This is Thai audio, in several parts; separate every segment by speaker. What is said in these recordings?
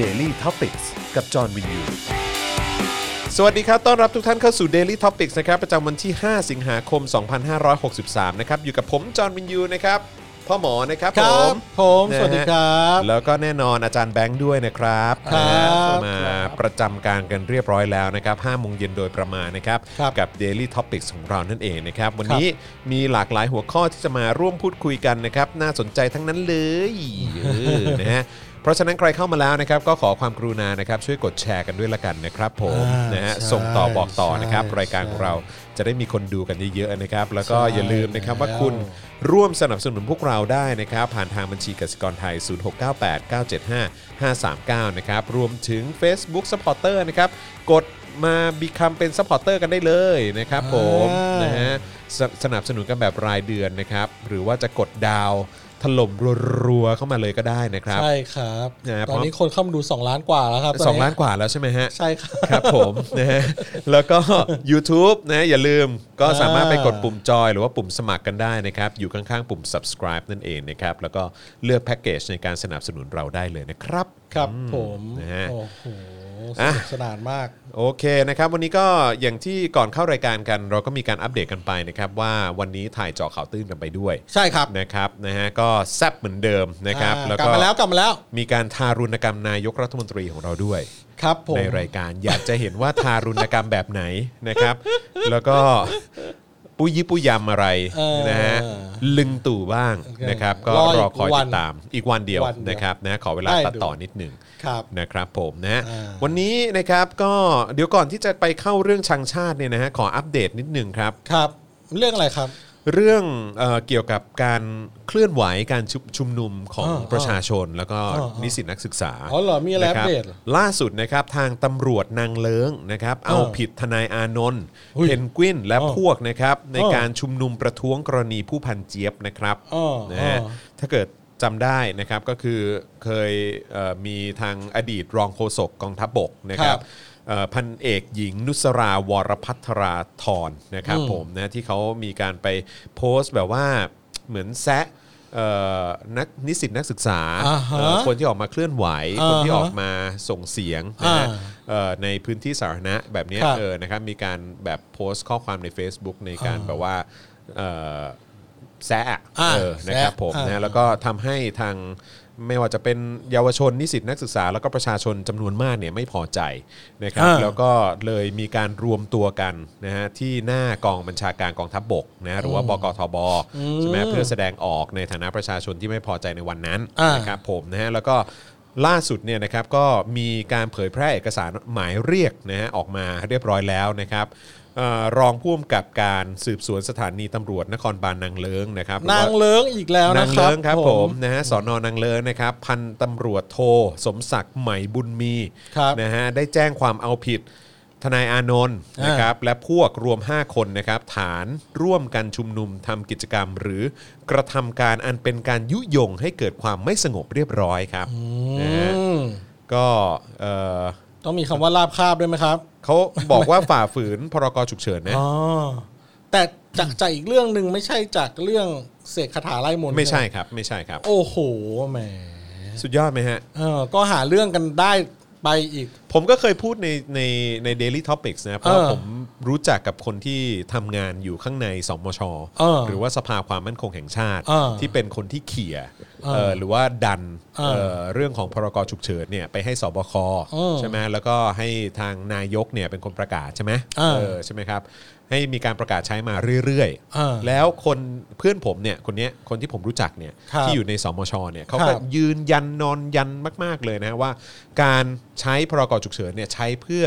Speaker 1: Daily t o p i c กกับจอห์นวินยู
Speaker 2: สวัสดีครับ ต้อนรับทุกท่านเข้าสู่ Daily Topics นะครับ ประจำวันที่ 5 สิงหาคม 2563 นะครับ อยู่กับผม จอห์นวินยู นะครับ พ่อหมอ นะครับ
Speaker 3: ค
Speaker 2: ผ
Speaker 3: รับ
Speaker 2: ม
Speaker 3: ผม
Speaker 2: นะฮะ
Speaker 3: สวัสดีครับ
Speaker 2: แล้วก็แน่นอนอาจารย์แบงค์ด้วยนะครับ
Speaker 3: ครับ
Speaker 2: นะฮะมาประจำการกันเรียบร้อยแล้วนะครับ5โมงเย็นโดยประมาณนะครับ
Speaker 3: ครับ
Speaker 2: กับ Daily Topics ของเรานั่นเองนะครับ วันนี้มีหลากหลายหัวข้อที่จะมาร่วมพูดคุยกันนะครับ น่าสนใจทั้งนั้น เลยเออนะฮะ เพราะฉะนั้นใครเข้ามาแล้วนะครับ ก็ขอความกรุณานะครับ ช่วยกดแชร์กันด้วยละกันนะครับผม
Speaker 3: อ่าน
Speaker 2: นะฮะ
Speaker 3: ใช่
Speaker 2: ส่งต่อบอกต่อนะครับ
Speaker 3: ใช่
Speaker 2: รายการของเราจะได้มีคนดูกันเยอะๆนะครับ แล้วก็
Speaker 3: ใช่
Speaker 2: อย่าลืมนะครับ
Speaker 3: แล้ว
Speaker 2: ว่าคุณร่วมสนับสนุนพวกเราได้นะครับ ผ่านทางบัญชีกสิกรไทย 0698975539 นะครับ รวมถึง Facebook Supporter นะครับ กดมา become เป็น supporter กันได้เลยนะครับผมนะฮะ สสนับสนุนกันแบบรายเดือนนะครับ หรือว่าจะกดดาวถล่มรัวๆเข้ามาเลยก็ได้นะครับ
Speaker 3: ใช่ครับ
Speaker 2: นะครับ
Speaker 3: ตอนนี้คนเข้ามาดู 2 ล้านกว่าแล้วครับ
Speaker 2: สอง
Speaker 3: ต
Speaker 2: ล้านกว่าแล้วใช่ไหมฮะ
Speaker 3: ใช่ครับ
Speaker 2: ครับผม นะฮะแล้วก็ YouTube นะอย่าลืมก็
Speaker 3: อ่า
Speaker 2: สามารถไปกดปุ่มจอย หรือว่าปุ่มสมัครกันได้นะครับ อยู่ข้างๆ ปุ่ม subscribe นั่นเองนะครับ แล้วก็เลือกแพ็กเกจในการสนับสนุนเราได้เลยนะครับ
Speaker 3: ครับผม
Speaker 2: นะฮะ
Speaker 3: โอ้โหส
Speaker 2: อ่ะ
Speaker 3: นุกสนานมาก
Speaker 2: โอเคนะครับ วันนี้ก็อย่างที่ก่อนเข้ารายการกัน เราก็มีการอัปเดตกันไปนะครับ ว่าวันนี้ถ่ายเจาะข่าวตื้นกันไปด้วย
Speaker 3: ใช่ครับ
Speaker 2: นะครับนะฮะก็แซบเหมือนเดิมนะครับ
Speaker 3: อ่า
Speaker 2: แล้ว
Speaker 3: กลับ
Speaker 2: ก็
Speaker 3: มาแล้วกลับมาแล้ว
Speaker 2: มีการทารุณกรรมนายกรัฐมนตรีของเราด้วย
Speaker 3: ครับผม
Speaker 2: ในรายการอยากจะเห็นว่าทารุณกรรมแบบไหนนะครับ แล้วก็ปุยยิปุยยำอะไร
Speaker 3: เออ
Speaker 2: นะฮะลึงตู่บ้าง
Speaker 3: โอเค
Speaker 2: นะครับ ก็
Speaker 3: รออี
Speaker 2: ร
Speaker 3: ก
Speaker 2: อคอย
Speaker 3: วัน
Speaker 2: ติดตามอีกวันเดียว
Speaker 3: วันเดียว
Speaker 2: นะครับนะขอเวลา
Speaker 3: ได้
Speaker 2: ตัด
Speaker 3: ดู
Speaker 2: ต่อนิดหนึ่ง
Speaker 3: ครับ
Speaker 2: นะครับผมนะฮะ
Speaker 3: อ่า
Speaker 2: วันนี้นะครับก็เดี๋ยวก่อนที่จะไปเข้าเรื่องชังชาติเนี่ยนะฮะขออัปเดตนิดหนึ่งครับ
Speaker 3: ครับ เรื่องอะไรครับ
Speaker 2: เรื่องเออเกี่ยวกับการเคลื่อนไหวการชุชุมนุมของ
Speaker 3: อ่า
Speaker 2: ประชาชนแล้วก็
Speaker 3: อ่าอ่านิ
Speaker 2: นิสิตนักศึกษา
Speaker 3: อ๋อเหรอมีอะไร
Speaker 2: นคบ
Speaker 3: อัปเดตเหรอ
Speaker 2: ล่าสุดนะครับทางตำรวจนางเลิ้งนะครับ เอาผิดทนายอานนท์
Speaker 3: อุ้ย
Speaker 2: เพนกวินและ
Speaker 3: อ้อ
Speaker 2: พวกนะครับ ใน
Speaker 3: อ้อ
Speaker 2: การชุมนุมประท้วงกรณีผู้พันเจี๊ยบนะครับ
Speaker 3: อ้อ
Speaker 2: นะฮะ
Speaker 3: อ้อ
Speaker 2: ถ้าเกิดจำได้นะครับก็คือเคยเอ่อมีทางอดีตรองโฆษกกองทัพบกนะครับ
Speaker 3: ครับ
Speaker 2: เอ่อพันเอกหญิงนุสราวรพัทราธรนะครับผมนะที่เขามีการไปโพสต์แบบว่าเหมือนแซะเอ่อนักนิสิตนักศึกษา
Speaker 3: อ่าฮะ
Speaker 2: เอ่อคนที่ออกมาเคลื่อนไหว
Speaker 3: อ่าฮะ
Speaker 2: คนที่ออกมาส่งเสียงนะฮะ
Speaker 3: อ่า
Speaker 2: เอ่อในพื้นที่สาธารณะแบบเนี้ย
Speaker 3: ครับ
Speaker 2: เออนะครับมีการแบบโพสต์ข้อความใน Facebook ในการ
Speaker 3: อ่า
Speaker 2: แบบว่าเอ่อแซะอะ
Speaker 3: อ่า
Speaker 2: เออนะครับ
Speaker 3: แซะ
Speaker 2: ผม
Speaker 3: อ่า
Speaker 2: นะแล้วก็ทำให้ทางไม่ว่าจะเป็นเยาวชนนิสิตนักศึกษา แล้วก็ประชาชนจำนวนมากเนี่ยไม่พอใจนะครับ ครับ
Speaker 3: อ่า
Speaker 2: แล้วก็เลยมีการรวมตัวกันนะฮะที่หน้ากองบัญชาการกองทัพบบกนะหรือว่าบกทบใช่ไหมเพื่อแสดงออกในฐานะประชาชนที่ไม่พอใจในวันนั้น
Speaker 3: อ่าน
Speaker 2: นะครับผมนะฮะแล้วก็ล่าสุดเนี่ยนะครับก็มีการเผยแพร่เอกสารหมายเรียกนะฮะออกมาเรียบร้อยแล้วนะครับเอ่อรองผู้กำกับการสืบสวนสถานีตำรวจนครบาลนางเลิงนะครับหรือว่
Speaker 3: นางเลิ้งอีกแล้ว
Speaker 2: นา
Speaker 3: นะ
Speaker 2: ง
Speaker 3: ครั
Speaker 2: เลิ
Speaker 3: บ
Speaker 2: งครับผมนะฮะสอนอนางเลิงนะครับ พันตำรวจโทสมศักดิ์ใหม่บุญมี
Speaker 3: ครับ
Speaker 2: นะฮะได้แจ้งความเอาผิดทนายอานนท์
Speaker 3: อ่าน
Speaker 2: นะครับและพวกรวม 5 คนนะครับ ฐานร่วมกันชุมนุมทำกิจกรรม หรือกระทำการอันเป็นการยุยงให้เกิดความไม่สงบเรียบร้อยครับนะฮะ
Speaker 3: อืม
Speaker 2: ก็เอ่อ
Speaker 3: ต้องมีคำว่าลาบคาบด้วยไหมครับ
Speaker 2: เขาบอกว่าฝ่าฝืนพรกฉุกเฉินนะ
Speaker 3: อ๋อ แต่จากจากอีกเรื่องหนึ่งไม่ใช่จากเรื่องเสกคาถาไล่มนต์
Speaker 2: ไม่ใช่
Speaker 3: ห
Speaker 2: ครับไม่ใช่ครับ
Speaker 3: โอ้โหแหม
Speaker 2: สุดยอดไหมฮะ
Speaker 3: เออก็หาเรื่องกันได้ไปอีก
Speaker 2: ผมก็เคยพูดในในใน daily topics นะ เพราะว่า
Speaker 3: เออ
Speaker 2: ผมรู้จักกับคนที่ทำงานอยู่ข้างในสมช
Speaker 3: เออ
Speaker 2: หรือว่าสภาความมั่นคงแห่งชาติ
Speaker 3: เออ
Speaker 2: ที่เป็นคนที่เขี่ยเอ่อหรือว่าดัน
Speaker 3: เออ
Speaker 2: เอ่อเรื่องของพรกฉุกเฉินเนี่ยไปให้สบค
Speaker 3: เออ
Speaker 2: ใช่ไหมแล้วก็ให้ทางนายกเนี่ยเป็นคนประกาศใช่ไหม
Speaker 3: เออ
Speaker 2: เออใช่ไหมครับ ให้มีการประกาศใช้มาเรื่อย
Speaker 3: เออ
Speaker 2: แล้วคนเพื่อนผมเนี่ยคนเนี้ยคนที่ผมรู้จักเนี่ย
Speaker 3: ครับ
Speaker 2: ที่อยู่ในสมชเนี่ยเขา
Speaker 3: ค
Speaker 2: ก็
Speaker 3: รับ
Speaker 2: ยืนยันนอนยันมาก ๆ เลยนะว่า การใช้พรกฉุกเฉินเนี่ยใช้เพื่อ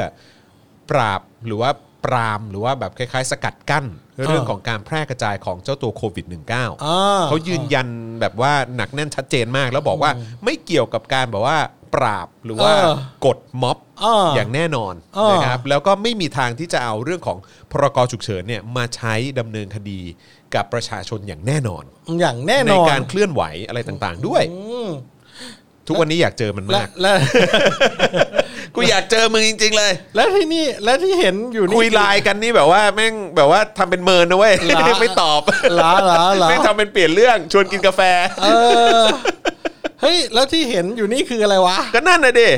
Speaker 2: ปราบหรือว่าปรามหรือว่าแบบคล้าย ๆ สกัดกั้น เรื่องของการแพร่กระจายของเจ้าตัวโควิด -19
Speaker 3: อ่า
Speaker 2: เขายืนยันแบบว่าหนักแน่นชัดเจนมาก แล้วบอกว่าไม่เกี่ยวกับการแบบว่าปราบหรือว่า
Speaker 3: เออก
Speaker 2: ดม็อบ
Speaker 3: เอออย่าง
Speaker 2: แน่นอน
Speaker 3: เออ
Speaker 2: นะครับแล้วก็ไม่มีทางที่จะเอาเรื่องของพรกฉุกเฉินเนี่ยมาใช้ดำเนินคดีกับประชาชนอย่างแน่นอน
Speaker 3: อย่างแน่
Speaker 2: ใน
Speaker 3: นอน
Speaker 2: การเคลื่อนไหวอะไรต่างๆ ด้วย
Speaker 3: อืม
Speaker 2: ทุกวันนี้อยากเจอมัน
Speaker 3: และ
Speaker 2: มาก
Speaker 3: และ
Speaker 2: กูอยากเจอมึงจริง ๆ เลย
Speaker 3: และที่นี่และที่เห็นอยู่นี่
Speaker 2: คุยไลน์กันนี่แบบว่าแม่งแบบว่าทำเป็นเมินนะเว้ย
Speaker 3: เหรอ
Speaker 2: ไม่ตอบ
Speaker 3: หลาหลาหลา
Speaker 2: ไม่งทำเป็นเปลี่ยนเรื่องชวนกินกาแฟ
Speaker 3: เออเฮ้ยแล้วที่เห็นอยู่นี่คืออะไรวะ
Speaker 2: ก็นั่นนะดิ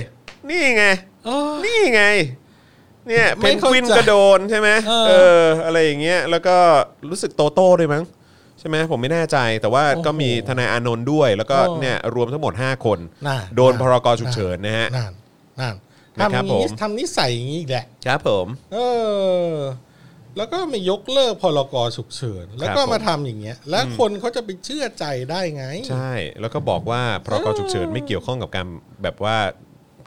Speaker 2: นี่ไง
Speaker 3: เออ
Speaker 2: นี่ไง เนี่ยเพ
Speaker 3: ไม่
Speaker 2: น
Speaker 3: เข้าก
Speaker 2: วิน
Speaker 3: ใจ
Speaker 2: ก็โดนใช่ไหม
Speaker 3: เออ
Speaker 2: เออ อะไรอย่างเงี้ยแล้วก็รู้สึกโตโต้ด้วยมั้งใช่ไหมผมไม่แน่ใจ แต่ว่า
Speaker 3: โอ้โห
Speaker 2: ก็มีทนายอานนท์ด้วย แล้วก็
Speaker 3: โอ้
Speaker 2: เนี่ยรวมทั้งหมด 5 คน
Speaker 3: น่า
Speaker 2: โดน
Speaker 3: น่า
Speaker 2: พรกฉุกเฉินนะฮะ
Speaker 3: นั่นนั่น
Speaker 2: นะ
Speaker 3: ทำ
Speaker 2: ครับ
Speaker 3: นี้
Speaker 2: ผม
Speaker 3: ทำนิสัยอย่างนี้อีกแหละ
Speaker 2: ครับผม
Speaker 3: เออ แล้วก็ไม่ยกเลิกพรกฉุกเฉิน แล้วก็
Speaker 2: ครับผม
Speaker 3: มาทำอย่างเงี้ย แล้วคนเขาจะไปเชื่อใจได้ไง
Speaker 2: ใช่ แล้วก็บอกว่าพรกฉุกเฉินไม่เกี่ยวข้องกับการแบบว่า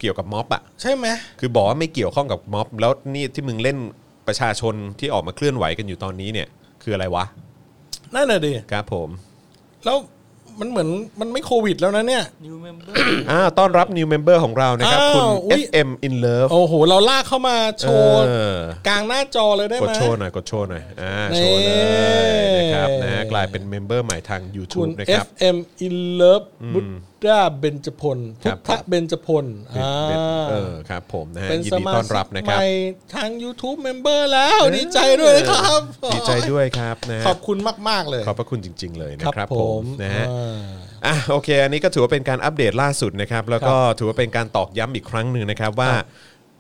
Speaker 2: เกี่ยวกับม็อบอะ
Speaker 3: ใช่ไหม
Speaker 2: คือบอกว่าไม่เกี่ยวข้องกับม็อบ แล้วนี่ที่มึงเล่นประชาชนที่ออกมาเคลื่อนไหวกันอยู่ตอนนี้เนี่ย คืออะไรวะ
Speaker 3: นั่นน่ะดิ
Speaker 2: ครับผม
Speaker 3: แล้วมันเหมือนมันไม่โควิดแล้วนะเนี่ย
Speaker 4: นิวเมมเบอร์
Speaker 2: อ่าต้อนรับ new member ของเรานะครับ คุณ
Speaker 3: อ้าวอุ๊ย
Speaker 2: FM in love
Speaker 3: โอ้โห เราลากเข้ามาโชว์
Speaker 2: เออก
Speaker 3: ลางหน้าจอเลยได้
Speaker 2: ก
Speaker 3: ไห
Speaker 2: ด
Speaker 3: ม
Speaker 2: โชว์หน่อยกดโชว์หน่อยอ่า
Speaker 3: นี่
Speaker 2: โชว์เลยนะครับนะกลายเป็นเมมเบอร์ใหม่ทาง
Speaker 3: คุณ
Speaker 2: YouTube นะครับ
Speaker 3: FM in love บุตรเบญจพล
Speaker 2: ค
Speaker 3: พุ
Speaker 2: รั
Speaker 3: ท
Speaker 2: บ
Speaker 3: ธเบญจพล
Speaker 2: เป็น
Speaker 3: อ่า
Speaker 2: เป็นเออครับผมนะฮะ
Speaker 3: เป็น
Speaker 2: ยิน
Speaker 3: ส
Speaker 2: ดี
Speaker 3: มา
Speaker 2: ต้อน
Speaker 3: ชิ
Speaker 2: รับ
Speaker 3: ก
Speaker 2: นะ
Speaker 3: ให
Speaker 2: ครับ
Speaker 3: ม่ทาง YouTube Member แล้ว ดีใจด้วยนะครับ
Speaker 2: ดีใจด้วยครับนะฮะ
Speaker 3: ขอบคุณมาก ๆ เลย
Speaker 2: ขอบพระคุณจริง ๆ เลยนะครับผมนะฮะ
Speaker 3: อ่า
Speaker 2: อ่ะโอเค อันนี้ก็ถือว่าเป็นการอัปเดตล่าสุดนะครับ แล้วก็ถือว่าเป็นการตอกย้ำอีกครั้งหนึ่งนะครับว่า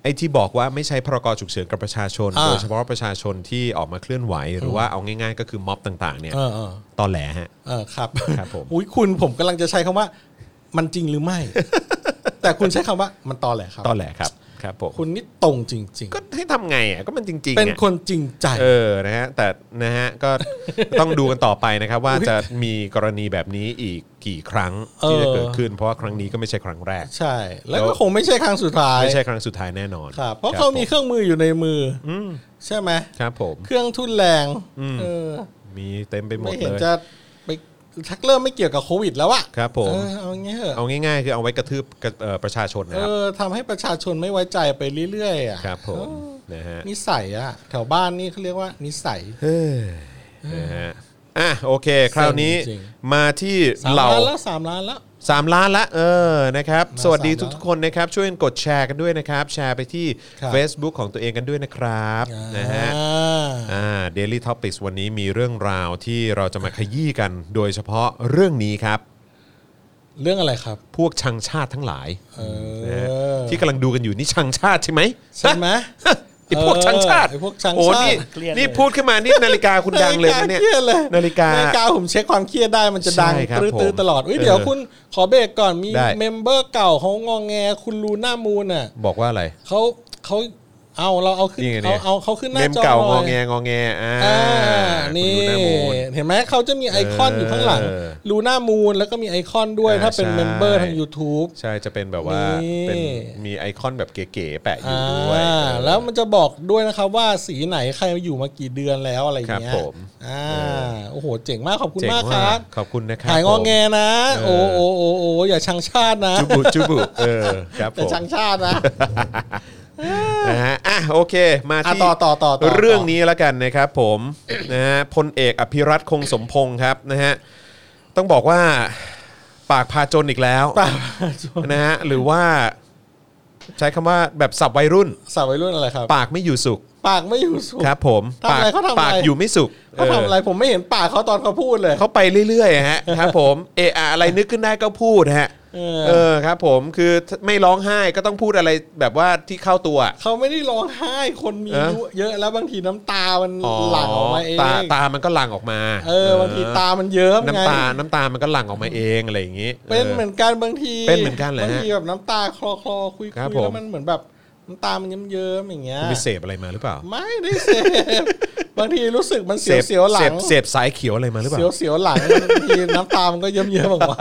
Speaker 2: ไอ้ที่บอกว่าไม่ใช้พรกฉุกเฉินกับประชาชน
Speaker 3: อ่า
Speaker 2: โดยเฉพาะประชาชนที่ออกมาเคลื่อนไหว หรือว่าเอาง่ายๆ ก็คือม็อบต่างๆเนี่ย
Speaker 3: เออเออ
Speaker 2: ตอแหลฮะ
Speaker 3: เออครับ
Speaker 2: ครับผม
Speaker 3: อุ้ยคุณผมกำลังจะใช้คำว่า มันจริงหรือไม่ แต่คุณใช้คำว่ามันตอแหละครับ
Speaker 2: ตอแหลครับครับผม
Speaker 3: คุณนี่ตรงจริง
Speaker 2: ก็ให้ทำไงอ่ะก็มันจริง
Speaker 3: ๆ
Speaker 2: ๆ
Speaker 3: เป็น
Speaker 2: อ่ะ
Speaker 3: คนจริงใจ
Speaker 2: เออนะฮะแต่นะฮะก็ ต้องดูกันต่อไปนะครับ ว่าจะมีกรณีแบบนี้อีกกี่ครั้งที่จะเกิดขึ้น เพราะว่าครั้งนี้ก็ไม่ใช่ครั้งแรก
Speaker 3: ใช่ แล้ว
Speaker 2: แล้
Speaker 3: ก็
Speaker 2: ว
Speaker 3: คงไม่ใช่ครั้งสุดท้าย
Speaker 2: ไม่ใช่ครั้งสุดท้ายแน่นอน
Speaker 3: ครับ เพราะเขามี
Speaker 2: ผ
Speaker 3: เครื่องมืออยู่ในมืออใช่ไหม
Speaker 2: ครับผม
Speaker 3: เครื่องทุ่นแรง
Speaker 2: อืม
Speaker 3: เออ
Speaker 2: มีเต็มไปหมดเล
Speaker 3: ไม่
Speaker 2: ย
Speaker 3: เห็นจะไปชักเริ่มไม่เกี่ยวกับโควิดแล้วอะ
Speaker 2: ครับผม
Speaker 3: เออเอาอย่างเงี้ยเถอะ
Speaker 2: เอาง่ายๆ คือเอาไว้กระทืบกระเอ่อประชาชนนะ
Speaker 3: เอ
Speaker 2: ครับ
Speaker 3: อทำให้ประชาชนไม่ไว้ใจไปเรื่อยๆอะ
Speaker 2: ครับผมนะฮะ
Speaker 3: นิสัยอะแถวบ้านนี่เขาเรียกว่า นิสัย
Speaker 2: เฮ้ยนะฮะอ่ะโอเค คราวนี้
Speaker 3: จริง
Speaker 2: มาที่
Speaker 3: สาม
Speaker 2: เรา
Speaker 3: ล้านแล้วสามล้านแล้ว
Speaker 2: สามล้านละเออนะครับ
Speaker 3: มา
Speaker 2: สวัสดี
Speaker 3: สามล้าน
Speaker 2: ทุกๆคนนะครับ ช่วยกันกดแชร์กันด้วยนะครับ แชร์ไปที่
Speaker 3: ครับ
Speaker 2: Facebook ของตัวเองกันด้วยนะครับนะฮะ
Speaker 3: อ่า
Speaker 2: อ่า Daily Topics วันนี้มีเรื่องราวที่เราจะมาขยี้กัน โดยเฉพาะเรื่องนี้ครับ
Speaker 3: เรื่องอะไรครับ
Speaker 2: พวกชังชาติทั้งหลาย
Speaker 3: เอ
Speaker 2: นะฮะ
Speaker 3: อ
Speaker 2: ที่กำลังดูกันอยู่นี่ชังชาติใช่ไหม
Speaker 3: ใช่ไหม
Speaker 2: ไอพวกชังชาติ
Speaker 3: เออไอ้พวกชัง
Speaker 2: โอ้
Speaker 3: ชาติ
Speaker 2: นี่นี่พูดขึ้น มานี่นาฬิกาคุณดังเลยนะเนี่ย
Speaker 3: ครีดเลย
Speaker 2: นาฬิกา
Speaker 3: นาฬิกาผมเช็คความเครียดได้มันจะดัง
Speaker 2: ใช่ครับ
Speaker 3: ตื้อ
Speaker 2: ผม
Speaker 3: ๆตลอดอุ้ย
Speaker 2: เออ
Speaker 3: เดี๋ยวคุณขอเบรกก่อนมี
Speaker 2: ได้
Speaker 3: เมมเบอร์เก่าเขางองแงคุณลูน่ามูนอ่ะ
Speaker 2: บอกว่าอะไร
Speaker 3: เขาเขาเอาเราเอาขึ้น
Speaker 2: นี่ไงเนี่
Speaker 3: เอา
Speaker 2: ย
Speaker 3: เอาเขาขึ้นห
Speaker 2: เม
Speaker 3: น้าม จอ
Speaker 2: เก่างอ
Speaker 3: หน่อย
Speaker 2: แงงอแงอ่า
Speaker 3: อ่า
Speaker 2: คุณ
Speaker 3: นี่
Speaker 2: ดูหาโมน
Speaker 3: เห็นไหมเขาจะมีไอคอนอยู่ข้างหลัง
Speaker 2: เออ
Speaker 3: ลูน่ามูนแล้วก็มีไอคอนด้วย
Speaker 2: อ่า
Speaker 3: ถ้าเป็น
Speaker 2: ใช่
Speaker 3: เมมเบอร์ทาง YouTube
Speaker 2: ใช่จะเป็นแบบว่า
Speaker 3: นี่
Speaker 2: เป็นมีไอคอนแบบเก๋ๆแปะอยู่
Speaker 3: อ่า
Speaker 2: ด้วยเออ
Speaker 3: แล้วมันจะบอกด้วยนะครับว่าสีไหนใครอยู่มากี่เดือนแล้วอะไรอย่างเงี้
Speaker 2: ครั
Speaker 3: ย
Speaker 2: บผม
Speaker 3: อ่าโอ้โหเจ๋งมากขอบคุณ
Speaker 2: เจ๋ง
Speaker 3: มากครับ
Speaker 2: ขอบคุณนะครับ
Speaker 3: หายงอแง
Speaker 2: ผ
Speaker 3: นะ
Speaker 2: เอ
Speaker 3: โอ้
Speaker 2: อ
Speaker 3: โอ้โอ้โอ้อย่าชังชาตินะ
Speaker 2: มจุบุจุบุเออครับ
Speaker 3: อ
Speaker 2: ผ
Speaker 3: ย่าม ชังชาตินะ
Speaker 2: นะฮะอ่ะโอเคมา
Speaker 3: อ่ะ
Speaker 2: ที่
Speaker 3: ต่อต่อต่อต่
Speaker 2: เรื่องนี้แล้วกันนะครับผม นะฮะพลเอกอภิรัตคงสมพงศ์ครับนะฮะต้องบอกว่าปากพาจนอีกแล้ว
Speaker 3: ปราบชน
Speaker 2: นะฮะหรือว่า ใช้คำว่าแบบสับวัยรุ่น
Speaker 3: สาววัยรุ่นอะไรครับ
Speaker 2: ปากไม่อยู่สุข
Speaker 3: ปากไม่อยู่สูง
Speaker 2: ครับผม
Speaker 3: ทำ
Speaker 2: ปาก
Speaker 3: อะไรเขาทำอะไร
Speaker 2: ปากอยู่ไม่สุข
Speaker 3: เขาทำอะไรผมไม่เห็นปากเขาตอนเขาพูดเลย
Speaker 2: เออเขาไปเรื่อยๆฮะครับผมเอะอะอะไรนึกขึ้นได้ก็พูดฮะ
Speaker 3: เออ
Speaker 2: เออครับ ผมคือไม่ร้องไห้ก็ต้องพูดอะไรแบบว่าที่เข้าตัว
Speaker 3: เขาไม่ได้ร้องไห้คนมี
Speaker 2: เออ
Speaker 3: อายุเยอะแล้วบางทีน้ำตามันหลั่งออกมาเอง
Speaker 2: ตาตามันก็หลั่งออกมา
Speaker 3: เออบางทีตามันเยิ้มไง
Speaker 2: น้ำตา น้ำตามันก็หลั่งออกมาเองอะไรอย่างนี้
Speaker 3: เป็นเหมือนกันบางที
Speaker 2: เป็นเหมือนกันเหรอฮะ
Speaker 3: บางทีแบบน้ำตาคลอคลอคุยคุย
Speaker 2: ครับผม
Speaker 3: แล้วมันเหมือนแบบน้ำตามันเยิ้มเยิ้มๆอย่างเงี้ย
Speaker 2: คุณไปเสพอะไรมาหรือเปล่า
Speaker 3: ไม่ได้เส พบางทีรู้สึกมันเสียวเสียวๆหลั
Speaker 2: เส
Speaker 3: ง
Speaker 2: พเสพสายเขียวอะไรมาหรือเปล่า
Speaker 3: เสียวเสียวๆหลังบางทีน้ำตามันก็เยิ้มเยิ้มๆออกมา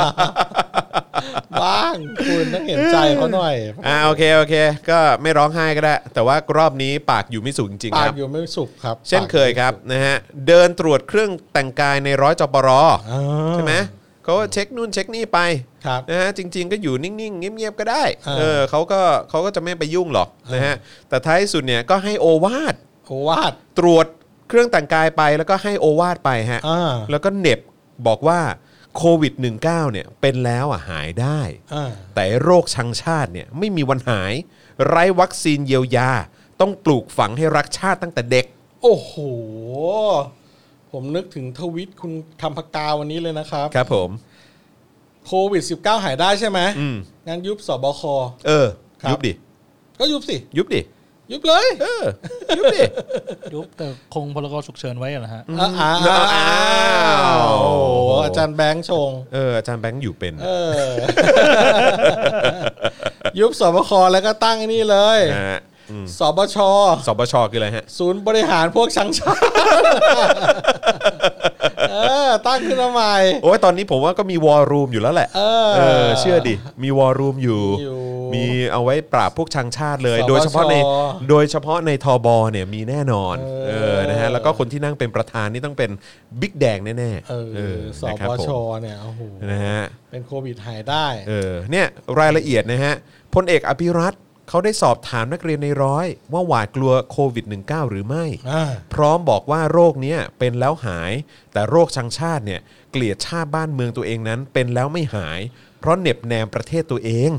Speaker 3: บ้างคุณต้องเห็นใจเขาหน่อย
Speaker 2: อ่าโอเคโอเค ก็ไม่ร้องไห้ก็ได้ แต่ว่ารอบนี้ปากอยู่ไม่สูงจริงๆค
Speaker 3: ปาก
Speaker 2: รับ
Speaker 3: อยู่ไม่สุขครับ
Speaker 2: เช่นเคยครับนะฮะเดินตรวจเครื่องแต่งกายในร้อยจปร
Speaker 3: อ่า
Speaker 2: ใช่ไหมเขาก็เช็คนู่นเช็คนี่ไป
Speaker 3: ครับ
Speaker 2: นะฮะจริง ๆ ก็อยู่นิ่งๆ เงียบๆก็ได้
Speaker 3: อ่า
Speaker 2: เออเขาก็เขาก็จะไม่ไปยุ่งหรอกนะฮะแต่ท้ายสุดเนี่ยก็ให้โอวาด
Speaker 3: โอวาด
Speaker 2: ตรวจเครื่องแต่งกายไปแล้วก็ให้โอวาดไปฮะ
Speaker 3: อ่า
Speaker 2: แล้วก็เหน็บบอกว่าโควิด -19 เนี่ยเป็นแล้วอ่ะหายได้
Speaker 3: อ่า
Speaker 2: แต่โรคชังชาติเนี่ยไม่มีวันหาย ไร้วัคซีนเยียวยา ต้องปลูกฝังให้รักชาติตั้งแต่เด็ก
Speaker 3: โอ้โห ผมนึกถึงทวิตคุณคำพกาวันนี้เลยนะครับ
Speaker 2: ครับผม
Speaker 3: โควิด -19 หายได้ใช่ไหม
Speaker 2: อืม
Speaker 3: งั้นยุบสบค
Speaker 2: เออ
Speaker 3: ครับ
Speaker 2: ยุบดิ
Speaker 3: ก็ยุบสิ
Speaker 2: ยุบดิ
Speaker 3: ยุบเลย
Speaker 2: เออ ยุบดิ
Speaker 4: ยุบแต่คงพลกรฉุกเฉินไว้อะนะฮะ
Speaker 3: อ้าว
Speaker 2: อ้าว
Speaker 3: โอ้โหอาจารย์แบงค์ชง
Speaker 2: เอออาจารย์แบงค์อยู่เป็น
Speaker 3: เออ ยุบสบคแล้วก็ตั้งไอ้นี่เลย
Speaker 2: นะฮะอืม
Speaker 3: สบช
Speaker 2: สบชคืออะไรฮะ
Speaker 3: ศูนย์บริหารพวกชังชาติ เออ ตั้งขึ้นมาใหม่
Speaker 2: โอ้ยตอนนี้ผมว่าก็มีวอลรูมอยู่แล้วแหละ
Speaker 3: เออ
Speaker 2: เออเชื่อดิ มีวอลรูมอยู่
Speaker 3: อยู่
Speaker 2: มีเอาไว้ปราบพวกชังชาติเลย
Speaker 3: สบช
Speaker 2: โดยเฉพาะในโดยเฉพาะในทบเนี่ยมีแน่นอน
Speaker 3: เออ
Speaker 2: เออนะฮะแล้วก็คนที่นั่งเป็นประธานนี่ต้องเป็นบิ๊กแดงแน่ๆ
Speaker 3: เอ
Speaker 2: เอ
Speaker 3: อ
Speaker 2: อ
Speaker 3: ส
Speaker 2: นะค
Speaker 3: บ
Speaker 2: รับ
Speaker 3: ช
Speaker 2: ผม
Speaker 3: เนี่ยโอ้โห
Speaker 2: นะฮะ
Speaker 3: เป็นโควิดหายได้
Speaker 2: เออเนี่ยรายละเอียดนะฮะพลเอกอภิรัตน์เขาได้สอบถามนักเรียนในร้อย ว่าหวาดกลัวโควิด -19 หรือไม่
Speaker 3: อ่า
Speaker 2: พร้อมบอกว่าโรคเนี้ยเป็นแล้วหาย แต่โรคชังชาติเนี่ยเกลียดชาติบ้านเมืองตัวเองนั้น เป็นแล้วไม่หาย เพราะเหน็บแนมประเทศตัวเอง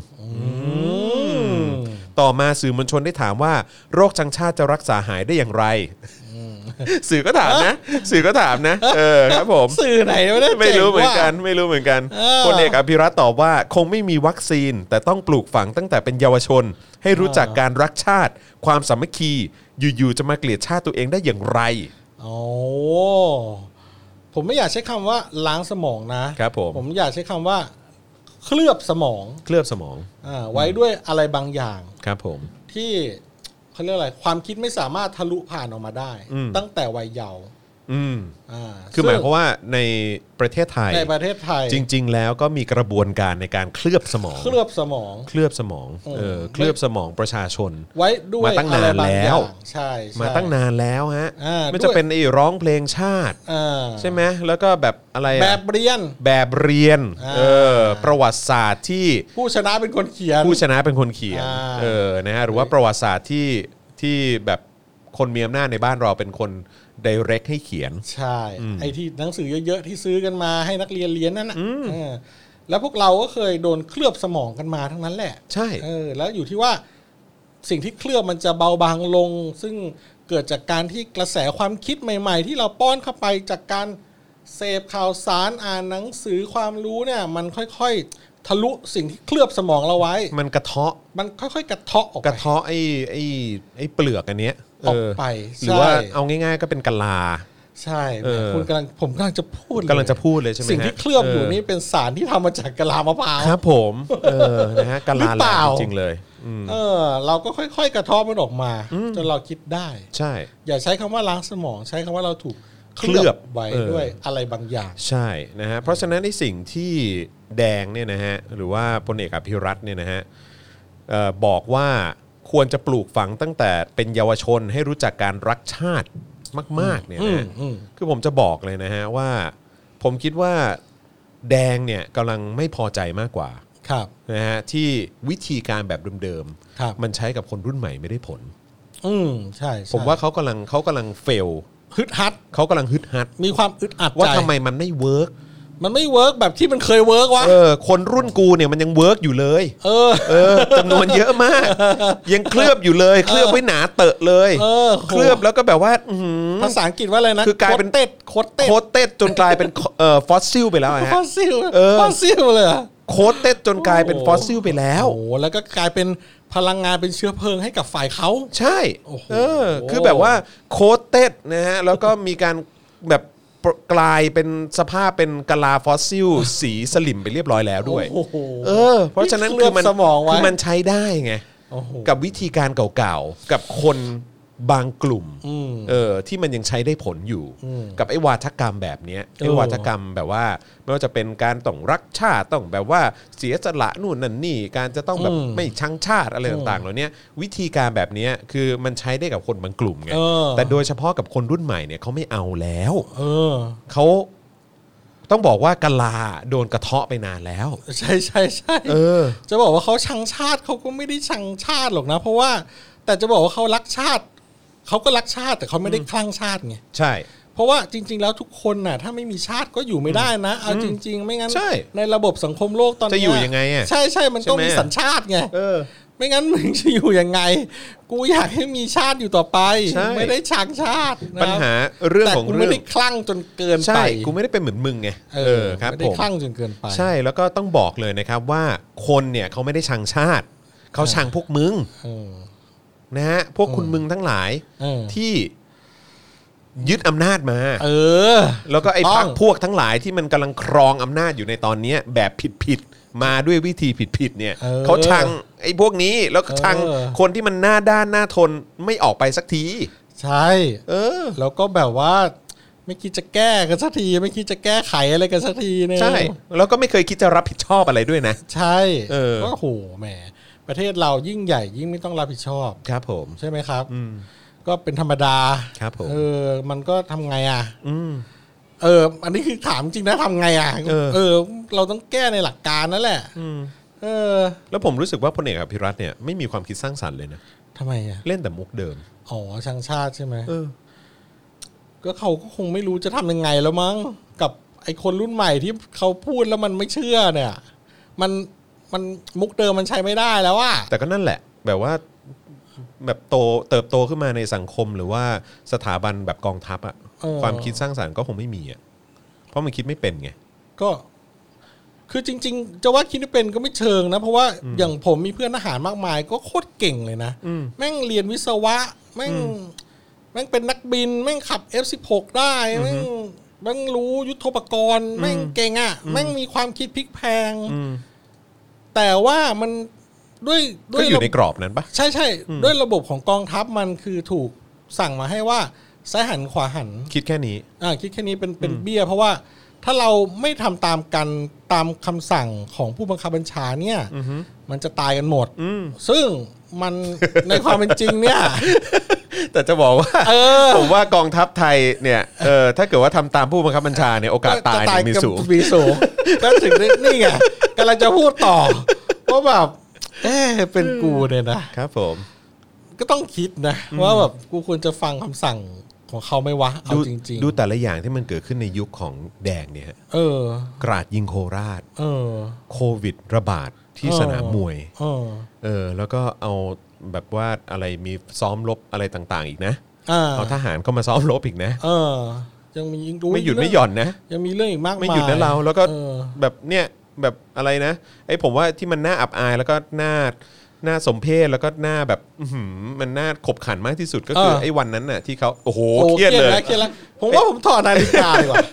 Speaker 2: ต่อมาสื่อมวลชนได้ถามว่า โรคชังชาติจะรักษาหายได้อย่างไร สื่อก็ถามนะ สื่อก็ถามนะ เออครับผม
Speaker 3: สื่อไหนวะเนี่ย
Speaker 2: ไม่รู้เหมือนกัน
Speaker 3: จ๋งว่
Speaker 2: ไม่รู้เหมือนกัน
Speaker 3: เออ
Speaker 2: พลเอกอภิรัตน์ตอบว่าคงไม่มีวัคซีน แต่ต้องปลูกฝังตั้งแต่เป็นเยาวชน ให้รู้จักการรักชาติ ความสามัคคีอยู่ๆจะมาเกลียดชาติตัวเองได้อย่างไร
Speaker 3: ะโอ้ผมไม่อยากใช้คำว่าล้างสมองนะครับ
Speaker 2: ผม
Speaker 3: ผมอยากใช้คำว่า เคลือบสมอง
Speaker 2: เคลือบสมอง
Speaker 3: อ่าไว้ด้วยอะไรบางอย่าง
Speaker 2: ครับผม
Speaker 3: ที่เขาเรียกอะไร ความคิดไม่สามารถทะลุผ่านออกมาได้
Speaker 2: อืม
Speaker 3: ตั้งแต่วัยเยาว์
Speaker 2: อืม
Speaker 3: อ่า
Speaker 2: คือหมายความว่าในประเทศไทย
Speaker 3: ซึ่งในประเทศไทย
Speaker 2: จริง ๆ แล้วก็มีกระบวนการในการเคลือบสมอง
Speaker 3: เคลือบสมอง
Speaker 2: เคลือบสมองเออเคลือบสมองประชาชน
Speaker 3: ไว้ด้วย
Speaker 2: มาตั้ง
Speaker 3: อะไร
Speaker 2: นาน
Speaker 3: บางอย่า
Speaker 2: แล้ว
Speaker 3: งใช่ใช่
Speaker 2: มาตั้งนานแล้วฮะ
Speaker 3: อ่า
Speaker 2: ไม่
Speaker 3: ด้
Speaker 2: จะ
Speaker 3: วย
Speaker 2: เป็นไอ้ร้องเพลงชาติ
Speaker 3: อ่า
Speaker 2: ใช่ไหมแล้วก็แบบอะไรอะ
Speaker 3: แบบเรียน
Speaker 2: แบบเรียน
Speaker 3: อ่า
Speaker 2: เออประวัติศาสตร์ที่
Speaker 3: ผู้ชนะเป็นคนเขียน
Speaker 2: ผู้ชนะเป็นคนเขียน
Speaker 3: อ่า
Speaker 2: เออนะฮะหรือว่าประวัติศาสตร์ที่ที่แบบคนมีอำนาจในบ้านเราเป็นคนดเรกให้เขียน
Speaker 3: ใช่ ไอ้ที่หนังสือเยอะๆที่ซื้อกันมาให้นักเรียนเรียนนั่นนะเออแล้วพวกเราก็เคยโดนเคลือบสมองกันมาทั้งนั้นแหละ
Speaker 2: ใช่
Speaker 3: เออ แล้วอยู่ที่ว่าสิ่งที่เคลือบมันจะเบาบางลง ซึ่งเกิดจากการที่กระแสความคิดใหม่ ๆ ที่เราป้อนเข้าไปจากการเสพข่าวสารอ่านหนังสือความรู้เนี่ย มันค่อยๆ ทะลุสิ่งที่เคลือบสมองเราไว้
Speaker 2: มันกระเทาะ
Speaker 3: มันค่อยๆ กระเทาะออก
Speaker 2: ก
Speaker 3: ไประ
Speaker 2: เทาะไอ้ไอ้ไอ้เปลือกอันเนี้ย
Speaker 3: ออกไป
Speaker 2: หรือว่า
Speaker 3: ใช่
Speaker 2: เอาง่ายๆก็เป็นกะลา
Speaker 3: ใช่
Speaker 2: เออ
Speaker 3: คุณกำลังผมกำลังจะพูดเย
Speaker 2: กำลังจะพูดเลยใช่ไหมฮะ
Speaker 3: สิ่งที่เคลือบอยู่นี่เป็นสารที่ทำมาจากกะลามะพร้าว
Speaker 2: ครับผมเออนะฮะกะลา
Speaker 3: หรือเปล่า
Speaker 2: แรงจริงๆเลยอืม
Speaker 3: เออ เราก็ค่อย ๆ กระเทบมันออกมา จนเราคิดได้
Speaker 2: ใช่
Speaker 3: อย่าใช้คำว่าล้างสมอง ใช้คำว่าเราถูก
Speaker 2: เคลือบ
Speaker 3: ไว้
Speaker 2: เออ
Speaker 3: ด้วยอะไรบางอย่าง
Speaker 2: ใช่นะฮะเพราะฉะนั้นในสิ่งที่แดงเนี่ยนะฮะหรือว่าพลเอกอภิรัตน์เนี่ยนะฮะเอ่อบอกว่าควรจะปลูกฝังตั้งแต่เป็นเยาวชนให้รู้จักการรักชาติมากๆเนี่ยนะฮะ
Speaker 3: อืมอืม
Speaker 2: คือผมจะบอกเลยนะฮะว่าผมคิดว่าแดงเนี่ยกำลังไม่พอใจมากกว่า
Speaker 3: ครับ
Speaker 2: นะฮะที่วิธีการแบบเดิม
Speaker 3: ครับ
Speaker 2: มันใช้กับคนรุ่นใหม่ไม่ได้ผล
Speaker 3: อืมใช่ใช่
Speaker 2: ผมว่าเขากำลังเขากำลังเฟล
Speaker 3: ฮึดฮัด
Speaker 2: เขากำลังฮึดฮัด
Speaker 3: มีความอึดอัดใจ
Speaker 2: ว่าทำไมมันไม่เวิร์ก
Speaker 3: มันไม่เวิร์กแบบที่มันเคยเวิร์กวะ
Speaker 2: เออคนรุ่นกูเนี่ยมันยังเวิร์กอยู่เลย
Speaker 3: เออ
Speaker 2: เออจำนวนเยอะมาก ยังเคลือบอยู่เลย เคลือบไว้หนาเตอะเลย
Speaker 3: เออ
Speaker 2: เคลือบแล้วก็แบบว่าอื้อหือ
Speaker 3: ภาษาอังกฤษว่าอะไรนะ
Speaker 2: คือกลายเป็น
Speaker 3: โคตเต็ดโคตเต็ด
Speaker 2: โคตรเต็ดจนกลายเป็น เอ่อฟอสซิลไปแล้วอะฮะ
Speaker 3: ฟอสซิล
Speaker 2: เออ
Speaker 3: ฟอสซิลเลยเหรอ
Speaker 2: โคตรเต็ดจนกลายเป็นฟอสซิลไปแล้ว
Speaker 3: โอ้โหแล้วก็กลายเป็นพลังงานเป็นเชื้อเพลิงให้กับฝ่ายเขา
Speaker 2: ใช่
Speaker 3: โอ้โห
Speaker 2: เออคือแบบว่าโคตรเต็ดนะฮะแล้วก็มีการแบบกลายเป็นสภาพเป็นกะลาฟอสซิล สีสลิมไปเรียบร้อยแล้วด้วย
Speaker 3: โอ้โห
Speaker 2: เออ เพราะฉะนั้น
Speaker 3: เคลื
Speaker 2: คือ อบ มัน
Speaker 3: สมองไว้
Speaker 2: คือมันใช้ได้ไง
Speaker 3: โอ้โห
Speaker 2: กับวิธีการเก่าๆ กับคนบางกลุ่ม
Speaker 3: อืม
Speaker 2: เออที่มันยังใช้ได้ผลอยู่
Speaker 3: อืม
Speaker 2: กับไอ้วาทกรรมแบบเนี้ยไอ้
Speaker 3: เออ
Speaker 2: วาทกรรมแบบว่า ไม่ว่าจะเป็นการต้องรักชาติต้องแบบว่าเสียสละนู่นนั่นนี่ การจะต้องแบบไม่ชังชาติอะไรต่างๆเหล่าเนี้ยวิธีการแบบเนี้ยคือมันใช้ได้กับคนบางกลุ่มไง
Speaker 3: เออ
Speaker 2: แต่โดยเฉพาะกับคนรุ่นใหม่เนี่ยเขาไม่เอาแล้ว
Speaker 3: เออ
Speaker 2: เขาต้องบอกว่ากะลาโดนกระเทาะไปนานแล้ว
Speaker 3: ใช่ใช่ใช่
Speaker 2: เออ
Speaker 3: จะบอกว่าเขาชังชาติเขาก็ไม่ได้ชังชาติหรอกนะ เพราะว่า แต่จะบอกว่าเขารักชาติเขาก็รักชาติแต่เขาไม่ได้คลั่งชาติไง
Speaker 2: ใช่
Speaker 3: เพราะว่าจริง ๆ แล้วทุกคนน่ะ ถ้าไม่มีชาติก็อยู่ไม่ได้นะเอาจริง ๆ ไม่งั้น
Speaker 2: ใช่
Speaker 3: ระบบสังคมโลกตอนเนี้
Speaker 2: จะอยู่ยังไงอะ
Speaker 3: ใช่ใช่มันต้อง
Speaker 2: ใช่ไหม
Speaker 3: มีสัญชาติไง
Speaker 2: เออ
Speaker 3: ไม่งั้นมึงจะอยู่ยังไง กูอยากให้มีชาติอยู่ต่อไป
Speaker 2: ใช่
Speaker 3: ไม่ได้ชังชาตินะ
Speaker 2: ปัญหาเรื่อง
Speaker 3: แต่
Speaker 2: ของ
Speaker 3: กู
Speaker 2: เรื่
Speaker 3: ไม่
Speaker 2: อง
Speaker 3: ได้คลั่งจนเกินไป
Speaker 2: ใช่ กูไม่ได้เป็นเหมือนมึงไง
Speaker 3: เอ
Speaker 2: เอ
Speaker 3: อ
Speaker 2: อครับ
Speaker 3: ไม่ได้
Speaker 2: ผม
Speaker 3: คลั่งจนเกินไป
Speaker 2: ใช่ แล้วก็ต้องบอกเลยนะครับว่าคนเนี่ยเขาไม่ได้ชังชาติ เขาชังพวกมึง
Speaker 3: เออ
Speaker 2: นะฮะพวกคุณมึงทั้งหลาย
Speaker 3: เออ
Speaker 2: ที่ยึดอำนาจมา
Speaker 3: เออ
Speaker 2: แล้วก็ไอ้
Speaker 3: ถูกต้
Speaker 2: พั
Speaker 3: อก ง
Speaker 2: พวกทั้งหลายที่มันกำลังครองอำนาจอยู่ในตอนเนี้ยแบบผิดๆมาด้วยวิธีผิดๆเนี่ย
Speaker 3: เออ
Speaker 2: เขาชังไอ้พวกนี้แล้วก็ชัง
Speaker 3: เออ
Speaker 2: คนที่มันหน้าด้านหน้าทนไม่ออกไปสักที
Speaker 3: ใช่
Speaker 2: เออ
Speaker 3: แล้วก็แบบว่า ไม่คิดจะแก้กันสักทีไม่คิดจะแก้ไขอะไรกันสักทีเนี่ย
Speaker 2: ใช่ แล้วก็ไม่เคยคิดจะรับผิดชอบอะไรด้วยนะ
Speaker 3: ใช่
Speaker 2: เออ
Speaker 3: ก็โหแหมประเทศเรายิ่งใหญ่ยิ่งไม่ต้องรับผิดชอบ
Speaker 2: ครับผม
Speaker 3: ใช่ไหมครับ
Speaker 2: อืม
Speaker 3: ก็เป็นธรรมดา
Speaker 2: ครับผม
Speaker 3: เออ มันก็ทำไงอ่ะ
Speaker 2: อืม
Speaker 3: เออ อันนี้คือถามจริงนะทำไงอ่ะ
Speaker 2: เออ
Speaker 3: เราต้องแก้ในหลักการนั่นแหละเออ
Speaker 2: แล้วผมรู้สึกว่าพลเอกอภิรัตน์เนี่ยไม่มีความคิดสร้างสรรค์เลยนะ
Speaker 3: ทำไมอ่ะ
Speaker 2: เล่นแต่มุกเดิม
Speaker 3: อ๋อช่างชาติใช่ไหม
Speaker 2: เออ
Speaker 3: ก็เขาก็คงไม่รู้จะทำยังไงแล้วมั้งกับไอคนรุ่นใหม่ที่เขาพูดแล้วมันไม่เชื่อเนี่ย มันมันมุกเดิมมันใช้ไม่ได้แล้วอ่ะ
Speaker 2: แต่ก็นั่นแหละ แบบว่าแบบโตเติบโตขึ้นมาในสังคมหรือว่าสถาบันแบบกองทัพอะ
Speaker 3: เออ
Speaker 2: ความคิดสร้างสรรค์ก็คงไม่มีอะเพราะมันคิดไม่เป็นไง
Speaker 3: ก็ คือจริง ๆ จะว่าคิดไม่เป็นก็ไม่เชิงนะ เพราะว่าอย่างผมมีเพื่อนทหารมากมาย ก็โคตรเก่งเลยนะ
Speaker 2: อืม
Speaker 3: แม่งเรียนวิศวะ แม่ง แม่งเป็นนักบิน แม่งขับ F16 ได้ แม่งแม่งรู้ยุทโธปกรณ์ แม่งเก่งอ่ะ แม่งมีความคิดพลิกแพลง แต่ว่ามันด้วยด้ว
Speaker 2: ก็
Speaker 3: ย
Speaker 2: อยู่ใน
Speaker 3: ระบบ
Speaker 2: กรอบนั้นปะ
Speaker 3: ใช่ใช่ด้วยระบบของกองทัพมันคือถูกสั่งมาให้ว่าซ้ายหันขวาหัน
Speaker 2: คิดแค่นี้
Speaker 3: อ่าคิดแค่นี้เป็นเป็นเบี้ย เพราะว่าถ้าเราไม่ทำตามกันตามคำสั่งของผู้บังคับบัญชาเนี่ยมันจะตายกันหมด
Speaker 2: อืม
Speaker 3: ซึ่งมัน ในความเป็นจริงเนี่ย
Speaker 2: แต่จะบอกว่า
Speaker 3: เออ
Speaker 2: ผมว่ากองทัพไทยเนี่ยเออถ้าเกิดว่าทำตามผู้บังคับบัญชาเนี่ยโอกาสตายเนี่ยมีสูง
Speaker 3: ก็มีสูงก็ถึงได้นี่ไงกำลังจะพูดต่อว่าแบบเอ๊ะเป็นกูเนี่ยนะ
Speaker 2: ครับผม
Speaker 3: ก็ต้องคิดนะ ว่าแบบกูควรจะฟังคำสั่งของเขาไหมวะ เอา
Speaker 2: ดู
Speaker 3: จริง
Speaker 2: ดูแต่ละอย่างที่มันเกิดขึ้นในยุคของแดงเนี่ยฮะ
Speaker 3: ๆ เออ
Speaker 2: กราดยิงโคราช
Speaker 3: เออ
Speaker 2: โควิดระบาดที่
Speaker 3: เออ
Speaker 2: สนามมวย
Speaker 3: เออ
Speaker 2: เออแล้วก็เอาแบบว่าอะไรมีซ้อมรบอะไรต่างๆอีกนะ
Speaker 3: อ่า
Speaker 2: เอาทหารเข้ามาซ้อมรบอีกนะ
Speaker 3: เออ ยังมียังรู้
Speaker 2: ไม่หยุดไม่หย่อนนะ
Speaker 3: ยังมีเรื่องอีกมากมาย
Speaker 2: ไม่หยุดนะเราแล้วก็
Speaker 3: ออ
Speaker 2: แบบเนี่ยแบบอะไรนะไอ้ผมว่าที่มันน่าอับอายแล้วก็น่าน่าสมเพชแล้วก็น่าแบบอื้อหือมันน่าขบขันมากที่สุดก็คือ
Speaker 3: เออ
Speaker 2: ไอ้วันนั้นน่ะที่เขาโอ้โห
Speaker 3: โอ้
Speaker 2: เครียดเลย
Speaker 3: นะเครียดแล้วผมว่าผมถอดนาฬิกาดี กว่า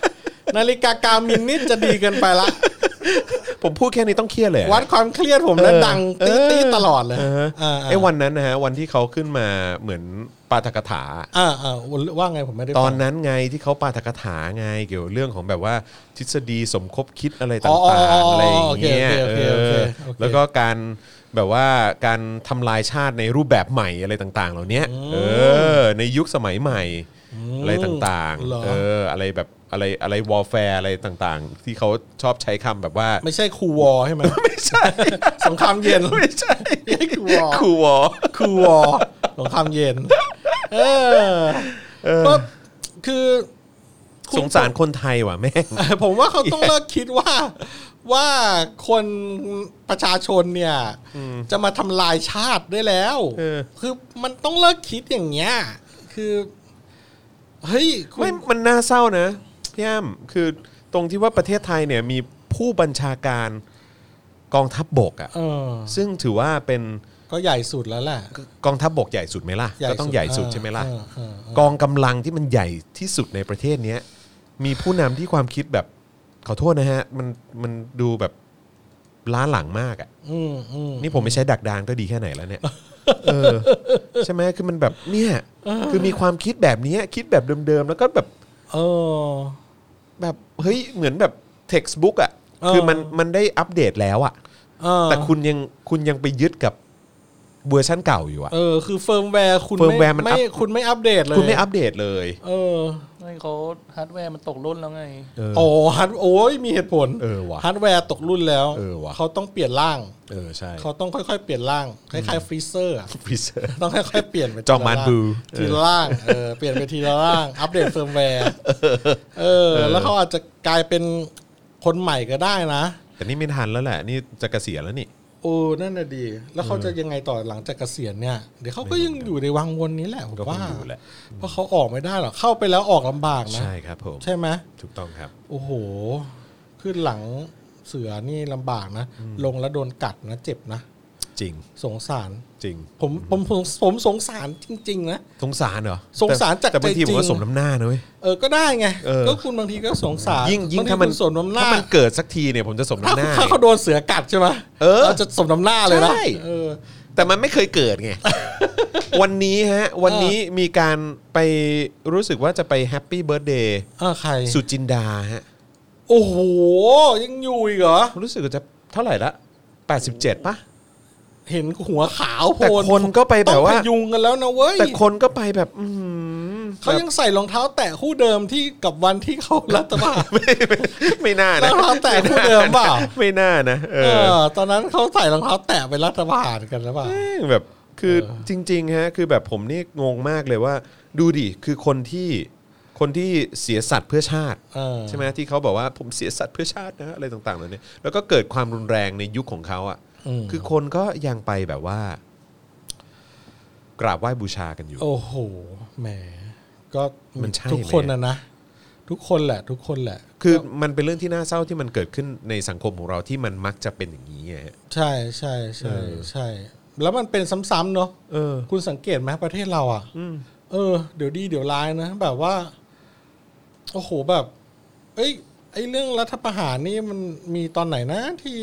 Speaker 3: นาฬิกากามินนี่จะดีเกินไปละ
Speaker 2: ผมพูดแค่นี้ต้องเครียดเลยอะ
Speaker 3: วัดความเครียดผมแล้ว
Speaker 2: เออ
Speaker 3: ดังตี
Speaker 2: เออ
Speaker 3: ตีตลอดเลยาา
Speaker 2: ไอ้วันนั้นนะฮะวันที่เขาขึ้นมาเหมือนปาฐกถา
Speaker 3: อ่าอ่าว่าไงผมไม่ได้
Speaker 2: ตอน
Speaker 3: ฟัง
Speaker 2: นั้นไงที่เขาปาฐกถาไงเกี่ยวเรื่องของแบบว่าทฤษฎีสมคบคิดอะไร
Speaker 3: อ๋
Speaker 2: ต่า
Speaker 3: ออ๋ออ๋อง
Speaker 2: ๆ
Speaker 3: อ๋อ
Speaker 2: อะไรอย่างเงี้ย
Speaker 3: โอเคโอเคโอเค
Speaker 2: เออ
Speaker 3: โอเค
Speaker 2: แล้วก็การแบบว่าการทำลายชาติในรูปแบบใหม่อะไรต่าง ๆ เหล่านี้เออในยุคสมัยใหม่อะไรต่าง
Speaker 3: เหรอ
Speaker 2: ๆเอออะไรแบบอะไรอะไรวอลแฟร์อะไรต่างๆ ที่เขาชอบใช้คำแบบว่า
Speaker 3: ไม่ใช่ครูวอใช่ไหมไม่ใช่ สงครามเย็น
Speaker 2: ไม่ใช่
Speaker 3: ไม่ใช่ครูวอ
Speaker 2: คูวอ
Speaker 3: ครูวอสงครามเย็น เออก็คือคุ ณ
Speaker 2: สงสารคนไทยว่ะแม่ง
Speaker 3: เออ ผมว่าเขาต้องเลิกคิดว่าว่าคนประชาชนเนี่ยจะมาทำลายชาติได้แล้ว
Speaker 2: เออ
Speaker 3: คือมันต้องเลิกคิดอย่างเงี้ยคือเฮ้ยคุณ
Speaker 2: ไม่มันน่าเศร้านะพี่แอมคือตรงที่ว่าประเทศไทยเนี่ยมีผู้บัญชาการกองทัพบบกอะ
Speaker 3: เออ
Speaker 2: ซึ่งถือว่าเป็น
Speaker 3: ก็ใหญ่สุดแล้วแหละ
Speaker 2: กองทัพบบกใหญ่สุดไหมล่ะ
Speaker 3: ใหญ่
Speaker 2: ก็ต้องใหญ่สุด
Speaker 3: เ
Speaker 2: ใช่ไหมล่ะ
Speaker 3: เออเออเออก
Speaker 2: องกำลังที่มันใหญ่ที่สุดในประเทศเนี้ยมีผู้นำที่ความคิดแบบขอโทษนะฮะ มันมันดูแบบล้าหลังมากอะ
Speaker 3: อืมอืม
Speaker 2: นี่ผมไม่ใช้ดักดานก็ดีแค่ไหนแล้วเนี่ย เออ ใช่ไหมคือมันแบบเนี่ย คือมีความคิดแบบเนี้ยคิดแบบเดิมๆแล้วก็แบบ
Speaker 3: เออ
Speaker 2: แบบเฮ้ยเหมือนแบบ textbook อ่ะ
Speaker 3: เออ
Speaker 2: คือมันมันได้อัปเดตแล้วอ่ะ
Speaker 3: เออ
Speaker 2: แต่คุณยังคุณยังไปยึดกับเวอร์ชั่นเก่าอยู่อ่ะ
Speaker 3: เออ คือเฟิร์มแวร์คุณไ
Speaker 2: เฟิร์มแวร์มันอัพ
Speaker 3: ไม่คุณไม่อัปเดตเลย
Speaker 2: คุณไม่อัปเดตเลย
Speaker 3: เออ
Speaker 4: ไม่เขาฮาร์ดแวร์มันตกรุ่นแล้วไง
Speaker 2: เออ
Speaker 3: โอ้ฮัดโอ้ยมีเหตุผล
Speaker 2: เออว่ะ
Speaker 3: ฮาร์ดแวร์ตกรุ่นแล้ว
Speaker 2: เออว่ะ
Speaker 3: เขาต้องเปลี่ยนร่าง
Speaker 2: เออใช่
Speaker 3: เขาต้องค่อยๆ เปลี่ยนร่างคล้ายๆฟรีเซอร์อะ
Speaker 2: พิเศษ
Speaker 3: ต้องค่อยๆเปลี่ยนไป
Speaker 2: จอมมารบู
Speaker 3: ทีละร่างเออเปลี่ยนไปทีละร่าง อัปเดตเฟิร์มแวร์เออ แล้วเขาอาจจะกลายเป็นคนใหม่ก็ได้นะ
Speaker 2: แต่นี่ไม่ทันแล้วแหละ นี่จะเกษียณแล้วนี่
Speaker 3: โอ้นั่นน่ะดี แล้วเขาจะยังไงต่อหลังจากเกษียณเนี่ย เดี๋ยวเขาก็ยังอยู่ในวังวนนี้แหละผม
Speaker 2: ก็คง
Speaker 3: ว่า
Speaker 2: อยู่แหละ
Speaker 3: เพราะเขาออกไม่ได้หรอกเข้าไปแล้วออกลำบากนะ
Speaker 2: ใช่ครับผม
Speaker 3: ใช่ไหม
Speaker 2: ถูกต้องครับ
Speaker 3: โอ้โห ขึ้นหลังเสือนี่ลำบากนะลงแล้วโดนกัดนะเจ็บนะ
Speaker 2: จริง
Speaker 3: สงสาร
Speaker 2: จริง
Speaker 3: ผมผมผมผมสงสารจริง ๆ นะ
Speaker 2: สงสารเหรอ
Speaker 3: สงสารจาก
Speaker 2: แต่แต่บางที
Speaker 3: ใจจ
Speaker 2: ผ
Speaker 3: ริ
Speaker 2: ม
Speaker 3: ง
Speaker 2: ก็สมน้ำหน้านะเว้ย
Speaker 3: เออก็ได้ไง
Speaker 2: เออ
Speaker 3: ก็คุณบางทีก็สงสาร
Speaker 2: ยิ่งยิ่ง
Speaker 3: บที
Speaker 2: ถ้ามัน
Speaker 3: คุณสมน้ำหน้า
Speaker 2: ถ้ามันเกิดสักทีเนี่ยผมจะสม
Speaker 3: ถ้า
Speaker 2: น้ำหน้า
Speaker 3: ถ้าเขาโดนเสือกัดใช่ไหม
Speaker 2: เออ
Speaker 3: เราจะสมน้ำหน้าเลยนะ
Speaker 2: ใช่
Speaker 3: เออ
Speaker 2: แต่มันไม่เคยเกิด ไง วันนี้ฮะ วันนี้มีการไปรู้สึกว่าจะไปแฮปปี้เบิร์ดเดย์
Speaker 3: เออใคร
Speaker 2: สุจินดาฮะ
Speaker 3: โอ้โห ยังอยู่อีกเหรอ
Speaker 2: รู้สึกว่าจะเท่าไหร่ละ 87ปะ
Speaker 3: เห็นหัวขาวโพล
Speaker 2: แต่คนก็ไปแบบว่า
Speaker 3: ต้องพยุงกันแล้วนะเว้ย
Speaker 2: แต่คนก็ไปแบบอืม
Speaker 3: เขายังใส่รองเท้าแตะคู่เดิมที่กับวันที่เขารัฐประหาร
Speaker 2: ไม่น่านะ
Speaker 3: รองเท้าแตะคู่เดิมเปล่า
Speaker 2: ไม่น่านะเอ
Speaker 3: เอ
Speaker 2: อ
Speaker 3: อ ตอนนั้นเขาใส่รองเท้าแตะไปรัฐประหารกันหรือเปล่า
Speaker 2: เอ้ยแบบคือจริงๆฮะคือแบบผมนี่งงมากเลยว่า ดูดิคือคนที่คนที่เสียสัตว์เพื่อชาติ
Speaker 3: เออ
Speaker 2: ใช่ไหมที่เขาบอกว่าผมเสียสัตว์เพื่อชาตินะอะไรต่างๆเหล่านี้แล้วก็เกิดความรุนแรงในยุคของเขาอ่ะ
Speaker 3: อืม
Speaker 2: คือคนก็ยังไปแบบว่า กราบไหว้บูชากันอยู่
Speaker 3: โอ้โห แหม ก็
Speaker 2: มันใช่
Speaker 3: ทุกคน
Speaker 2: ไหม
Speaker 3: นะนะ ทุกคนแหละ ทุกคนแหละ
Speaker 2: คือมันเป็นเรื่องที่น่าเศร้าที่มันเกิดขึ้นในสังคมของเราที่มันมักจะเป็นอย่างนี้ไงฮะ
Speaker 3: ใช่ใช่ใช่
Speaker 2: เออ
Speaker 3: ใช่ แล้วมันเป็นซ้ำๆเนาะ
Speaker 2: เออ
Speaker 3: คุณสังเกตไหมประเทศเราอ่ะ
Speaker 2: อืม
Speaker 3: เออเดี๋ยวดีเดี๋ยวร้ายนะ แบบว่า โอ้โหแบบ เอ้ยไอ้เรื่องรัฐประหารนี่มันมีตอนไหนนะ ที่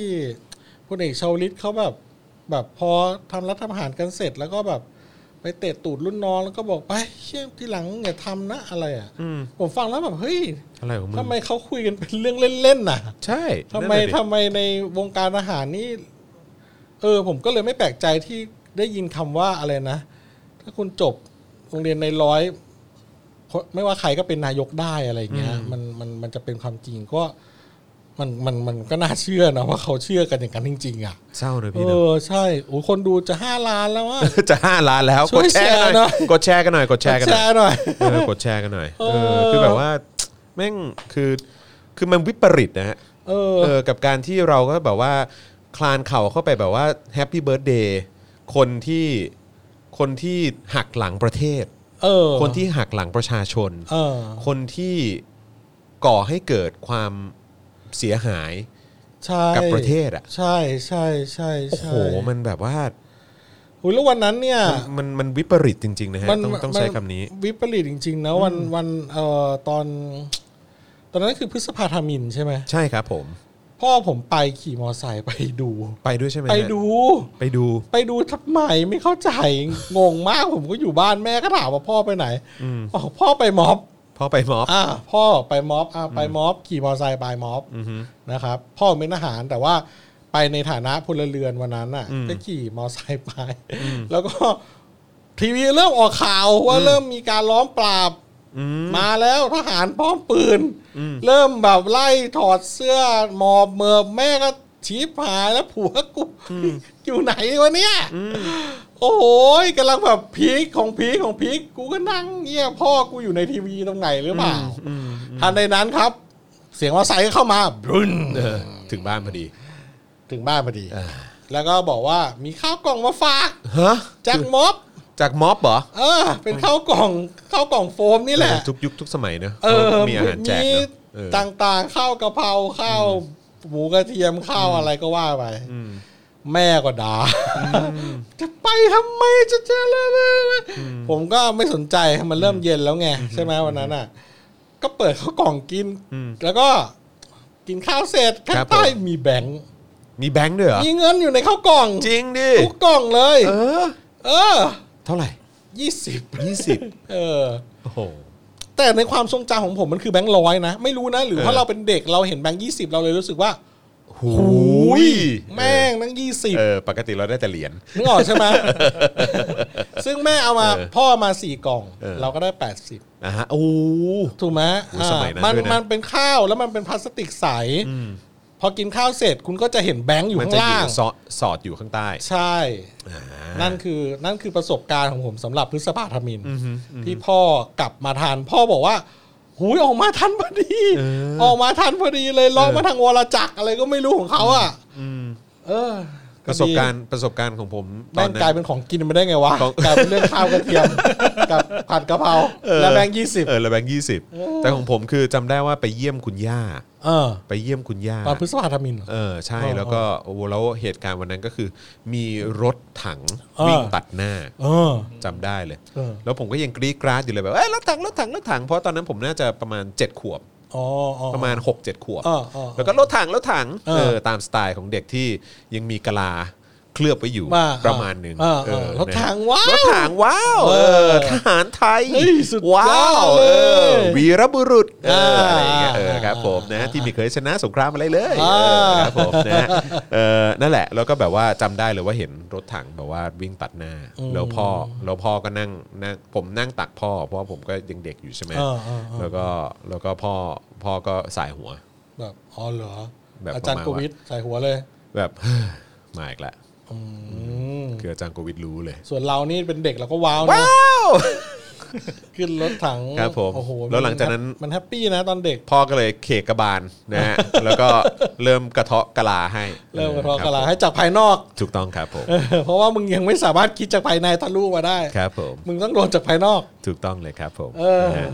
Speaker 3: พลเอกชาวลิตเขาแบบ แบบพอทำรัฐประหารกันเสร็จแล้วก็แบบ ไปเตะตูดรุ่นน้องแล้วก็บอกไปเชี่ยที่หลังอย่าทำนะอะไรอ่ะ
Speaker 2: อืม
Speaker 3: ผมฟังแล้วแบบเฮ้ย
Speaker 2: อะไรของมึง
Speaker 3: ทำไมเขาคุยกันเป็นเรื่องเล่นๆน่ะ
Speaker 2: ใช่
Speaker 3: ทำไม
Speaker 2: นั่นน่ะดิ
Speaker 3: ทำไมในวงการอาหารนี่ เออ ผมก็เลยไม่แปลกใจที่ได้ยินคำว่าอะไรนะ ถ้าคุณจบโรงเรียนในร้อยคนไม่ว่าใครก็เป็นนายกได้อะไรอย่างเงี้ยมันมันมันจะเป็นความจริงก็ มันมันมันก็น่าเชื่อนะว่าเขาเชื่อกันอย่างนั้นจริง ๆ อ่ะ
Speaker 2: เศร้าเลย
Speaker 3: เอ
Speaker 2: พี่นะ
Speaker 3: อใช่โอ้ยคนดูจะห้าล้านแล้วว่า
Speaker 2: จะห้าล้านแล้ว
Speaker 3: ช่
Speaker 2: ก
Speaker 3: วย
Speaker 2: ดแชร์
Speaker 3: แชร์
Speaker 2: ห
Speaker 3: หน่
Speaker 2: น่อ
Speaker 3: อย ย
Speaker 2: กดแชร์กันหน่อยกดแชร์กันห
Speaker 3: แช
Speaker 2: น่อย
Speaker 3: ร์หน่อย
Speaker 2: เออกดแชร์กันหน่อยเอ
Speaker 3: เอ
Speaker 2: อ
Speaker 3: อ
Speaker 2: คือแบบว่า แม่งคือคือมันวิปริตนะฮะ
Speaker 3: เออ
Speaker 2: เออกับการที่เราก็แบบว่าคลานเข่าเข้าไปแบบว่าแฮปปี้เบิร์ดเดย์คนที่คนที่หักหลังประเทศ
Speaker 3: เออ
Speaker 2: คนที่หักหลังประชาชน
Speaker 3: เออ
Speaker 2: คนที่ก่อให้เกิดความเสียหาย
Speaker 3: ใช่
Speaker 2: กับประเทศอ่ะ
Speaker 3: ใช่ใช่ใช่
Speaker 2: โอ้โห
Speaker 3: ใช่
Speaker 2: มันแบบว่า
Speaker 3: โอ้ยแล้ววันนั้นเนี่ย
Speaker 2: มันมันวิปริตจริงๆนะฮะ
Speaker 3: มัน
Speaker 2: ต้องต้อง
Speaker 3: มัน
Speaker 2: ใช้คำนี้
Speaker 3: วิปริตจริง ๆ นะวันวันเอ่อตอน ตอนนั้นคือพฤษภาธมินใช่ไหม
Speaker 2: ใช่ครับผม
Speaker 3: พ่อผมไปขี่มอไซค์ไปดู
Speaker 2: ไปด้วยใช่ไหมฮะ
Speaker 3: ไปดู
Speaker 2: ไปดู
Speaker 3: ไปดูทำไมไม่เข้าใจงงมากผมก็อยู่บ้านแม่ก็ถามว่าพ่อไปไหน
Speaker 2: อืม
Speaker 3: อ๋อพ่อไปม็อบ
Speaker 2: พอไปม็อบ
Speaker 3: อ่าพ่อไปม็อบอ่าไปม็อบ ขี่มอไซค์ไปม็อบ
Speaker 2: อือฮึ
Speaker 3: นะครับ พ่อเป็นทหารแต่ว่าไปในฐานะพลเรือนวันนั้นอ่ะ
Speaker 2: อืม
Speaker 3: ก็ขี่มอไซค์ไป แล้วก็ทีวีเริ่มออกข่าวว่าเริ่มมีการล้อมปราบ
Speaker 2: อืม
Speaker 3: มาแล้วทหารพร้อมปืน
Speaker 2: อืม
Speaker 3: เริ่มแบบไล่ถอดเสื้อหมอบเมิบแม่ก็ชีพหายแล้วผัวกูอยู่ไหนวะเนี่ยโอ้โหยกำลังแบบพีคของพีคของพีคกูก็นั่งเงียพ่อกูอยู่ในทีวีตรงไหนหรือเปล่าทันในนั้นครับ เสียงว่าใส่เข้ามาบรุน
Speaker 2: เออถึงบ้านพอดี
Speaker 3: ถึงบ้านพอดี แล้วก็บอกว่ามีข้าวกล่องมาฝาก
Speaker 2: ฮะ
Speaker 3: จากม็อบ
Speaker 2: จากม็อบเหรอ
Speaker 3: เออ เป็นข้าวกล่องข้าวกล่องโฟมนี่แหละ
Speaker 2: เออทุกยุคทุกสมัยเนอะ
Speaker 3: เออ
Speaker 2: มีอาหารแจกเนอะเออ
Speaker 3: ต่างๆ ข้าวกะเพราข้าวหมูกระเทียมข้าวอะไรก็ว่าไป
Speaker 2: อืม
Speaker 3: แม่ก็ด่าจะไปทำไมจะเจอแล้วผมก็ไม่สนใจมันเริ่มเย็นแล้วไงใช่ไหมวันนั้นอ่ะ ก็เปิดข้าวกล่องกิน
Speaker 2: อืม
Speaker 3: แล้วก็กินข้าวเสร็จข้า
Speaker 2: ครับ
Speaker 3: ง
Speaker 2: ผม
Speaker 3: ใต้มีแบงค์
Speaker 2: มีแบงค์ด้วยเหรอ
Speaker 3: มีเงินอยู่ในข้าวกล่อง
Speaker 2: จริงดิ
Speaker 3: ทุกกล่องเลย
Speaker 2: เออ
Speaker 3: เออ
Speaker 2: เท่าไหร่
Speaker 3: ยี่สิบ
Speaker 2: ยี่ สิบ
Speaker 3: เออ
Speaker 2: โอ้โห
Speaker 3: แต่ในความทรงจำของผมมันคือแบงค์ร้อยนะ ไม่รู้นะ หรือเพ
Speaker 2: เอ
Speaker 3: ราะ
Speaker 2: อ
Speaker 3: เราเป็นเด็กเราเห็นแบงค์ยี่สิบเราเลยรู้สึกว่า
Speaker 2: หู
Speaker 3: อุ้
Speaker 2: ย
Speaker 3: ยแม่งนั่งยี่สิบ
Speaker 2: เออ ปกติเราได้แต่เหรียญ
Speaker 3: นึกออกใช่ไหม ซึ่งแม่เอามา
Speaker 2: เออ
Speaker 3: พ่อมาสี่กล่อง
Speaker 2: เออ
Speaker 3: เราก็ได้แปดสิบ
Speaker 2: นะฮะโอ้
Speaker 3: ถูกไหม
Speaker 2: โอ้ยสมัยนั้น
Speaker 3: อ่ามัน
Speaker 2: ด้วยนะ
Speaker 3: มันเป็นข้าวแล้วมันเป็นพลาสติกใส
Speaker 2: อืม
Speaker 3: พอกินข้าวเสร็จคุณก็จะเห็นแบงค์อยู่
Speaker 2: มัน
Speaker 3: ข้า
Speaker 2: จะ
Speaker 3: ง
Speaker 2: อ
Speaker 3: ล่าง
Speaker 2: ยู่สอดสอดอยู่ข้างใต้
Speaker 3: ใช่
Speaker 2: อ่า
Speaker 3: นั่นคือนั่นคือประสบการณ์ของผมสำหรับพฤษภาธมิน
Speaker 2: อือฮึอือฮึ
Speaker 3: ที่พ่อกลับมาทานพ่อบอกว่าหูยออกมาทันพอดี
Speaker 2: เออ
Speaker 3: ออกมาทันพอดีเลยลองมาทางวรจักรอะไรก็ไม่รู้ของเขาอ่ะ
Speaker 2: อืม
Speaker 3: เออ
Speaker 2: ประสบการณ์ประสบการณ์ของผมตอ
Speaker 3: แม่
Speaker 2: น
Speaker 3: ง
Speaker 2: นั้น
Speaker 3: กลายเป็นของกินมาได้ไงวะกลายเป็นเรื่องข้าวกระเทียม กับผัดกะเพราและแบงค์ยี่สิบ
Speaker 2: เออแล้วแบงค์ยี่สิบแต่ของผมคือจำได้ว่าไปเยี่ยมคุณย่า
Speaker 3: เออ
Speaker 2: ไปเยี่ยมคุณย่า
Speaker 3: ตอนพฤษภาธมินเหรอ
Speaker 2: เออใช่
Speaker 3: อ๋อ
Speaker 2: แล้วก็โอ้โหแล้วเหตุการณ์วันนั้นก็คือ มีรถถัง
Speaker 3: เออ
Speaker 2: วิ่งตัดหน้า
Speaker 3: เออ
Speaker 2: จำได้เลย
Speaker 3: เออ
Speaker 2: แล้วผมก็ยังกรี๊ดกราดอยู่เลยแบบเอ้ยรถถังรถถังรถถังเพราะตอนนั้นผมน่าจะประมาณ 7 ขวบ
Speaker 3: อ๋ออ๋อ
Speaker 2: ประมาณ 6 7 ขวบ
Speaker 3: เออเออ
Speaker 2: แล้วก็รถถังรถถัง
Speaker 3: เออ
Speaker 2: เออตามสไตล์ของเด็กที่ยังมีกะลาเคลือบไว้อยู่
Speaker 3: ว่
Speaker 2: ประมาณหนึ่ง
Speaker 3: เออเออ
Speaker 2: เออ
Speaker 3: รถถัง
Speaker 2: นะ
Speaker 3: ว้าว
Speaker 2: รถถังว้าวเออ
Speaker 3: เออ
Speaker 2: ทหารไทย
Speaker 3: เฮ้ยสุดยอด
Speaker 2: ว้าวเออ
Speaker 3: เลย
Speaker 2: วีรบุรุษเอออะไรอย่างเงี้ย
Speaker 3: อ่า
Speaker 2: เออครับผมนะ
Speaker 3: อ่า
Speaker 2: ที่ไมีเคยชนะสงครามอะไรเลย
Speaker 3: อ่า
Speaker 2: เออครับผมนะเออนั่นแหละแล้วก็แบบว่าจำได้เลยว่าเห็นรถถังแบบว่าวิ่งตัดหน้าแล้วพ่อแล้วพ่อก็นั่งนั่งผมนั่งตักพ่อ เพราะว่าผมก็ยังเด็กอยู่ใช่ไหม
Speaker 3: เออเออเออ
Speaker 2: แล้วก็แล้วก็พ่อพ่อก็สายหัว
Speaker 3: แบบอ๋อเหรอ
Speaker 2: แบบ
Speaker 3: อาจารย์
Speaker 2: ประมาณ
Speaker 3: โค
Speaker 2: ว่า
Speaker 3: วิดใส่หัวเลย
Speaker 2: แบบ มาอีกละ
Speaker 3: อืม
Speaker 2: คืออาจารย์โควิดรู้เลย
Speaker 3: ส่วนเรานี่เป็นเด็กเราก็ว้าวนะขึ้นรถถัง
Speaker 2: ครับผม
Speaker 3: โอ้โห
Speaker 2: แล้วหลังจากนั้น
Speaker 3: มันแฮปปี้นะตอนเด็ก
Speaker 2: พ่อก็เลยเขกกระบาลนะ ฮะ แล้วก็เริ่มกระเทาะกะลาให้
Speaker 3: เริ่มพอ
Speaker 2: ค
Speaker 3: กะ
Speaker 2: บ
Speaker 3: ลา
Speaker 2: ผม
Speaker 3: ให้จากภายนอก
Speaker 2: ถูกต้องครับผม
Speaker 3: เพราะว่ามึงยังไม่สามารถคิดจากภายในทะลุมาได้
Speaker 2: ครับผม
Speaker 3: มึงต้องโดนจากภายนอก
Speaker 2: ถูกต้องเลยครับผม
Speaker 3: เออ
Speaker 2: นะฮะ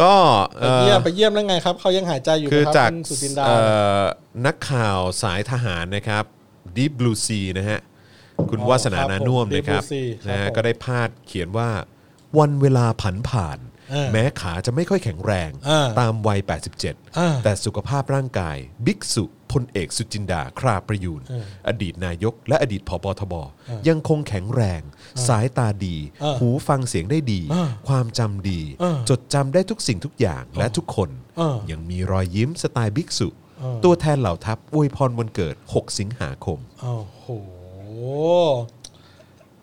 Speaker 2: ก็เอ่
Speaker 3: ไป
Speaker 2: อ
Speaker 3: เยี่ยมไปเยี่ยมแล้วไงครับเขายังหายใจอยู่ไหม
Speaker 2: คือ
Speaker 3: รับ
Speaker 2: จาก
Speaker 3: คุณสุจินดา
Speaker 2: เอ่อนักข่าวสายทหารนะครับ Deep Blue Sea นะฮะ คุณ
Speaker 3: อ๋อ
Speaker 2: วาสนานานุ่วม
Speaker 3: ค
Speaker 2: นะครั
Speaker 3: รับผม Deep
Speaker 2: บ
Speaker 3: Blue Sea ครับ
Speaker 2: นะฮะ
Speaker 3: ผม
Speaker 2: ก็ได้พาดเขียนว่า วันเวลาผันผ่าน
Speaker 3: เออ
Speaker 2: แม้ขาจะไม่ค่อยแข็งแรง
Speaker 3: เออ
Speaker 2: ตามวัย
Speaker 3: เออ
Speaker 2: 87 แต่สุขภาพร่างกาย บิ๊กสุพลเอกสุจินดา คราประยูน อดีตนายก และอดีตผบทบ ยังคงแข็งแรง สายตาดี
Speaker 3: เออ
Speaker 2: หูฟังเสียงได้ดี
Speaker 3: เออ
Speaker 2: ความจำดี
Speaker 3: เออ
Speaker 2: จดจำได้ทุกสิ่งทุกอย่างและทุกคน
Speaker 3: เออ
Speaker 2: ยังมีรอยยิ้มสไตล์บิ๊กสุ
Speaker 3: เออ
Speaker 2: ตัวแทนเหล่าทัพอวยพรวันเกิด 6 สิงหาคม
Speaker 3: โอ้โห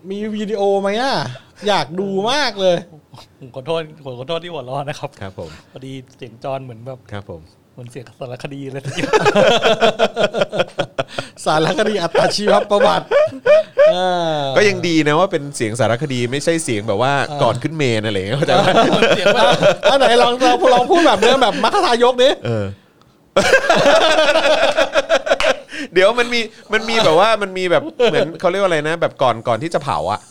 Speaker 3: มีวิดีโอไหมอ่ะ อยากดูมากเลย
Speaker 4: ผมขอโทษผมขอโทษที่หัวเร้อนนะครับ
Speaker 2: ครับผม
Speaker 4: พอดีเสียงจรเหมือนแบบ
Speaker 2: ครับผม
Speaker 4: เหมือนเสียงสารคดีเลย
Speaker 3: สารคดีอัตชีวประวัติเออ
Speaker 2: ก็ยังดีนะว่าเป็นเสียงสารคดีไม่ใช่เสียงแบบว่าก่อนขึ้นเมนอะไรอย่างเงี้ยเข้าใจไหม
Speaker 4: เสียงแบบ
Speaker 3: อันไหนลองลองลองพูดแบบเดิมแบบมัคทายกนี้
Speaker 2: เออ เดี๋ยวมันมีมันมีแบบว่ามันมีแบบเหมือนเขาเรียกว่าอะไรนะ แบบก่อนก่อนที่จะเผาอะ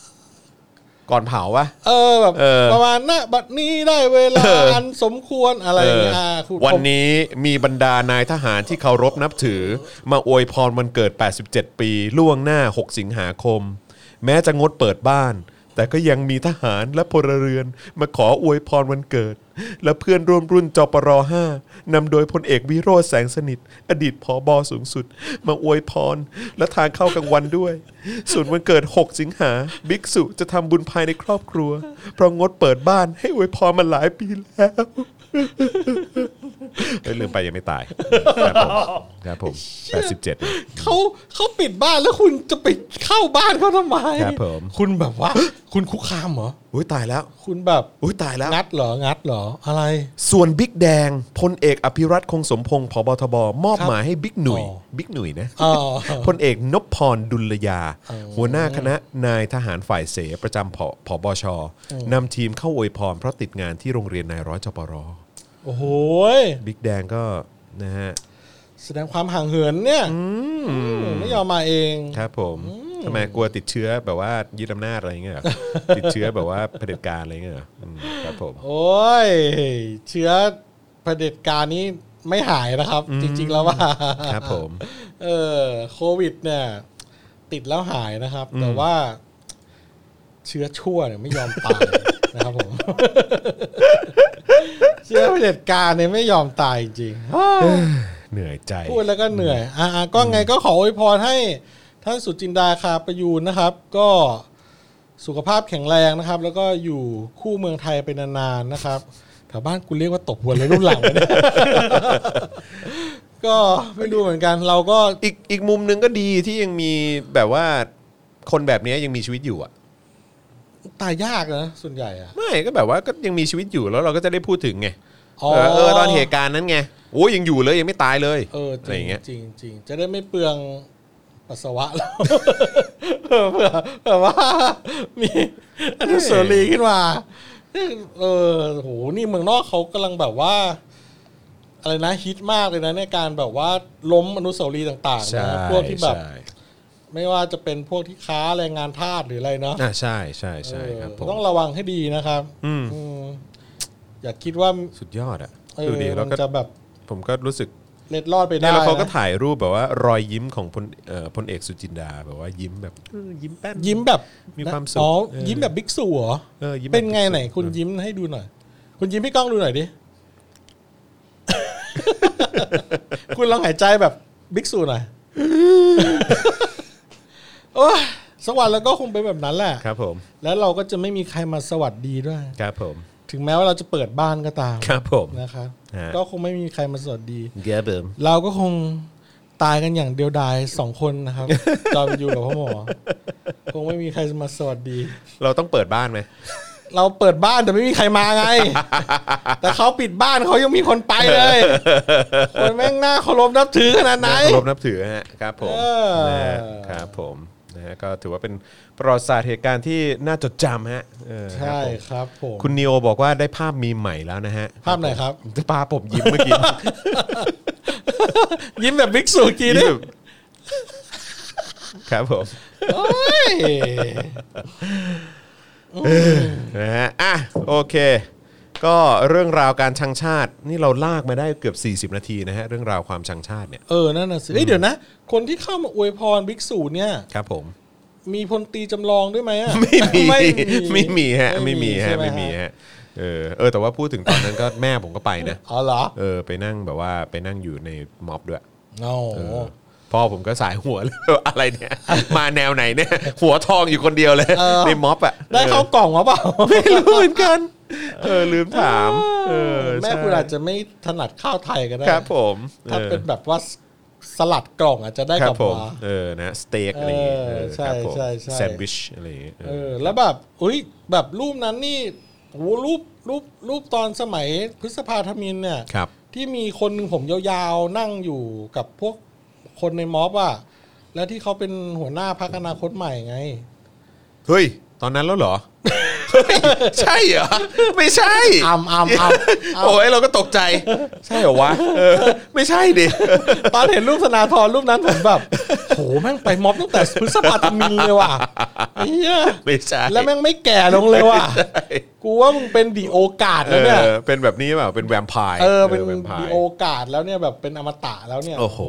Speaker 2: ก่อนเผาวะ
Speaker 3: เออแบบ
Speaker 2: เออ
Speaker 3: ประมาณน่ะบัดนี้ได้เวลาอันสมควรอะไรอย่างเงี้ยอ่ะคุณ
Speaker 2: วันนี้มีบรรดานายทหารที่เคารพนับถือ มาอวยพรวันเกิด 87 ปีล่วงหน้า 6 สิงหาคม แม้จะงดเปิดบ้าน แต่ก็ยังมีทหารและพลเรือน มาขออวยพรวันเกิด และเพื่อนร่วมรุ่นจปร5นำโดยพลเอกวิโรธแสงสนิท อดีตผอบอสูงสุด มาอวยพร และทานข้าวกลางวันด้วย ส่วนวันเกิด 6 สิงหาบิ๊กสุจะทำบุญภายในครอบครัว เพราะงดเปิดบ้านให้อวยพรมาหลายปีแล้ว เอ้ยลืมไปยังไม่ ตาย ครับผมครับผม87
Speaker 3: เขาเขาปิดบ้านแล้วคุณจะไปเข้าบ้านเขาทำไม
Speaker 2: ครับผม
Speaker 3: คุณแบบว่า คุณคุกคามเหรอ
Speaker 2: อุ้ยตายแล้ว
Speaker 3: คุณแบบ
Speaker 2: อุ้ยตายแล้ว
Speaker 3: งัดเหรองัดเหรออะไร
Speaker 2: ส่วนบิ๊กแดงพลเอกอภิรัตคงสมพงศ์พบทบ มอบหมายให้บิ๊กหนุ่ย
Speaker 3: อ๋อ
Speaker 2: บิ๊กหนุ่ยนะ
Speaker 3: อ๋อ
Speaker 2: พลเอกนพพรดุลยา
Speaker 3: อ๋อ
Speaker 2: หัวหน้าคณะนายทหารฝ่ายเสประจำผผบชนำทีมเข้าอวยพรเพราะติดงานที่โรงเรียนนายร้อยจปร
Speaker 3: โอ้โห
Speaker 2: บิ๊กแดงก็นะฮะ
Speaker 3: แสดงความห่างเหินเนี่ยไม่ยอมมาเอง
Speaker 2: ครับผมทำไมกลัวติดเชื้อแบบว่ายึดอำนาจอะไรอย่างเงี้ยเหรอ ติดเชื้อแบบว่าเผด็จการอะไรอย่างเงี้ยเหรออืมครับผม
Speaker 3: โอ้ยเชื้อเผด็จการนี้ไม่หายนะครับ จริง ๆ แล้วว่า
Speaker 2: ครับผม
Speaker 3: เออโควิดเนี่ยติดแล้วหายนะครับ แต่ว่าเชื้อชั่วเนี่ยไม่ยอมตาย นะครับผม เชื้อเผด็จการเนี่ยไม่ยอมตายจริงๆ
Speaker 2: เหนื่อยใจ
Speaker 3: พูดแล้วก็เหนื่อย อ่าก็ไงก็ขออวยพรให้ท่านสุจินดาคาประยูนนะครับ ก็สุขภาพแข็งแรงนะครับ แล้วก็อยู่คู่เมืองไทยไปนานๆนะครับแถวบ้านกูเรียกว่าตบหัวเลยรุ่นหลังเนี่ย ก็ไม่รู้เหมือนกันเราก็
Speaker 2: อีกอีกมุมหนึ่งก็ดีที่ยังมีแบบว่าคนแบบเนี้ยยังมีชีวิตอยู่อ่ะ
Speaker 3: ตายยากนะส่วนใหญ่อะ
Speaker 2: ไม่ก็แบบว่าก็ยังมีชีวิตอยู่แล้วเราก็จะได้พูดถึงไง
Speaker 3: อ๋อ
Speaker 2: เออเออตอนเหตุการณ์นั้นไงโอ้ยยังอยู่เลยยังไม่ตายเลย
Speaker 3: เออ
Speaker 2: อะไรอย่างเงี้ย
Speaker 3: จริงๆจริงๆจะได้ไม่เปลืองปัสสา วะแล้วเผื่อเผื่อเผื่อว่า มีอนุสาวรีย์ขึ้นมาเออโหนี่เมืองนอกเขากำลังแบบว่า อะไรนะฮิตมากเลยนะในการแบบว่าล้มอนุสาวรีย์ต่างๆ
Speaker 2: ใช่
Speaker 3: นะพวกที่แบบ
Speaker 2: ใช่
Speaker 3: ไม่ว่าจะเป็นพวกที่ค้าแรงงานทาสหรืออะไรเนาะ
Speaker 2: อ่าใช่ใช่ใช่ครับผม
Speaker 3: เออต้องระวังให้ดีนะครับ
Speaker 2: อืม
Speaker 3: อืมอย่าคิดว่า
Speaker 2: สุดยอดอ่ะ
Speaker 3: เออ
Speaker 2: ดูดีแล้ว
Speaker 3: มัน
Speaker 2: ก็
Speaker 3: จะแบบ
Speaker 2: ผมก็รู้สึก
Speaker 3: เล็ดรอดไปได้
Speaker 2: เนี่ยแล้วเขาก็
Speaker 3: นะ
Speaker 2: ถ่ายรูปแบบว่ารอยยิ้มของพลเอ่อพลเอกสุจินดาแบบว่ายิ้มแบบเออยิ้มแป้น
Speaker 3: ยิ้มแบบ
Speaker 2: มีความสุข
Speaker 3: อ๋อ
Speaker 2: เออ
Speaker 3: ยิ้มแบบบิ๊กซูเหรอ
Speaker 2: ออยิ้มแบบ
Speaker 3: เป็นไงไหน
Speaker 2: สุดๆ
Speaker 3: คุณยิ้มให้ดูหน่อย คุณยิ้มให้กล้องดูหน่ อยดิ คุณลองหายใจแบบบิ๊กซู หน่อยโอ้ยสักวันแล้วก็คงเป็นแบบนั้นแหละ
Speaker 2: ครับผม
Speaker 3: แล้วเราก็จะไม่มีใครมาสวัสดีด้วย
Speaker 2: ครับผม
Speaker 3: ถึงแม้ว่าเราจะเปิดบ้านก็ตาม
Speaker 2: ครับผม
Speaker 3: นะครับ
Speaker 2: ฮะ
Speaker 3: ก็คงไม่มีใครมาสวัสดี
Speaker 2: ครับผม
Speaker 3: เราก็คงตายกันอย่างเดียวดายสองคนนะครับ จอมอยู่กับพ่อหมอ คงไม่มีใครมาสวัสดี
Speaker 2: เราต้องเปิดบ้านไหม
Speaker 3: เราเปิดบ้านแต่ไม่มีใครมาไง แต่เขาปิดบ้านเขายังมีคนไปเลย คนแม่งหน้าเคารพนับถือขนาดไหน
Speaker 2: น่าเคารพนับถือฮะครับผม
Speaker 3: เออ
Speaker 2: นะฮะครับผมนะฮะก็ถือว่าเป็นประวัติศาสตร์เหตุการณ์ที่น่าจดจำฮะเออครับ
Speaker 3: ใช
Speaker 2: ผม
Speaker 3: ่ครับผม
Speaker 2: คุณนิโอบอกว่าได้ภาพมีใหม่แล้วนะฮะ
Speaker 3: ภาพไหนครับ
Speaker 2: ปลาผมยิ้มเมื่อ กี้
Speaker 3: ยิ้มแบบบิ๊กสุกีนี่
Speaker 2: ยิ้มแบบครับผมนะฮะอ่ะโอเค ก็เรื่องราวการชังชาติ นี่เราลากมาได้เกือบ 40 นาทีนะฮะเรื่องราวความชังชาติเนี่ย
Speaker 3: เออนั่นน่ะสิเอ้ยเดี๋ยวนะ คนที่เข้ามาอวยพรบิ๊กสุเนี่ย
Speaker 2: ครับผม
Speaker 3: มีพลตีจำลองด้วยไหมอะ
Speaker 2: ไม่มีไม่มีฮะ
Speaker 3: ไม่
Speaker 2: ไม่มีฮะ
Speaker 3: ใช่ห
Speaker 2: ไม่มีฮะเออเออแต่ว่าพูดถึงตอนนั้นก็ แม่ผมก็ไปนะ
Speaker 3: อ๋อเหรอ
Speaker 2: เออไปนั่งแบบว่าไปนั่งอยู่ในม็อบด้วย
Speaker 3: โอ้โห
Speaker 2: พ่อผมก็สายหัวเลย อะไรเนี่ย มาแนวไหนเนี่ย หัวทองอยู่คนเดียวเลย ในม็อบอ่ะ
Speaker 3: ได้เข้ากล่องมาเปล่า
Speaker 2: ไม่รู้เหมือนกัน เออ ลืมถามเออ
Speaker 3: แม่
Speaker 2: ใช่
Speaker 3: คุณอาจจะไม่ถนัดข้าวไทยก็ได้
Speaker 2: ครับผม
Speaker 3: ถ้า
Speaker 2: ออ
Speaker 3: เป็นแบบว่าสลัดกล่องอาจจะได้
Speaker 2: ครั
Speaker 3: กลั
Speaker 2: บบ ผม
Speaker 3: มา
Speaker 2: เออนะสเต็กอะไรอย่างเงี้ย
Speaker 3: เออ
Speaker 2: เออ
Speaker 3: ใช่
Speaker 2: ครับผม
Speaker 3: ใช่ใช่
Speaker 2: แซนด์วิชอะไรอย่างเงี้ยเอ
Speaker 3: เอ
Speaker 2: อ
Speaker 3: อ แล้วแบบอุ้ยแบบรูปนั้นนี่โอ้โหรูปรูปรูปตอนสมัยพฤษภาธมินเนี่ย
Speaker 2: ครับ
Speaker 3: ที่มีคนหนึ่งผมยาวๆนั่งอยู่กับพวกคนในม็อบอะแล้วที่เขาเป็นหัวหน้าพักอนาคตใหม่ไง
Speaker 2: เฮ้ย ตอนนั้นแล้วเหรอ เฮ้ย ใช่เหรอ ไม่ใช่
Speaker 3: อ้ำอ้ำอ้
Speaker 2: โอ้ยเราก็ตกใจ ใช่เหรอวะเออไม่ใช่ดิ
Speaker 3: ำตอนเห็นรูปธนาธรรูปนั้นผมแบบโหแม่งไปม็อบตั้งแต่พฤษภาธมินเลยว่ะไอ้เหี้ย
Speaker 2: ไม่ใช่
Speaker 3: แล้วแม่งไม่แก่ลงเลยว่ะกูว่ามึงเป็นดีโอกาส
Speaker 2: เอ
Speaker 3: แล้วเนี่ย
Speaker 2: อเป็นแบบนี้เปล่าเป็นแวมไพร์
Speaker 3: เออเป็น
Speaker 2: แวมไพ
Speaker 3: ดี
Speaker 2: ร์
Speaker 3: โอกาสแล้วเนี่ยแบบเป็นอมตะแล้วเนี่ย
Speaker 2: โอ้โห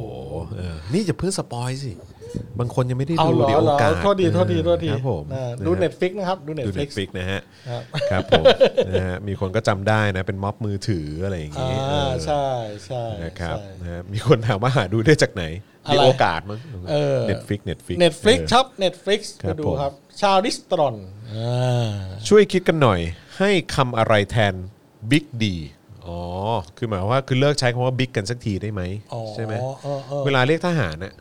Speaker 2: เออนี่อย่าเพิ่งสปอยสิ บางคนยังไม่ได้
Speaker 3: เอา
Speaker 2: ดู
Speaker 3: เหรอ
Speaker 2: เดี๋ยว
Speaker 3: เหรอก
Speaker 2: โอาส
Speaker 3: โทษดีโทษดีโทษดี
Speaker 2: ครับผม
Speaker 3: อ่าดู
Speaker 2: ะ
Speaker 3: เน็
Speaker 2: ฮะ
Speaker 3: ตฟิกนะครับ ดูเน็ต
Speaker 2: ดู
Speaker 3: ฟิ
Speaker 2: เน็
Speaker 3: ก
Speaker 2: ตฟิกนะฮะ
Speaker 3: ครับ
Speaker 2: ครับผม นะฮะ มีคนก็จำได้นะ เป็นม็อบมือถืออะไรอย่าง
Speaker 3: อ่
Speaker 2: งี้เอาอ
Speaker 3: ใช่ใช่
Speaker 2: นะครับ
Speaker 3: ใช่
Speaker 2: นะฮะมีคนถามว่าหาดูได้จากไหน
Speaker 3: อะไร
Speaker 2: ดีโอกาสมั้ง
Speaker 3: เออ
Speaker 2: เน็ตฟิกเน็ตฟิก
Speaker 3: เน็ตฟลิกชอบเน็ตฟลิก
Speaker 2: ครับ
Speaker 3: ไปดู
Speaker 2: ผม
Speaker 3: ครับ ชาวดิสตรอนอ่า
Speaker 2: ช่วยคิดกันหน่อย ให้คำอะไรแทนบิ๊กดีอ๋อ คือหมายว่าคือเลิกใช้คำว่าบิ๊กกันสักทีได้ไหม
Speaker 3: อ๋อ
Speaker 2: ใช่ไหม
Speaker 3: เออเออ
Speaker 2: เวลาเรียกทหารน่ะ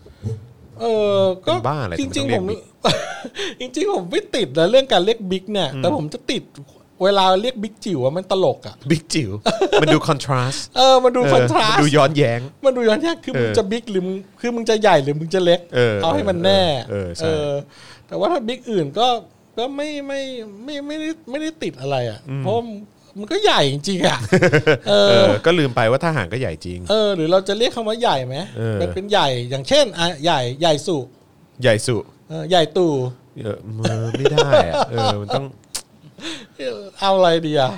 Speaker 3: เออก็
Speaker 2: เป็นบ้าอะไร
Speaker 3: จริง
Speaker 2: ทำไม
Speaker 3: ๆ ผ
Speaker 2: ต้อง
Speaker 3: ม
Speaker 2: เรียก
Speaker 3: จริง ๆ ผมไม่ติดนะเรื่องการเรียกบิ๊กเนี่ย แต่ผมจะติดเวลาเรียกบิ๊กจิ๋วอะมันตลกอ่ะ
Speaker 2: บิ๊กจิ๋วมันดูคอนทราส
Speaker 3: เออมันดูคอนทราส
Speaker 2: ดูย้อนแย้ง
Speaker 3: มันดูย้อนแย้งคือ
Speaker 2: เออ
Speaker 3: มึงจะบิ๊กหรือมึงคือมึงจะใหญ่หรือมึงจะเล็ก
Speaker 2: เออ
Speaker 3: เอาให้มันแน่
Speaker 2: เออเออใช่
Speaker 3: แต่ว่าถ้าบิ๊กอื่นก็ก็ไม่ไม่ไม่ไม่ได้ไม่ได้ติดอะไรอ่ะเพราะมันก็ใหญ่จริงๆ อ่ะเอ
Speaker 2: เอ
Speaker 3: อ
Speaker 2: อ ก็ลืมไปว่าทหารก็ใหญ่จริง
Speaker 3: เออหรือเราจะเรียกคำว่าใหญ่ไหม
Speaker 2: เออ
Speaker 3: แบบเป็นใหญ่อย่างเช่นอ่ะใหญ่ใหญ่สุ
Speaker 2: ใหญ่สุ
Speaker 3: เออใหญ่ตู่
Speaker 2: เออเออไม่ได้อะเออ มันต้อง
Speaker 3: เออเอาอะไรดีอ่ะ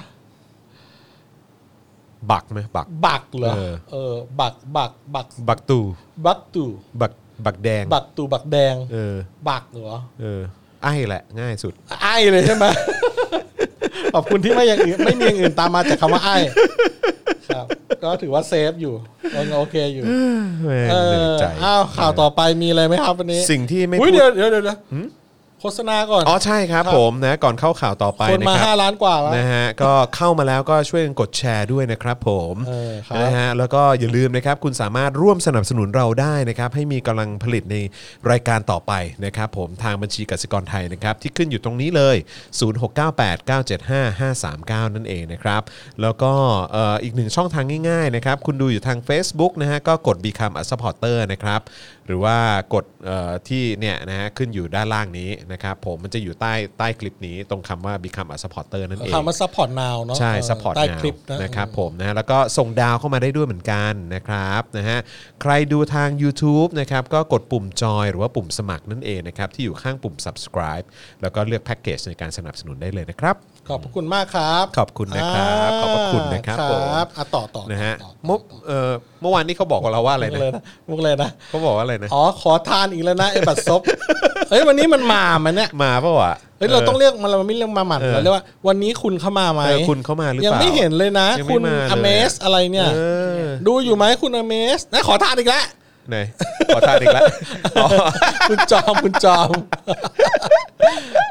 Speaker 2: บักไหมบัก
Speaker 3: บักเหรอ
Speaker 2: เออ
Speaker 3: เออบักบักบัก
Speaker 2: บักตู
Speaker 3: บักตู่
Speaker 2: บักบักแดง
Speaker 3: บักตู่บักแดง
Speaker 2: เออ
Speaker 3: บักเหรอ
Speaker 2: เออไอ้แหละ ง่ายสุด
Speaker 3: ไอ้เลยใช่ไหม ขอบคุณที่ไม่อย่างอื่นไม่มีอย่างอื่นตามมาจากคำว่าไอ้ครับ ก็ถือว่าเซฟอยู่ยังโอเคอยู่
Speaker 2: แม่ง
Speaker 3: เอ
Speaker 2: เหนื่
Speaker 3: อ
Speaker 2: อยใจ
Speaker 3: อ้าวข่าวต่อไปมีอะไรไหมครับวันนี้
Speaker 2: สิ่งที่ไม่
Speaker 3: อุ๊ย
Speaker 2: พูด
Speaker 3: เดี๋ยวเดี๋ยวเดี๋ยวเดี๋ยวโฆษณาก่อน
Speaker 2: อ๋อใช่ครับ
Speaker 3: ครับ
Speaker 2: ผมนะก่อนเข้าข่าวต่อไป
Speaker 3: คน
Speaker 2: นะ
Speaker 3: มา
Speaker 2: ค
Speaker 3: ห้า
Speaker 2: รับ
Speaker 3: ล้านกว่าแล้ว
Speaker 2: นะฮะก็เข้ามาแล้วก็ช่วยกันกดแชร์ด้วยนะครับผม
Speaker 3: เออครับ
Speaker 2: นะฮะแล้วก็อย่าลืมนะครับคุณสามารถร่วมสนับสนุนเราได้นะครับ ให้มีกำลังผลิตในรายการต่อไปนะครับ ผมทางบัญชีกสิกรไทยนะครับ ที่ขึ้นอยู่ตรงนี้เลย 0698975539 นั่นเองนะครับ แล้วก็เอ่ออีกหนึ่งช่องทางง่ายๆนะครับ คุณดูอยู่ทาง Facebook นะฮะก็กด Become a supporter นะครับ หรือว่ากดเอ่อที่เนี่ยนะฮะขึ้นอยู่ด้านล่างนี้นะครับผมมันจะอยู่ใต้ใต้คลิปนี้ตรงคำว่า become a supporter นั่นเอง
Speaker 3: คำว่าซัพพอร์ตนาวเนาะ
Speaker 2: ใช่
Speaker 3: เออ
Speaker 2: support
Speaker 3: ใต้
Speaker 2: now
Speaker 3: คลิปนะ
Speaker 2: นะครับผมนะฮะแล้วก็ส่งดาวเข้ามาได้ด้วยเหมือนกันนะครับนะฮะใครดูทาง YouTube นะครับก็กดปุ่มจอยหรือว่าปุ่มสมัครนั่นเองนะครับ ที่อยู่ข้างปุ่ม subscribe แล้วก็เลือกแพ็กเกจในการสนับสนุนได้เลยนะครับ
Speaker 3: ขอบพระคุณมากครับ
Speaker 2: ขอบคุณนะครับขอบพระคุณนะครับผม
Speaker 3: อ่ะต่อต่อ
Speaker 2: นะฮะ
Speaker 3: ต่อ
Speaker 2: เมื่อเอ่อเมื่อวานนี้เขาบอกกับเราว่าอะไร
Speaker 3: มุก
Speaker 2: นะ
Speaker 3: เลยนะมุกเลยนะ
Speaker 2: เขาบอกว่าอะไรนะ
Speaker 3: อ๋อ ขอทานอีกแล้วนะไอ้บัตรซบเอ้ยวันนี้มันมามันเนี่ย
Speaker 2: มาเปล่าวะ
Speaker 3: เฮ้ยเราต้องเรียกมันเราไม่เรียกมาหมัน
Speaker 2: เออ
Speaker 3: เราเรียกว่าวันนี้คุณเข้ามาไหม
Speaker 2: เออคุณเข้ามาหรือเปล่ายั
Speaker 3: ยังไม่เห็นเลยนะ
Speaker 2: ยังไม่
Speaker 3: คุณ
Speaker 2: มาเลย
Speaker 3: อเมสอะไรเนี่ย
Speaker 2: เออ
Speaker 3: ดูอยู่ไหมคุณอเมสนะขอทานอีกแล้ว
Speaker 2: ไหนขอทานอีกแล้วอ๋อ
Speaker 3: คุณจอมคุณจอม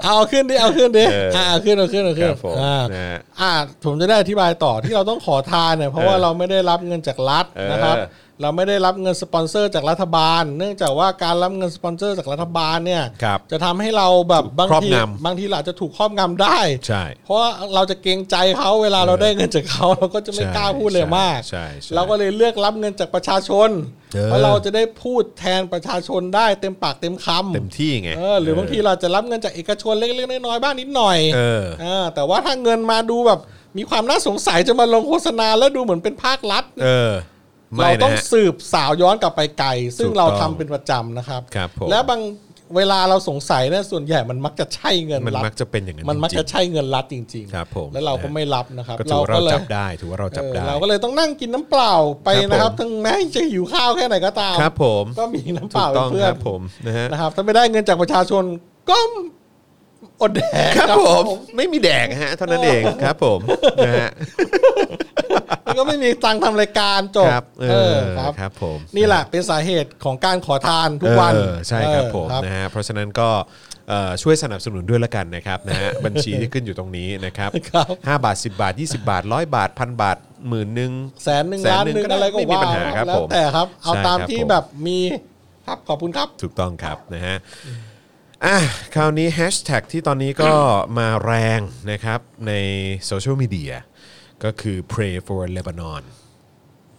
Speaker 3: เอาขึ้นดิเอาขึ้นดิ
Speaker 2: เอออ่
Speaker 3: ่าเอาขึ้นเอาขึ้นเอาขึ้น
Speaker 2: ครับผม
Speaker 3: อ่า
Speaker 2: นะฮะ
Speaker 3: อ่าผมจะได้อธิบายต่อที่เราต้องขอทานเนี่ยเพราะว่า
Speaker 2: เออ
Speaker 3: เราไม่ได้รับเงินจากรัฐ
Speaker 2: เออ
Speaker 3: นะครับ เราไม่ได้รับเงินสปอนเซอร์จากรัฐบาล เนื่องจากว่าการรับเงินสปอนเซอร์จากรัฐบาลเนี่ย
Speaker 2: ครับ
Speaker 3: จะทำให้เราแบบบาง
Speaker 2: ครอบ
Speaker 3: ที
Speaker 2: งำ
Speaker 3: บางทีเราอาจจะถูกครอบงำได้
Speaker 2: ใช่
Speaker 3: เพราะเราจะเกรงใจเขาเวลาเราได้เงินจากเขาเราก็จะไม่
Speaker 2: ใช่
Speaker 3: กล้าพูดเลยมาก
Speaker 2: ใช่ใช่
Speaker 3: เราก็เลยเลือกรับเงินจากประชาชน
Speaker 2: เออ
Speaker 3: เพราะเราจะได้พูดแทนประชาชนได้เต็มปากเต็มคำ
Speaker 2: เต็มที่ไง
Speaker 3: เออหรือบางทีเราจะรับเงินจากเอกชนเล็กๆน้อยๆบ้างนิดหน่อย
Speaker 2: เออ
Speaker 3: เออแต่ว่าถ้าเงินมาดูแบบ มีความน่าสงสัยจะมาลงโฆษณาแล้วดูเหมือนเป็นภาครัฐ
Speaker 2: เออไม่
Speaker 3: เรา
Speaker 2: นะ
Speaker 3: ต้อง
Speaker 2: ฮะ
Speaker 3: สืบสาวย้อนกลับไปไกลซึ่ง
Speaker 2: ถูกต้อง
Speaker 3: เราทำเป็นประจำนะครับ
Speaker 2: ครับผม
Speaker 3: และบางเวลาเราสงสัยเนี่ยส่วนใหญ่มันมักจะใช่เงิน
Speaker 2: มัน
Speaker 3: รัฐ
Speaker 2: มักจะเป็นอย่างนั้น
Speaker 3: มันมัก
Speaker 2: จริงๆ
Speaker 3: จะใช่เงินรัฐจริง
Speaker 2: ครับผม
Speaker 3: แล้วเราก็
Speaker 2: นะฮะ
Speaker 3: ไม่รับนะครับ
Speaker 2: ก็ถือว่าเรา
Speaker 3: ก็เลย
Speaker 2: จับได้ถือว่าเราจับได้
Speaker 3: เออเราก็เลยต้องนั่งกินน้ำเปล่าไปนะค
Speaker 2: ค
Speaker 3: รับ
Speaker 2: รับผม
Speaker 3: ทั้งแม้จะหิวข้าวแค่ไหนก็ตาม
Speaker 2: ครับผม
Speaker 3: ก็มีน้ำเป
Speaker 2: ถูต้
Speaker 3: ล่าก เป็
Speaker 2: อน ง
Speaker 3: เพื่
Speaker 2: ค
Speaker 3: อน
Speaker 2: รับผมนะฮะ
Speaker 3: นะครับ ถ้าไม่ได้เงินจากประชาชนก็อดแดก
Speaker 2: ครับผมไม่มีแดกฮะเท่านั้นเองครับผมนะฮะ
Speaker 3: แล้วก็ไม่มีตังค์ทำรายการจบ
Speaker 2: ครับเอ
Speaker 3: เอ
Speaker 2: อ
Speaker 3: อครับ
Speaker 2: ครับผม
Speaker 3: นี่แหละเป็นสาเหตุของการขอทานทุกวัน
Speaker 2: เออใช่ครับ
Speaker 3: เออ
Speaker 2: ผมนะฮะเพราะฉะนั้นก็เอ่อช่วยสนับสนุนด้วยละกันนะครับนะฮะบัญชีที่ขึ้นอยู่ตรงนี้นะครับ
Speaker 3: ครับ
Speaker 2: ห้าบาท 10 บาท 20 บาทร้อยบาทพันบาทหมื่นหนึ่ง
Speaker 3: แสนหนึ่ง
Speaker 2: แสน
Speaker 3: ล้าน
Speaker 2: หนึ่ง
Speaker 3: หนึ่งอะไรก็
Speaker 2: ไม่มี
Speaker 3: ว่า
Speaker 2: ปัญหาครับ
Speaker 3: แล้ว
Speaker 2: ผม
Speaker 3: แต่ครับ เอา
Speaker 2: ใช่
Speaker 3: ตาม
Speaker 2: ครับ
Speaker 3: ที่
Speaker 2: ผม
Speaker 3: แบบมีครับขอบคุณครับ
Speaker 2: ถูกต้องครับนะฮะอ่ะคราวนี้แฮชแท็กที่ตอนนี้ก็มาแรงนะครับในโซเชียลมีเดียก็คือ pray for Lebanon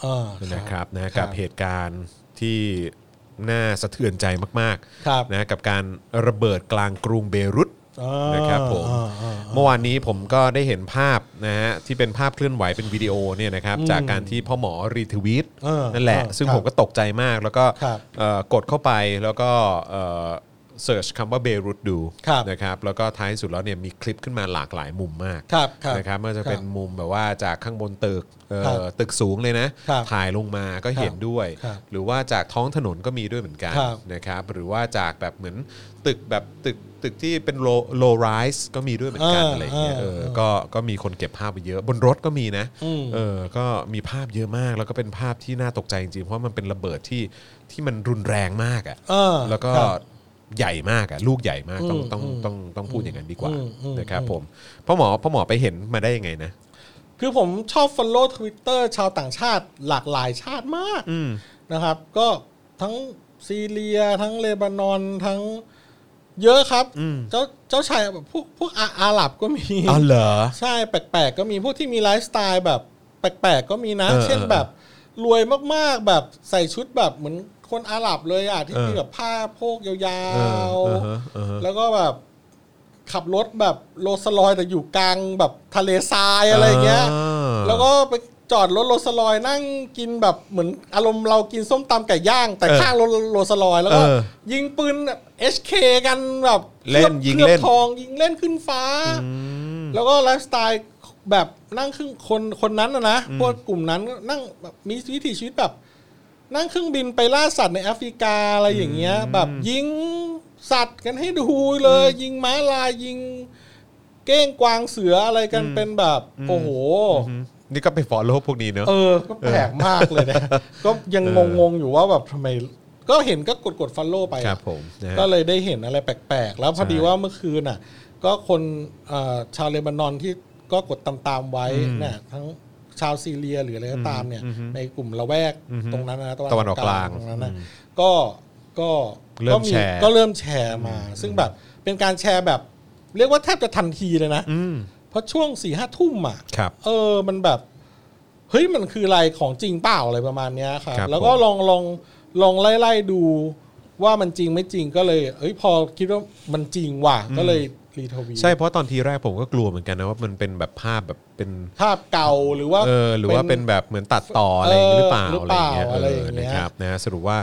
Speaker 3: เออ
Speaker 2: นะครับนะ
Speaker 3: ครั
Speaker 2: กับบ เหตุการณ์ที่น่าสะเทือนใจมาก
Speaker 3: ครับ
Speaker 2: นะกับการระเบิดกลางกรุงเบรุต
Speaker 3: อ่าน
Speaker 2: นะครับผมเมื่อวานนี้ผมก็ได้เห็นภาพนะฮะที่เป็นภาพเคลื่อนไหวเป็นวิดีโอเนี่ยนะครับจากการที่พ่อหมอรีทวีต
Speaker 3: เออ
Speaker 2: นั่นแหละ
Speaker 3: เออ
Speaker 2: ซึ่ง
Speaker 3: ครับ
Speaker 2: ผมก็ตกใจมากแล้วก็
Speaker 3: ครับ
Speaker 2: เอ่อกดเข้าไปแล้วก็เอ่อเสิร์ชคำว่าเบรุตดู
Speaker 3: ครับ
Speaker 2: นะครับแล้วก็ท้ายสุดแล้วเนี่ยมีคลิปขึ้นมาหลากหลายมุมมาก
Speaker 3: ครับครับ
Speaker 2: นะครับไม่ว่าจะ
Speaker 3: ครับ
Speaker 2: เป็นมุมแบบว่าจากข้างบนตึกเอ่อ
Speaker 3: ครับ
Speaker 2: ตึกสูงเลยนะ
Speaker 3: ครับ
Speaker 2: ถ่ายลงมาก็เห็น
Speaker 3: ครับ
Speaker 2: ด้วย
Speaker 3: ครับ
Speaker 2: หรือว่าจากท้องถนนก็มีด้วยเหมือนกัน
Speaker 3: ครับ
Speaker 2: นะครับหรือว่าจากแบบเหมือนตึกแบบตึกตึกที่เป็นโลโลไรส์ก็มีด้วยเหมือนกัน
Speaker 3: อ่า
Speaker 2: อะไรอย่างเงี้ย
Speaker 3: อ่า
Speaker 2: เออ
Speaker 3: อ่า
Speaker 2: ก็ก็มีคนเก็บภาพไปเยอะบนรถก็มีนะ
Speaker 3: อืม
Speaker 2: เออก็มีภาพเยอะมาก แล้วก็เป็นภาพที่น่าตกใจจริงๆเพราะมันเป็นระเบิดที่ที่มันรุนแรงมาก
Speaker 3: เออ
Speaker 2: อะ่ะแล้วก็
Speaker 3: ครับ
Speaker 2: ใหญ่มากอะ่ะลูกใหญ่มากต้องต้องต้องต้องพูดอย่างนั้นดีกว่า
Speaker 3: อืมอืม
Speaker 2: นะครับผมพ่อหมอพ่อหมอไปเห็นมาได้ยังไงนะ
Speaker 3: คือผมชอบ follow Twitter ชาวต่างชาติหลากหลายชาติมากนะครับ ก็ทั้งซีเรีย ทั้งเลบานอน ทั้งเยอะครับ เจ้าเจ้าชายแบบพวกพวกอาอาหรับก็มี
Speaker 2: อ๋อเหรอ
Speaker 3: ใช่แปลกๆ ก็มีพวกที่มีไลฟ์สไตล์แบบแปลกๆ ก็มีนะ
Speaker 2: เออ
Speaker 3: เช่น
Speaker 2: เออ
Speaker 3: แบบรวยมากๆ แบบใส่ชุดแบบเหมือนคนอาหรับเลยอ่ะที่
Speaker 2: เออ
Speaker 3: มีแบบผ้าโพกยา
Speaker 2: เออ
Speaker 3: ว
Speaker 2: เออฮะเออฮะ
Speaker 3: ๆ แล้วก็แบบขับรถแบบโรลสลอยซ์แต่อยู่กลางแบบทะเลทรายอะไรเงี้ย
Speaker 2: อ่า
Speaker 3: แล้วก็ไปจอดรถโรลสลอยซ์นั่งกินแบบเหมือนอารมณ์เรากินส้มตำไก่ย่าง แต่
Speaker 2: เออ
Speaker 3: ข้างรถโรลสลอยซ์แล้วก็
Speaker 2: เออ
Speaker 3: ยิงปืน HK กันแบบ
Speaker 2: เล่นยิง
Speaker 3: คลือบ
Speaker 2: เล่น
Speaker 3: ทองยิงเล่นขึ้นฟ้า แล้วก็ไลฟ์สไตล์แบบนั่งเครื่องคนคนนั้นนะนะพวกกลุ่มนั้นก็นั่งแบบมีวิถีชีวิตแบบ นั่งเครื่องบินไปล่าสัตว์ในแอฟริกาอะไรอย่างเงี้ย แบบยิงสัตว์กันให้ดูเลย ยิงม้าลายยิง เก้งกวางเสืออะไรกันเป็นแบบ โอ้โห
Speaker 2: นี่ก็ไปฟอลโล่พวกนี้เนอะ
Speaker 3: เออ ก็แปลกมากเลยนะ ก็ยังงงๆอยู่ว่าแบบทำไม ก็เห็นก็กดกดฟันโลไปอะ
Speaker 2: ครับผมนะฮะ
Speaker 3: ก็เลยได้เห็นอะไรแปลกๆ แล้วพอดี
Speaker 2: ใช่
Speaker 3: ว่าเมื่อคืนน่ะ ก็คนเอ่อชาวเลบานอนที่ก็กดตามๆไว้เนี่ยทั้งชาวซีเรียหรืออะไรก็ตามเนี่ย ในกลุ่มละแวกตรงนั้นนะ
Speaker 2: ตะวันออกกลาง
Speaker 3: ตรงนั้นนะก็ก็
Speaker 2: เริ่ม
Speaker 3: ก็
Speaker 2: แชร์
Speaker 3: ก็เริ่มแชร์มา ซึ่งแบบเป็นการแชร์แบบ เรียกว่าแทบจะทันทีเลยนะ
Speaker 2: อืม
Speaker 3: เพราะช่วงสี่ห้าทุ่มอ่ะ
Speaker 2: ครับ
Speaker 3: เออ มันแบบ เฮ้ย มันคืออะไรของจริงเปล่าอะไรประมาณเนี้ยครับ
Speaker 2: ครับ
Speaker 3: แล้วก็
Speaker 2: ผม
Speaker 3: ลองลองลองไล่ไล่ดู ว่ามันจริงไม่จริงก็เลย เอ้ยพอคิดว่ามันจริงว่ะก็เลยรีทวีต
Speaker 2: ใช่เพราะตอนทีแรกผมก็กลัวเหมือนกันนะว่ามันเป็นแบบภาพแบบเป็น
Speaker 3: ภาพเก่าหรือว่า
Speaker 2: เออหรือว่าเป็นแบบเหมือนตัดต่ออะไรอย่างงี้หรือเปล่า
Speaker 3: เออหรือ
Speaker 2: อะไร
Speaker 3: เป
Speaker 2: อย่างเงี้ยเออ
Speaker 3: ล่าอะไรอ
Speaker 2: ย่าง
Speaker 3: เงี้ย
Speaker 2: นะครับนะสรุปว่า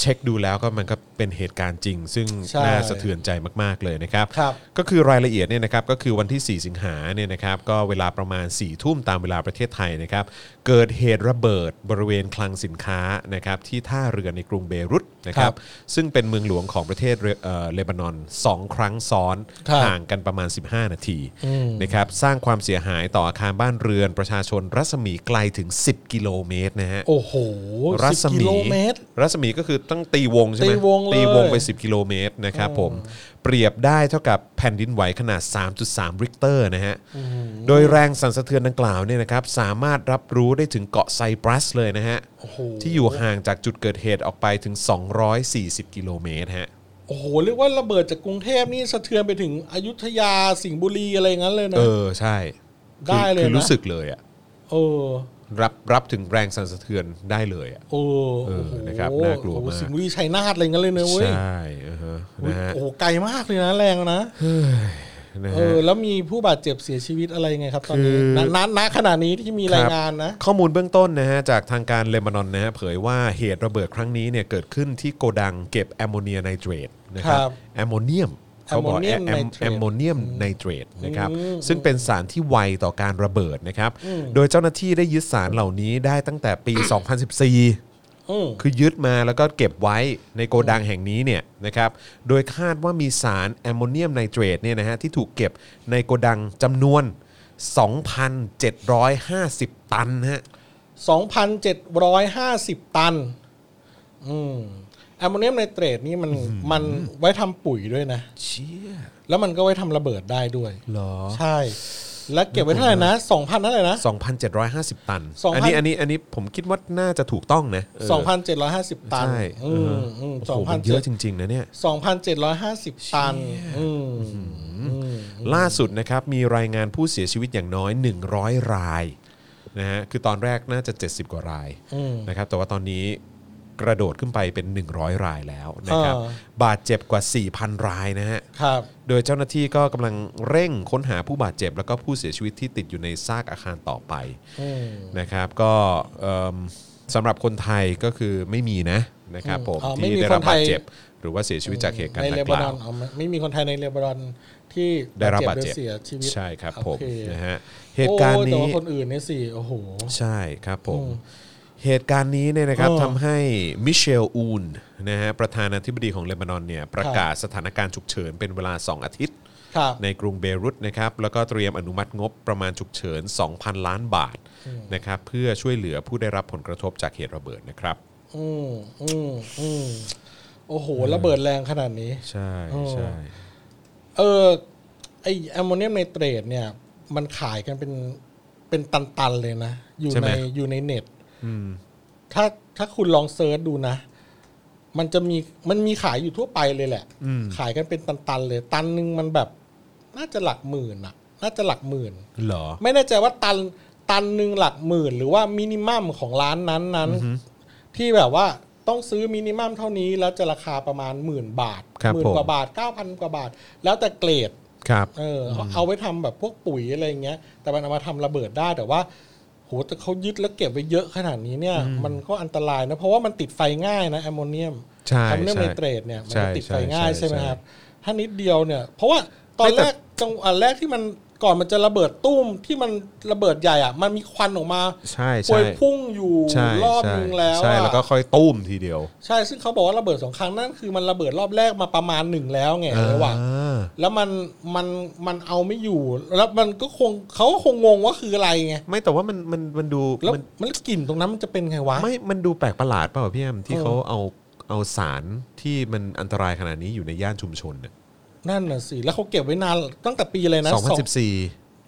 Speaker 2: เช็คดูแล้วก็มันก็เป็นเหตุการณ์จริง ซึ่ง
Speaker 3: ใช่
Speaker 2: น่าสะเทือนใจมาก ๆ เลยนะครับ
Speaker 3: ครับ
Speaker 2: ก็คือรายละเอียดเนี่ยนะครับก็คือวันที่ 4 สิงหาเนี่ยนะครับก็เวลาประมาณ4ี่ทุ่มตามเวลาประเทศไทยนะครับเกิดเหตุระเบิดบริเวณคลังสินค้านะครับที่ท่าเรือในกรุงเบรุตนะค
Speaker 3: ครั
Speaker 2: รับบ ซึ่งเป็นเมืองหลวงของประเทศเรเอ่อเลบานอนสองครั้งซ้อน
Speaker 3: ครับ
Speaker 2: ห่างกันประมาณ 15 นาทีนะครับสร้างความเสียหายต่ออาคารบ้านเรือนประชาชนรัศมีไกลถึง 10 กิโลเมตรนะฮะ
Speaker 3: โอ้โห
Speaker 2: รัศ
Speaker 3: 10กิ
Speaker 2: มี
Speaker 3: โลเมตร
Speaker 2: รัศมีก็คือต้องตีวงใช่ไหม
Speaker 3: ตีวงเลย
Speaker 2: ตีวงไป 10 กิโลเมตรนะครับผมเปรียบได้เท่ากับแผ่นดินไหวขนาด 3.3 ริกเตอร์นะฮะโดยแรงสั่นสะเทือนดังกล่าวเนี่ยนะครับสามารถรับรู้ได้ถึงเกาะไซปรัสเลยนะฮะ ที่อยู่ห่างจากจุดเกิดเหตุออกไปถึง 240 กิโลเมตรฮะ
Speaker 3: โอ้โหเรียกว่าระเบิดจากกรุงเทพนี่สะเทือนไปถึงอยุธยาสิงห์บุรีอะไรอย่างนั้นเลยนะ
Speaker 2: เออ ใช่คือ
Speaker 3: ได้เลย
Speaker 2: คือ
Speaker 3: นะ
Speaker 2: รู้สึกเลยอะ
Speaker 3: เออ
Speaker 2: รับรับถึงแรงสั่นสะเทือนได้เลยอะ
Speaker 3: เออ
Speaker 2: เออ
Speaker 3: โโห
Speaker 2: นะครับน่ากลัวมาก
Speaker 3: โอ้โหสิงห์บุรีชัยนาทอะไรอย่างนั้นเลยนะเว้ย
Speaker 2: ใช่อือฮะนะฮะ
Speaker 3: โอ้โหไกลมากเลยนะแรงนะ
Speaker 2: นะ
Speaker 3: เอ
Speaker 2: ฮะ
Speaker 3: อแล้วมีผู้บาดเจ็บเสียชีวิตอะไรไงครับตอน
Speaker 2: คื
Speaker 3: นี้
Speaker 2: อ
Speaker 3: ณณณขณะนี้ที่มีรายงานนะ
Speaker 2: ข้อมูลเบื้องต้นนะฮะจากทางการเลบานอนนะฮะเผยว่าเหตุระเบิดครั้งนี้เนี่ยเกิดขึ้นที่โกดังเก็บแอมโมเนียไนเตรตนะครั
Speaker 3: ครับ บ
Speaker 2: แอมโมเนียมเขาบอกแอ
Speaker 3: Ammonium
Speaker 2: ม
Speaker 3: nitrate
Speaker 2: แอมโมเนียมไนเตรตนะครับ
Speaker 3: อืม
Speaker 2: ซึ่งเป็นสารที่ไวต่อการระเบิดนะครับโดยเจ้าหน้าที่ได้ยึดสารเหล่านี้ได้ตั้งแต่ ปี 2014
Speaker 3: อืม
Speaker 2: คือยึดมาแล้วก็เก็บไว้ในโกดังแห่งนี้เนี่ยนะครับ โดยคาดว่ามีสารแอมโมเนียมไนเตรตเนี่ยนะฮะที่ถูกเก็บในโกดังจำนวน 2,750 ตันฮะ
Speaker 3: 2,750 ตัน อืมแอมโมเนียมไนเตรตนี่มันมันไว้ทำปุ๋ยด้วยนะ
Speaker 2: เชี่ย
Speaker 3: แล้วมันก็ไว้ทำระเบิดได้ด้วย
Speaker 2: หรอ
Speaker 3: ใช่ แล้วเก็บไว้เท่าไหร่นะ2,000เท่าไหร่นะ
Speaker 2: 2,750 ตัน
Speaker 3: 2,000
Speaker 2: อันนี้อันนี้อันนี้ผมคิดว่าน่าจะถูกต้องนะเออ
Speaker 3: 2,750 ตัน
Speaker 2: ใช่
Speaker 3: อืมอืม
Speaker 2: โอ้
Speaker 3: สอ
Speaker 2: โห
Speaker 3: งพั
Speaker 2: มัน นเย
Speaker 3: เจ็
Speaker 2: อะ
Speaker 3: ด
Speaker 2: จริง ๆ นะเนี่ย
Speaker 3: สองพันเจ็ดร้อยห้าสิบตัน อืมอืม
Speaker 2: ล่าสุดนะครับมีรายงานผู้เสียชีวิตอย่างน้อย 100 รายนะฮะคือตอนแรกน่าจะ 70 กว่าราย
Speaker 3: อืม
Speaker 2: นะครับแต่ว่าตอนนี้กระโดดขึ้นไปเป็น 100 รายแล้วนะครับ
Speaker 3: อ่า
Speaker 2: บาดเจ็บกว่า 4,000 รายนะฮะ
Speaker 3: ครับ
Speaker 2: โดยเจ้าหน้าที่ก็กำลังเร่งค้นหาผู้บาดเจ็บ แล้วก็ผู้เสียชีวิตที่ติดอยู่ในซากอาคารต่อไป
Speaker 3: อืม
Speaker 2: นะครับก็เอิ่มสำหรับคนไทยก็คือไม่มีนะนะครับผม
Speaker 3: อ๋อไม่
Speaker 2: ที่
Speaker 3: มี
Speaker 2: ได้รั
Speaker 3: ค
Speaker 2: บ
Speaker 3: นไท
Speaker 2: บาย ดเจ็บ หรือว่าเสียชีวิตจากเหตุการ
Speaker 3: ใน
Speaker 2: ณ์ดั
Speaker 3: เล
Speaker 2: งก
Speaker 3: บา
Speaker 2: ล่าน
Speaker 3: อ
Speaker 2: ว
Speaker 3: นอ๋อไม่มีคนไทยในเลบานอนที่
Speaker 2: ได้รับบาด
Speaker 3: หอ
Speaker 2: เจ็บ
Speaker 3: เสียชีวิต
Speaker 2: ใช่ครับผม
Speaker 3: โอเ
Speaker 2: นะฮะเหตุการณ์
Speaker 3: โอ้แต่
Speaker 2: นี้
Speaker 3: ว่คนอื่นเนี่ยสิโอ้โห
Speaker 2: ใช่ครับผมเหตุการณ์นี้เนี่ยนะครับ
Speaker 3: เออ
Speaker 2: ทำให้มิเชลอูนนะฮะประธานาธิบดีของเลบานอนเนี่ยประ
Speaker 3: ครับ
Speaker 2: กาศสถานการณ์ฉุกเฉินเป็นเวลา 2 อาทิตย์
Speaker 3: ครับ
Speaker 2: ในกรุงเบรุตนะครับแล้วก็เตรียมอนุมัติงบประมาณฉุกเฉิน 2,000 ล้านบาทนะครับเพื่อช่วยเหลือผู้ได้รับผลกระทบจากเหตุระเบิดนะครับ
Speaker 3: อืมอืมอืมโอ้โหระเบิดแรงขนาดนี้
Speaker 2: ใช่
Speaker 3: เออ
Speaker 2: ใช่
Speaker 3: เออไอแอมโมเนียมไนเตรตเนี่ย มันขายกันเป็นเป็นตันๆเลยนะ อยู่ในอยู่ในเน็ต
Speaker 2: อืม
Speaker 3: ถ้าถ้าคุณลองเซิร์ชดูนะ มันจะมีมันมีขายอยู่ทั่วไปเลยแหละ
Speaker 2: อืม
Speaker 3: ขายกันเป็นตันๆเลย ตันหนึ่งมันแบบ น่าจะหลักหมื่นอะน่าจะหลักหมื่น
Speaker 2: เหรอ
Speaker 3: ไม่แน่ใจว่าตันตันหนึ่งหลักหมื่น หรือว่ามินิมัมของร้านนั้นนั้นๆที่แบบว่าต้องซื้อมินิมัมเท่านี้แล้วจะราคาประมาณหมื่นบาท
Speaker 2: ครับ
Speaker 3: หมื่น
Speaker 2: ผม
Speaker 3: กว่าบาทเก้าพันกว่าบาท แล้วแต่เกรด
Speaker 2: ครับ
Speaker 3: เออเอาเอาไว้ทำแบบพวกปุ๋ยอะไรอย่างเงี้ย แต่มันเอามาทำระเบิดได้แต่ว่าโหแต่เขายึดแล้วเก็บไว้เยอะขนาดนี้เนี่ย มันก็อันตรายนะ เพราะว่ามันติดไฟง่ายนะแอมโมเนียม
Speaker 2: ใช่
Speaker 3: แอมโมเนียม
Speaker 2: ใช่
Speaker 3: ไนเตรตเนี่ยมัน
Speaker 2: ใช่
Speaker 3: จะติดไฟง่าย
Speaker 2: ใช่
Speaker 3: ใช่ไหม
Speaker 2: ใช่
Speaker 3: ครับ ถ้านิดเดียวเนี่ย เพราะว่าตอนแรกจังหวะแรกที่มันก่อนมันจะระเบิดตุ้มที่มันระเบิดใหญ่อ่ะ มันมีควันออกมา
Speaker 2: ใช่
Speaker 3: พว
Speaker 2: ใช่
Speaker 3: ยพุ่งอยู่
Speaker 2: ใช่
Speaker 3: รอบ
Speaker 2: ใช่
Speaker 3: นึงแล้ว
Speaker 2: ใช่
Speaker 3: อะ
Speaker 2: แล้วก็ค่อยตุ้มทีเดียว
Speaker 3: ใช่ซึ่งเขาบอกว่าระเบิดสองครั้งนั่นคือมันระเบิดรอบแรกมาประมาณหนึ่งแล้วไงระหว่าง
Speaker 2: อ่า
Speaker 3: แล้วมันมันมันเอาไม่อยู่ แล้วมันก็คงเขาก็คงงงว่าคืออะไรไง
Speaker 2: ไม่แต่ว่ามันมันมันดู
Speaker 3: แล้ว
Speaker 2: มัน
Speaker 3: มันกลิ่นตรงนั้นมันจะเป็นไงวะ
Speaker 2: ไม่ มันดูแปลกประหลาดเปล่าพี่แอมที่
Speaker 3: เออ
Speaker 2: เขาเอาเอาสารที่มันอันตรายขนาดนี้อยู่ในย่านชุมชนเนี่ย
Speaker 3: นั่นน่ะสิแล้วเขาเก็บไว้นานตั้งแต่ปีอะไรนะ
Speaker 2: สองพัน
Speaker 3: ส
Speaker 2: สิ
Speaker 3: อง
Speaker 2: บสี่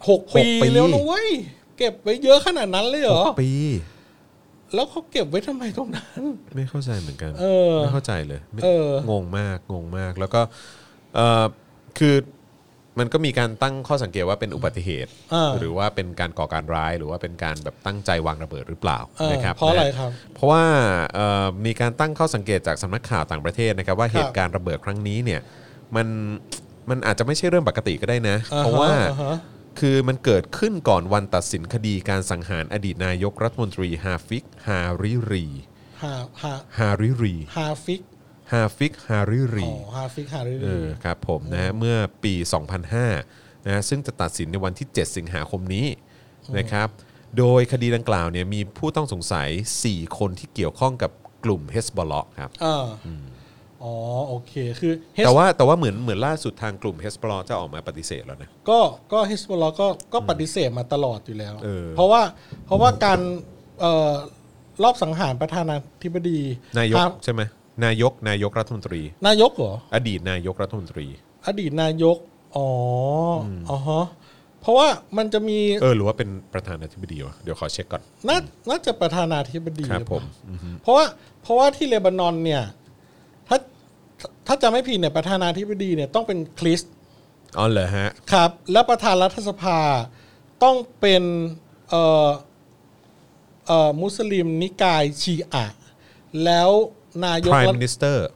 Speaker 3: หกปี
Speaker 2: หกปี
Speaker 3: แล้วนะเว้ยเก็บไว้เยอะขนาดนั้นเลยเหรอ
Speaker 2: ปี
Speaker 3: แล้วเขาเก็บไว้ทำไมตรงนั้น
Speaker 2: ไม่เข้าใจเหมือนกัน
Speaker 3: เออ
Speaker 2: ไม่เข้าใจเลยไม่
Speaker 3: เออ
Speaker 2: งงมาก งงมาก แล้วก็เอ่อคือ มันก็มีการตั้งข้อสังเกตว่าเป็นอุบัติเหตุ
Speaker 3: อ่า
Speaker 2: หรือว่าเป็นการก่อการร้าย หรือว่าเป็นการแบบตั้งใจวางระเบิดหรือเปล่า
Speaker 3: เออ
Speaker 2: นะครับ
Speaker 3: เพราะอะไร
Speaker 2: นฮ
Speaker 3: ครับ
Speaker 2: เพราะว่าเอ่อมีการตั้งข้อสังเกตจากสำนักข่าวต่างประเทศนะครับ ว่า
Speaker 3: ครับ
Speaker 2: เหตุการณ์ระเบิดครั้งนี้เนี่ยมันมันอาจจะไม่ใช่เรื่องปกติก็ได้นะ
Speaker 3: อ่าฮะ
Speaker 2: เพราะว่า
Speaker 3: อ่าฮะ
Speaker 2: คือมันเกิดขึ้นก่อนวันตัดสินคดีการสังหารอดีตนายกรัฐมนตรีฮาฟิกฮาริรี
Speaker 3: ฮาฮา
Speaker 2: ฮาริรี
Speaker 3: ฮาฟิก
Speaker 2: ฮาฟิกฮาริรี
Speaker 3: อ๋อฮาฟิกฮาริ
Speaker 2: เอ
Speaker 3: รี
Speaker 2: อครับผมนะฮะเมื่อปี 2005นะฮะซึ่งจะตัดสินในวันที่ 7 สิงหาคมนี้นะครับ โดยคดีดังกล่าวเนี่ยมีผู้ต้องสงสัย 4 คนที่เกี่ยวข้องกับกลุ่มเฮสบอลล็อกครับ
Speaker 3: เออออ๋อโอเคคือ Hezbollah
Speaker 2: แต่ว่าแต่ว่าเหมือนเหมือนล่าสุดทางกลุ่มเฮสบอลล็อกจะออกมาปฏิเสธแล้วนะ
Speaker 3: ก็ก็ฮิสบอลลอก็ก็ปฏิเสธมาตลอดอยู่แล้ว
Speaker 2: เออ
Speaker 3: เพราะว่าเพราะว่าการเอ่อรอบสังหารประธานาธิบดี
Speaker 2: นายก
Speaker 3: ทง
Speaker 2: ใช่ไหมนายกนายกรัฐมนตรี
Speaker 3: นายกเหรอ
Speaker 2: อดีตนายกรัฐมนตรี
Speaker 3: อดีตนายก อ๋อออ๋อฮะเพราะว่ามันจะมี
Speaker 2: เออหรือว่าเป็นประธานาธิบดีวะเดี๋ยวขอเช็คก่อน
Speaker 3: น่าน่าจะประธานาธิบดี
Speaker 2: ครับ
Speaker 3: หอเป
Speaker 2: ผ
Speaker 3: ล่า
Speaker 2: มอือฮึ
Speaker 3: เพราะว่าเพราะว่าที่เลบานอนเนี่ย ถ้าถ้าจะไม่ผิดเนี่ยประธานาธิบดีเนี่ยต้องเป็นคริสต์
Speaker 2: อ๋อเหรอฮะ
Speaker 3: ครับ และประธานรัฐสภาต้องเป็นเอ่อเอ่อมุสลิมนิกายชีอะแล้วนาย
Speaker 2: พ
Speaker 3: ก
Speaker 2: ราย
Speaker 3: รัฐ
Speaker 2: มินิสเตอร์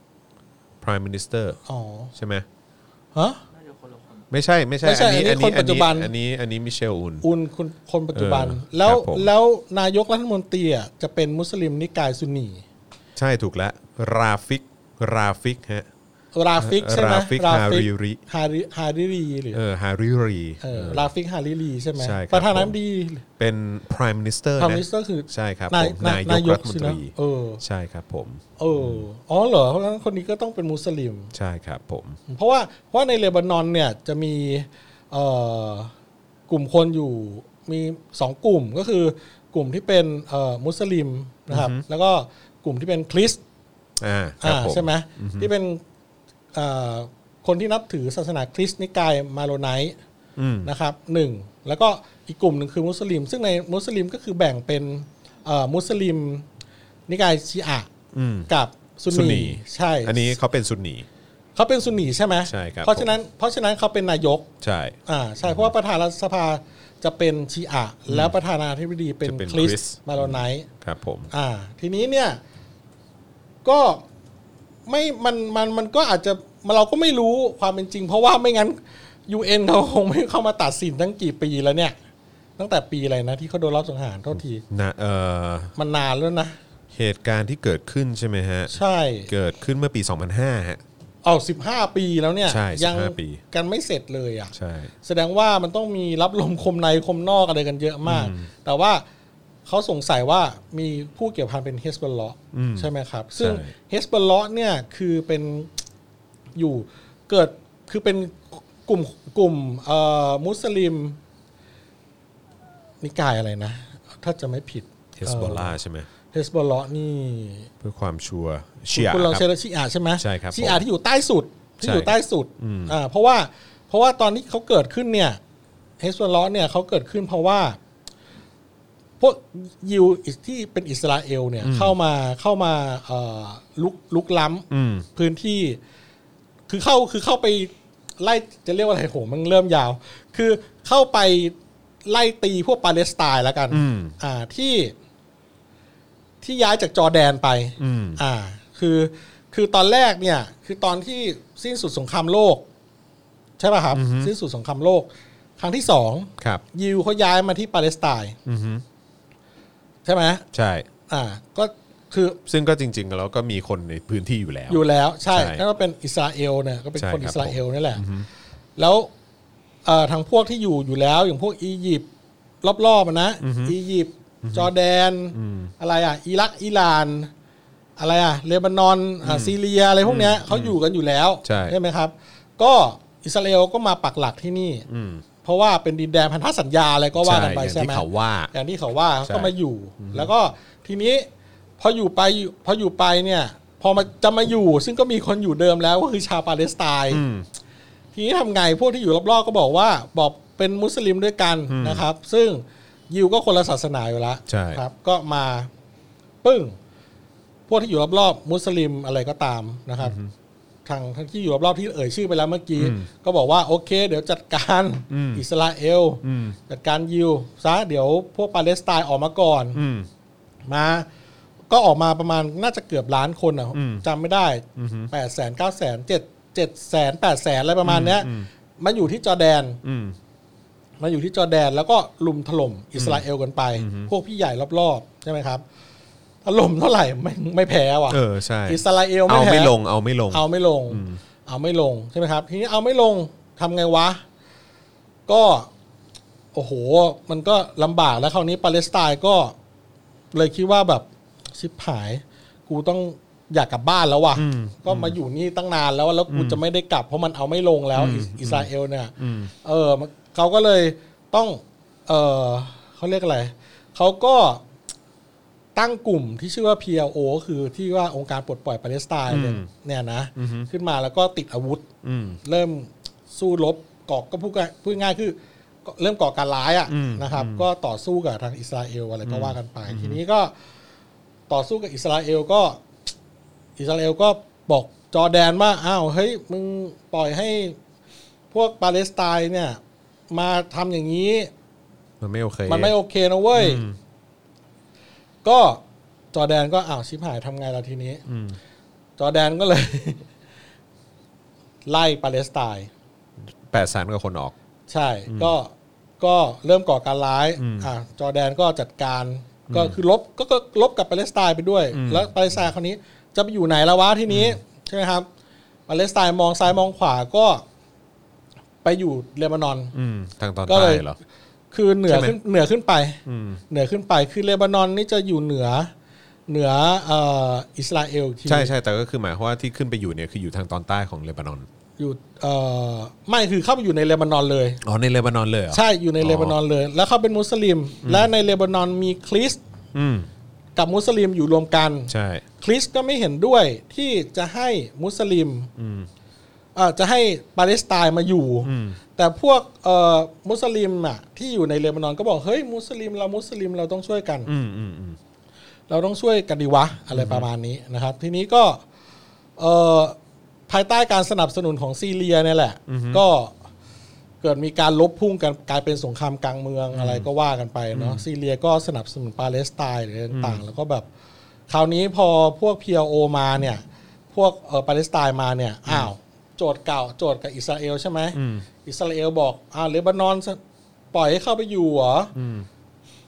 Speaker 2: พรายมินิสเตอร์
Speaker 3: อ๋อ
Speaker 2: ใช่ไหม
Speaker 3: ฮะ
Speaker 2: ไม่ใช่ไม่ใช่
Speaker 3: ไม่ใช่
Speaker 2: อันนี้
Speaker 3: อั
Speaker 2: อั
Speaker 3: น
Speaker 2: น
Speaker 3: นี้
Speaker 2: นี้
Speaker 3: คนปัจจุบัน
Speaker 2: อันนี้อันนี้มิเชลอุน
Speaker 3: อุนคุณคนปัจจุบัน
Speaker 2: เออ
Speaker 3: แล้ว
Speaker 2: ครับผม
Speaker 3: แล้วนายกรัฐมนตรีอ่ะจะเป็นมุสลิมนิกายซุนนี
Speaker 2: ใช่ถูกแล้วราฟิกราฟิกฮะ
Speaker 3: ราฟิกใช่ไหม
Speaker 2: ราฟิกฮาริริ
Speaker 3: ฮาริฮาริรีหรือ
Speaker 2: เออฮาริรี
Speaker 3: เออราฟิกฮาริรีใช่ไหม
Speaker 2: ใช่ครับ
Speaker 3: ประธานาธิบดี
Speaker 2: เป็น prime minister
Speaker 3: พาม
Speaker 2: นะ
Speaker 3: มิสเตอร์คือ
Speaker 2: ใช่ครับ
Speaker 3: นาย
Speaker 2: ผ
Speaker 3: นาน
Speaker 2: มาย ย
Speaker 3: นาย ย
Speaker 2: ก
Speaker 3: ก
Speaker 2: รัฐมน
Speaker 3: สิ
Speaker 2: ต
Speaker 3: นะ
Speaker 2: รี
Speaker 3: เออ
Speaker 2: ใช่ครับผม
Speaker 3: เอออ๋อเหรอเพราะฉะนั้นคนนี้ก็ต้องเป็นมุสลิม
Speaker 2: ใช่ครับผม
Speaker 3: เพราะว่าเพราะว่าในเลบานอนเนี่ยจะมีเอ่อกลุ่มคนอยู่มีสองกลุ่มก็คือกลุ่มที่เป็นเอ่อมุสลิมนะครับแล้วก็กลุ่มที่เป็นคริสต์
Speaker 2: อ่าครับ
Speaker 3: อ่า
Speaker 2: ผม
Speaker 3: ใช่ไหมที่เป็นเอ่อคนที่นับถือศาสนาคริสต์นิกายมาโรไนท์
Speaker 2: อืม
Speaker 3: นะครับหนึ่งแล้วก็อีกกลุ่มหนึ่งคือมุสลิม ซึ่งในมุสลิมก็คือแบ่งเป็นเอ่อมุสลิม นิกายชีอะ
Speaker 2: อืม
Speaker 3: กับซุน
Speaker 2: ซุนนี
Speaker 3: นีใช่
Speaker 2: อันนี้เขาเป็นซุนนี
Speaker 3: เขาเป็นซุนนีใช่ไหม
Speaker 2: ใช่ครับ
Speaker 3: เพราะฉะนั้นเพราะฉะนั้นเขาเป็นนายก
Speaker 2: ใช่
Speaker 3: อ่าใช่เพราะว่าประธานรัฐสภาจะเป็นชีอะแล้วประธานาธิบดีเป็น
Speaker 2: จะเป็น
Speaker 3: คริส
Speaker 2: คริส
Speaker 3: ต์มาโรไนท์
Speaker 2: ครับผม
Speaker 3: อ่าทีนี้เนี่ยก็ไม่มันมันมันก็อาจจะเราก็ไม่รู้ความเป็นจริง เพราะว่าไม่งั้น UN เขาคงไม่เข้ามาตัดสินตั้งกี่ปีแล้วเนี่ย ตั้งแต่ปีอะไรนะที่เขาโดนรอบสังหารโทษที
Speaker 2: นะเอ่อ
Speaker 3: มันนานแล้วนะ
Speaker 2: เหตุการณ์ที่เกิดขึ้นใช่ไหมฮะ
Speaker 3: ใช่
Speaker 2: เกิดขึ้นเมื่อปี 2005ฮะ
Speaker 3: เอาสิบห้าปีแล้วเนี่ย
Speaker 2: ใช่
Speaker 3: ยั
Speaker 2: 15ปี
Speaker 3: กันไม่เสร็จเลยอ่ะ
Speaker 2: ใช่
Speaker 3: แสดงว่ามันต้องมีรับลมคมในคมนอกอะไรกันเยอะมาก แต่ว่าเขาสงสัยว่ามีผู้เกี่ยวพันเป็นเฮสบอลเลาะใช่ไหมครับ ซึ่งเฮสบอลเลาะเนี่ยคือเป็นอยู่เกิดคือเป็นกลุ่มกลุ่มเอ่อมุสลิม นิกายอะไรนะ ถ้าจะไม่ผิด
Speaker 2: เฮสบอลลาใช่ไหม
Speaker 3: เฮสบอลเลาะนี่
Speaker 2: เพื่อความชัวร์เชียร์
Speaker 3: คุณลอง
Speaker 2: ค
Speaker 3: เช
Speaker 2: รับ
Speaker 3: ลชีอาใช่ไหม
Speaker 2: ใช่ครับ
Speaker 3: ชีอาที่อยู่ใต้สุดที่
Speaker 2: ใช่
Speaker 3: อยู่ใต้สุดอ่าเพราะว่าเพราะว่าตอนที่เขาเกิดขึ้นเนี่ย เฮสบอลเลาะเนี่ยเขาเกิดขึ้นเพราะว่า พวกยิวอิสที่เป็นอิสราเอลเนี่ยเข้ามาเข้ามาเอ่อลุกลุกล้ำ
Speaker 2: อืม
Speaker 3: พื้นที่ คือเข้าคือเข้าไปไล่จะเรียกว่าอะไรโหมันเริ่มยาว คือเข้าไปไล่ตีพวกปาเลสไตน์แล้วกัน
Speaker 2: อืม
Speaker 3: อ่าที่ ที่ย้ายจากจอร์แดนไป
Speaker 2: อืม
Speaker 3: อ่า คือ คือตอนแรกเนี่ย คือตอนที่สิ้นสุดสงครามโลก ใช่ป่ะครับ สิ้นสุดสงครามโลก ครั้งที่สอง
Speaker 2: ครับ
Speaker 3: ยิวเขาย้ายมาที่ปาเลสไตน์
Speaker 2: อือฮึ
Speaker 3: ใช่ไหม
Speaker 2: ใช่
Speaker 3: อ่า ก็คือ
Speaker 2: ซึ่งก็จริงๆแล้วก็มีคนในพื้นที่อยู่แล้ว
Speaker 3: อยู่แล้วใช่
Speaker 2: ใช่
Speaker 3: แล้วก็เป็นอิสราเอลเนี่ยก็เป็น
Speaker 2: ใช่
Speaker 3: คน
Speaker 2: ครับ
Speaker 3: อิสราเอลนี่แหละ แล้วเอ่อทางพวกที่อยู่อยู่แล้ว อย่างพวกอียิปต์รอบๆอะนะอียิปต์จอร์แดน อะไรอ่ะ อิรักอิหร่าน อะไรอ่ะเลบานอนอ่ะซีเรียอะไรพวกเนี้ยเขาอยู่กันอยู่แล้ว
Speaker 2: ใช่
Speaker 3: ไหมครับ ก็อิสราเอลก็มาปักหลักที่นี่
Speaker 2: อืม
Speaker 3: เพราะว่าเป็นดินแดนพันธสัญญาอะไรก็ว่ากันไป
Speaker 2: อย่าง
Speaker 3: ใช่
Speaker 2: ที่
Speaker 3: ไหม
Speaker 2: เขาว่า
Speaker 3: อย่างที่เขาว่า
Speaker 2: ใช่
Speaker 3: ก็มาอยู่ แล้วก็ทีนี้พออยู่ไปพออยู่ไปเนี่ย พอมาจะมาอยู่ ซึ่งก็มีคนอยู่เดิมแล้วก็คือชาวปาเลสไตน์
Speaker 2: อืม
Speaker 3: ทีนี้ทำไงพวกที่อยู่รอบๆก็บอกว่าบอกเป็นมุสลิมด้วยกันนะครับ ซึ่งยิวก็คนละศาสนาอยู่แล้ว
Speaker 2: ใช่
Speaker 3: ครับ ก็มาปึ้ง พวกที่อยู่รอบๆมุสลิมอะไรก็ตามนะครับ ทางทั้งที่อยู่รอบๆที่เอ่ยชื่อไปแล้วเมื่อกี้ ก็บอกว่าโอเค เดี๋ยวจัดการอิสราเอลจัดการยิวซะเดี๋ยวพวกปาเลสไตน์ออกมาก่อน
Speaker 2: อืม
Speaker 3: มาก็ออกมาประมาณน่าจะเกือบล้านคนอ่ะ
Speaker 2: อืม
Speaker 3: จำไม่ได้
Speaker 2: อือฮึ
Speaker 3: แปดแสนเก้าแสนเจ็ดเจ็ดแสนแปดแสนอะไรประมาณเนี้ย
Speaker 2: อืม
Speaker 3: มันอยู่ที่จอร์แดน
Speaker 2: อืม
Speaker 3: มาอยู่ที่จอร์แดนแล้วก็ลุมถล่มอิสราเอลกันไป พวกพี่ใหญ่รอบๆ ใช่ไหมครับถล่มเท่าไหร่ไม่ไม่แพ้ว่ะ
Speaker 2: เออใช่
Speaker 3: อิสราเอล
Speaker 2: เอา
Speaker 3: ไม่แพ้
Speaker 2: ไม่ลงเอาไม่ลง
Speaker 3: เอาไม่ลง เอาไม่ลงใช่ไหมครับ ทีนี้เอาไม่ลงทำไงวะ ก็โอ้โห มันก็ลำบากแล้วคราวนี้ปาเลสไตน์ก็ เลยคิดว่าแบบชิบหาย กูต้องอยากกลับบ้านแล้วว่ะ
Speaker 2: อืม
Speaker 3: ก็มาอยู่นี่ตั้งนานแล้วแล้วกูจะไม่ได้กลับเพราะมันเอาไม่ลงแล้วอิสอิสราเอลเนี่ย
Speaker 2: อืม
Speaker 3: เออมันเขาก็เลยต้อง เออเขาเรียกอะไรเขาก็ตั้งกลุ่มที่ชื่อว่า PLO ก็คือที่ว่าองค์การปลดปล่อยปาเลสไตน์เนี่ย
Speaker 2: อืม
Speaker 3: เนี่ยนะ
Speaker 2: อืม
Speaker 3: ขึ้นมาแล้วก็ติดอาวุธ
Speaker 2: อืม
Speaker 3: เริ่มสู้รบก่อก็พูดง่ายพูดง่ายคือก็เริ่มก่อการร้ายอ่ะ
Speaker 2: อืม
Speaker 3: นะครับ
Speaker 2: อืม
Speaker 3: ก็ต่อสู้กับทางอิสราเอลอะไรก็ว่ากันไป ทีนี้ก็ต่อสู้กับอิสราเอลก็ อิสราเอลก็บอกจอร์แดนว่าอ้าวเฮ้ยมึงปล่อยให้พวกปาเลสไตน์เนี่ย มาทำอย่างนี้
Speaker 2: มันไม่โอเค
Speaker 3: มันไม่โอเคนะเว้ย
Speaker 2: อืม
Speaker 3: ก็จอร์แดนก็อ้าวชิบหายทำไงล่ะทีนี้
Speaker 2: อืม
Speaker 3: จอร์แดนก็เลย ไล่ปาเลสไตน์
Speaker 2: แปดแสนกว่าคนออก
Speaker 3: ใช่ ก็ก็เริ่มก่อการร้าย
Speaker 2: อืม
Speaker 3: อ่ะจอร์แดนก็จัดการ ก็คือลบก็ก็ลบกับปาเลสไตน์ไปด้วย
Speaker 2: อืม
Speaker 3: แล้วปาเลสไตน์คราวนี้จะไปอยู่ไหนแล้ววะที่นี้ใช่ไหมครับปาเลสไตน์มองซ้ายมองขวาก็ ไปอยู่เลบานอน
Speaker 2: อืมทางตอน
Speaker 3: ก็
Speaker 2: ใต้
Speaker 3: เลย
Speaker 2: เหรอ
Speaker 3: คือเหนือ
Speaker 2: ใช่ไหม
Speaker 3: ขึ้นเหนือขึ้นไป
Speaker 2: อืม
Speaker 3: เหนือขึ้นไปคือเลบานอนนี่จะอยู่เหนือ เหนือเอ่ออิสราเอลอีกที
Speaker 2: ใช่ใช่แต่ก็คือหมายความว่าที่ขึ้นไปอยู่เนี่ยคืออยู่ทางตอนใต้ของเลบานอน
Speaker 3: อยู่เอ่อไม่คือเข้าไปอยู่ในเลบานอนเลย
Speaker 2: อ๋อในเลบานอนเลยเหรอ
Speaker 3: ใช่อยู่ในเลบานอนเลย แล้วเขาเป็นมุสลิม และในเลบานอนมีคริสต์
Speaker 2: อืม
Speaker 3: กับมุสลิมอยู่รวมกัน
Speaker 2: ใช่
Speaker 3: คริสต์ก็ไม่เห็นด้วยที่จะให้มุสลิม
Speaker 2: อืม
Speaker 3: เอ่อจะให้ปาเลสไตน์มาอยู่
Speaker 2: อืม
Speaker 3: แต่พวกเอ่อมุสลิมอ่ะที่อยู่ในเลบานอนก็บอกเฮ้ยมุสลิมเรามุสลิมเราต้องช่วยกัน
Speaker 2: อืมอืมอืม
Speaker 3: เราต้องช่วยกันดีวะอะไรประมาณนี้นะครับ ทีนี้ก็เอ่อภายใต้การสนับสนุนของซีเรียเนี่ยแหละ ก็เกิดมีการลบพุ่งกันกลายเป็นสงครามกลางเมืองอะไรก็ว่ากันไปเนาะซีเรียก็สนับสนุนปาเลสไตน์หรืออะไรต่างๆ แล้วก็แบบ คราวนี้พอพวกพีโอมาเนี่ย พวกเออปาเลสไตน์มาเนี่ยอ้าวโจทย์เก่าโจทย์กับอิสราเอลใช่ไหมอิสราเอลบอกอ้าวเลบานอนปล่อยให้เข้าไปอยู่เหรอ
Speaker 2: อืม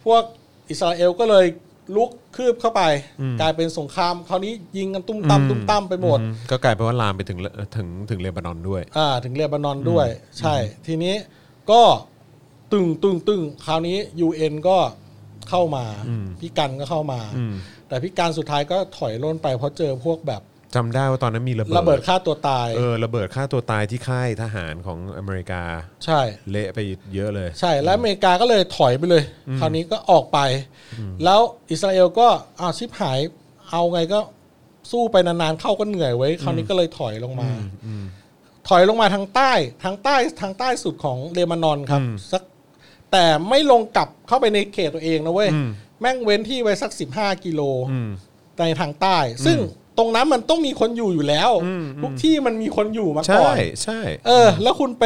Speaker 3: พวกอิสราเอลก็เลยลุกคืบเข้าไป
Speaker 2: อืม
Speaker 3: กลายเป็นสงคราม คราวนี้ยิงกันตุ้มตั้มตุ้มตั้มไปหมด
Speaker 2: อืก็กลายเป็นว่าลามไปถึงเลถึงถึงเลบานอนด้วย
Speaker 3: อ่าถึงเลบานอนด้วย ใช่ ทีนี้ก็ตึงตึงตึงคราวนี้ UN ก็เข้ามา
Speaker 2: อืม
Speaker 3: พี่กันก็เข้ามา
Speaker 2: อืม
Speaker 3: แต่พี่กันสุดท้ายก็ถอยล่นไปเพราะเจอพวกแบบ
Speaker 2: จำได้ว่าตอนนั้นมีระเบิด
Speaker 3: ระเบิดฆ่าตัวตาย
Speaker 2: เออระเบิดฆ่าตัวตายที่ค่ายทหารของอเมริกา
Speaker 3: ใช่
Speaker 2: เละไปเยอะเลย
Speaker 3: ใช่และอเมริกาก็เลยถอยไปเลย คราวนี้ก็ออกไป แล้วอิสราเอลก็อ้าวชิบหาย เอาไงก็สู้ไปนานๆเข้าก็เหนื่อยไว้ยคราวนี้ก็เลยถอยลงมา ถอยลงมาทางใต้ทางใต้ทางใต้สุดของเลบานอนครับ
Speaker 2: อืม
Speaker 3: สักแต่ไม่ลงกลับเข้าไปในเขตตัวเองนะเว้ย
Speaker 2: อืม
Speaker 3: แม่งเว้นที่ไว้สัก 15 กิโล
Speaker 2: อืม
Speaker 3: ในทางใต้ ซึ่งตรงนั้นมันต้องมีคนอยู่อยู่แล้ว
Speaker 2: อืมอืม
Speaker 3: ทุกที่มันมีคนอยู่มาก่
Speaker 2: ใช่
Speaker 3: อน
Speaker 2: ใช่
Speaker 3: เออ แล้วคุณไป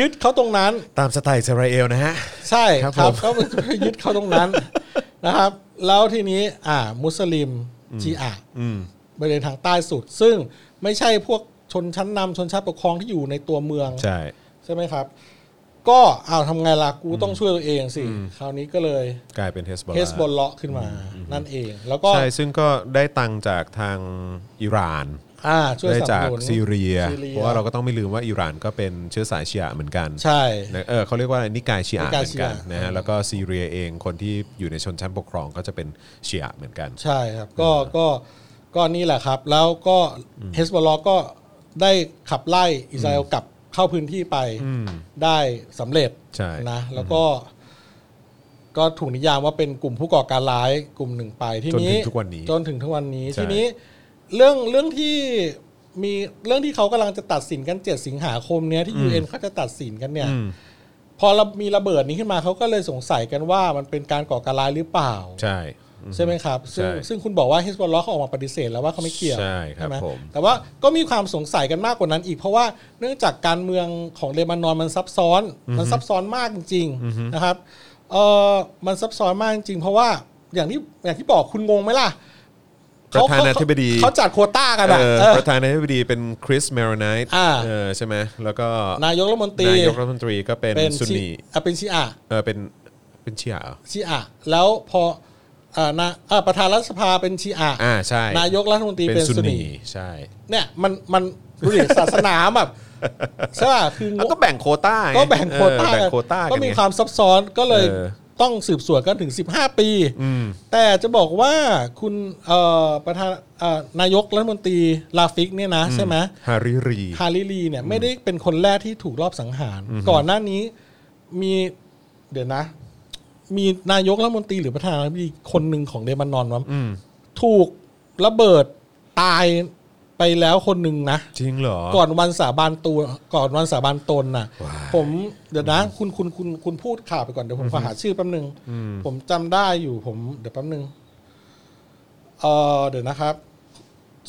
Speaker 3: ยึดเขาตรงนั้น
Speaker 2: ตามสไตล์อิสราเอลนะฮะ
Speaker 3: ใช่
Speaker 2: ค
Speaker 3: ค
Speaker 2: รั
Speaker 3: รั
Speaker 2: บบ ผม
Speaker 3: ก็มันจะไปยึดเข้าตรงนั้น นะครับ แล้วทีนี้อ่า มุสลิมชีอะ
Speaker 2: อืม
Speaker 3: บริเวณทางใต้สุด ซึ่งไม่ใช่พวกชนชั้นนำชนชาติปกครองที่อยู่ในตัวเมือง
Speaker 2: ใช่
Speaker 3: ใช่ไหมครับ ก็เอาวทำไงล่ะกูต้องช่วยตัวเองสิ คราวนี้ก็เลย
Speaker 2: กลายเป็นเฮสบอล
Speaker 3: เฮสบอลเลาะขึ้นมา นั่นเอง แล้วก็
Speaker 2: ใช่ซึ่งก็ได้ตังค์จากทางอิหร่าน
Speaker 3: อ่าช่วย
Speaker 2: ได้
Speaker 3: สนับ
Speaker 2: จาก
Speaker 3: สนุน
Speaker 2: ซีเรีย
Speaker 3: ซีเรีย
Speaker 2: เพราะว่าเราก็ต้องไม่ลืมว่าอิหร่านก็เป็นเชื้อสายชีอะห์เหมือนกัน
Speaker 3: ใช่
Speaker 2: นะเออเขาเรียกว่าอะไรนิกายชีอะห์
Speaker 3: นิกา
Speaker 2: เห
Speaker 3: ย
Speaker 2: มือนกัน
Speaker 3: ชีอะห์
Speaker 2: นะฮะแล้วก็ซีเรียเองคนที่อยู่ในชนชั้นปกครองก็จะเป็นชีอะห์เหมือนกัน
Speaker 3: ใช่ครับก็ก็ก็นี่แหละครับ แล้วก็เฮสบอลลอก็ได้ขับไล่อิสราเอลกลับเข้าพื้นที่ไปได้สำเร็จ
Speaker 2: ใช่
Speaker 3: นะแล้วก็ ก็ถูกนิยามว่าเป็นกลุ่มผู้ก่อการร้ายกลุ่มหนึ่งไปที่
Speaker 2: จน
Speaker 3: นี้
Speaker 2: ถึงทุกวันนี้
Speaker 3: จนถึงทุกวันนี้
Speaker 2: ใช่
Speaker 3: ทีนี้ เรื่องเรื่องที่มีเรื่องที่เขากำลังจะตัดสินกันเจ็ดสิงหาคมเนี้ยที่ยูเอ็นเขาจะตัดสินกันเนี่ย
Speaker 2: อืม
Speaker 3: พอเรามีระเบิดนี้ขึ้นมาเขาก็เลยสงสัยกันว่ามันเป็นการก่อการร้ายหรือเปล่า
Speaker 2: ใช่ อืม
Speaker 3: ใช่ไหมครับซึ่ง
Speaker 2: ใช่
Speaker 3: ซึ่งคุณบอกว่าฮิสบอลล็อเขาออกมาปฏิเสธแล้วว่าเขาไม่เกี่ยว
Speaker 2: ใช่ครับ
Speaker 3: ไหม
Speaker 2: ผม
Speaker 3: แต่ว่าก็มีความสงสัยกันมากกว่านั้นอีกเพราะว่าเนื่องจากการเมืองของเลบานอนมันซับซ้อนมันซับซ้อนมากจริงๆนะครับเออมันซับซ้อนมากจริงๆเพราะว่าอย่างที่อย่างที่บอกคุณงงไหมล่ะ
Speaker 2: ประธานาธิบดี
Speaker 3: เขเขาจัดโควต้ากันอะ
Speaker 2: เออ
Speaker 3: เออ
Speaker 2: ประธานาธิบดีเป็นคริสเมรไนท์
Speaker 3: อ่า
Speaker 2: เออใช่ไหมแล้วก็
Speaker 3: นายกรัฐมนตรี
Speaker 2: นายกรัฐมนตรีก็เป็นซุน
Speaker 3: ชี
Speaker 2: นี
Speaker 3: อ่ะเป็นชีอา
Speaker 2: เออเป็นเป็นชียเหรอ
Speaker 3: ชีอาแล้วพออ่านะอ่าประธานรัฐสภาเป็นชีอา
Speaker 2: อ่าใช่
Speaker 3: นายกรัฐมนตรี
Speaker 2: เป็น
Speaker 3: เป็น
Speaker 2: ซุน
Speaker 3: ซุน
Speaker 2: นี
Speaker 3: นี
Speaker 2: ใช่
Speaker 3: เนี่ยมันมันดูดิ ศาสนาแบบใช่ป่ะคือ
Speaker 2: แล้วก็แบ่งโควต้าไ
Speaker 3: ก็แบ่งโควต้า
Speaker 2: เออแบ่งโควต้า
Speaker 3: ก็
Speaker 2: นไง
Speaker 3: มีความซับซ้อนก็เลย
Speaker 2: เออ
Speaker 3: ต้องสืบสวนกันถึง 15 ปี
Speaker 2: อืม
Speaker 3: แต่จะบอกว่าคุณเอ่อประธานเอ่อนายกรัฐมนตรีลาฟิกเนี่ยนะใช่ไหม
Speaker 2: ฮาริรี
Speaker 3: ฮาริลีเนี่ยไม่ได้เป็นคนแรกที่ถูกรอบสังหาร ก่อนหน้านี้มีเดี๋ยวนะ มีนายกรัฐมนตรีหรือประธานาธิบดีคนหนึ่งของเลบานอนวะ
Speaker 2: อืม
Speaker 3: ถูกระเบิดตายไปแล้วคนหนึ่งนะ
Speaker 2: จริงเหรอ
Speaker 3: ก่อนวันสาบานตัวก่อนวันสาบานตนน่ะ
Speaker 2: ว้าย
Speaker 3: ผมเดี๋ยวนะ คุณคุณคุณคุณพูดข่าวไปก่อนเดี๋ยวผมขอหาชื่อแป๊บนึง ผมจำได้อยู่ผมเดี๋ยวแป๊บนึงเออเดี๋ยวนะครับ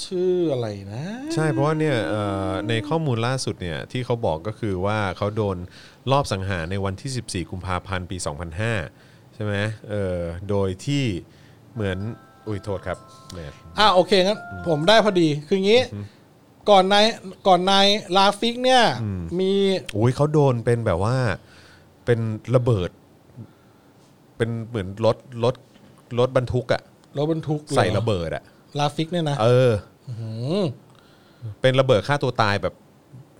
Speaker 3: ชื่ออะไรนะ
Speaker 2: ใช่เพราะว่าเนี่ยเอ่อในข้อมูลล่าสุดเนี่ยที่เขาบอกก็คือว่าเขาโดนรอบสังหารในวันที่ 14 กุมภาพันธ์ปี 2005 ใช่ไหมเออโดยที่เหมือนอุ้ยโทษครับแหม
Speaker 3: อ่ะโอเคงั้นผมได้พอดีคืออย่างงี้ ก่อนนายก่อนนายลาฟิกเนี่ย มี
Speaker 2: อุ้ยเขาโดนเป็นแบบว่าเป็นระเบิด เป็นเหมือนรถรถรถบรรทุกอะ
Speaker 3: รถบรรทุกหอ
Speaker 2: ใส่ระเบิดอะ
Speaker 3: ลาฟิกเนี่ยนะ
Speaker 2: เออ
Speaker 3: หืม
Speaker 2: เป็นระเบิดฆ่าตัวตายแบบ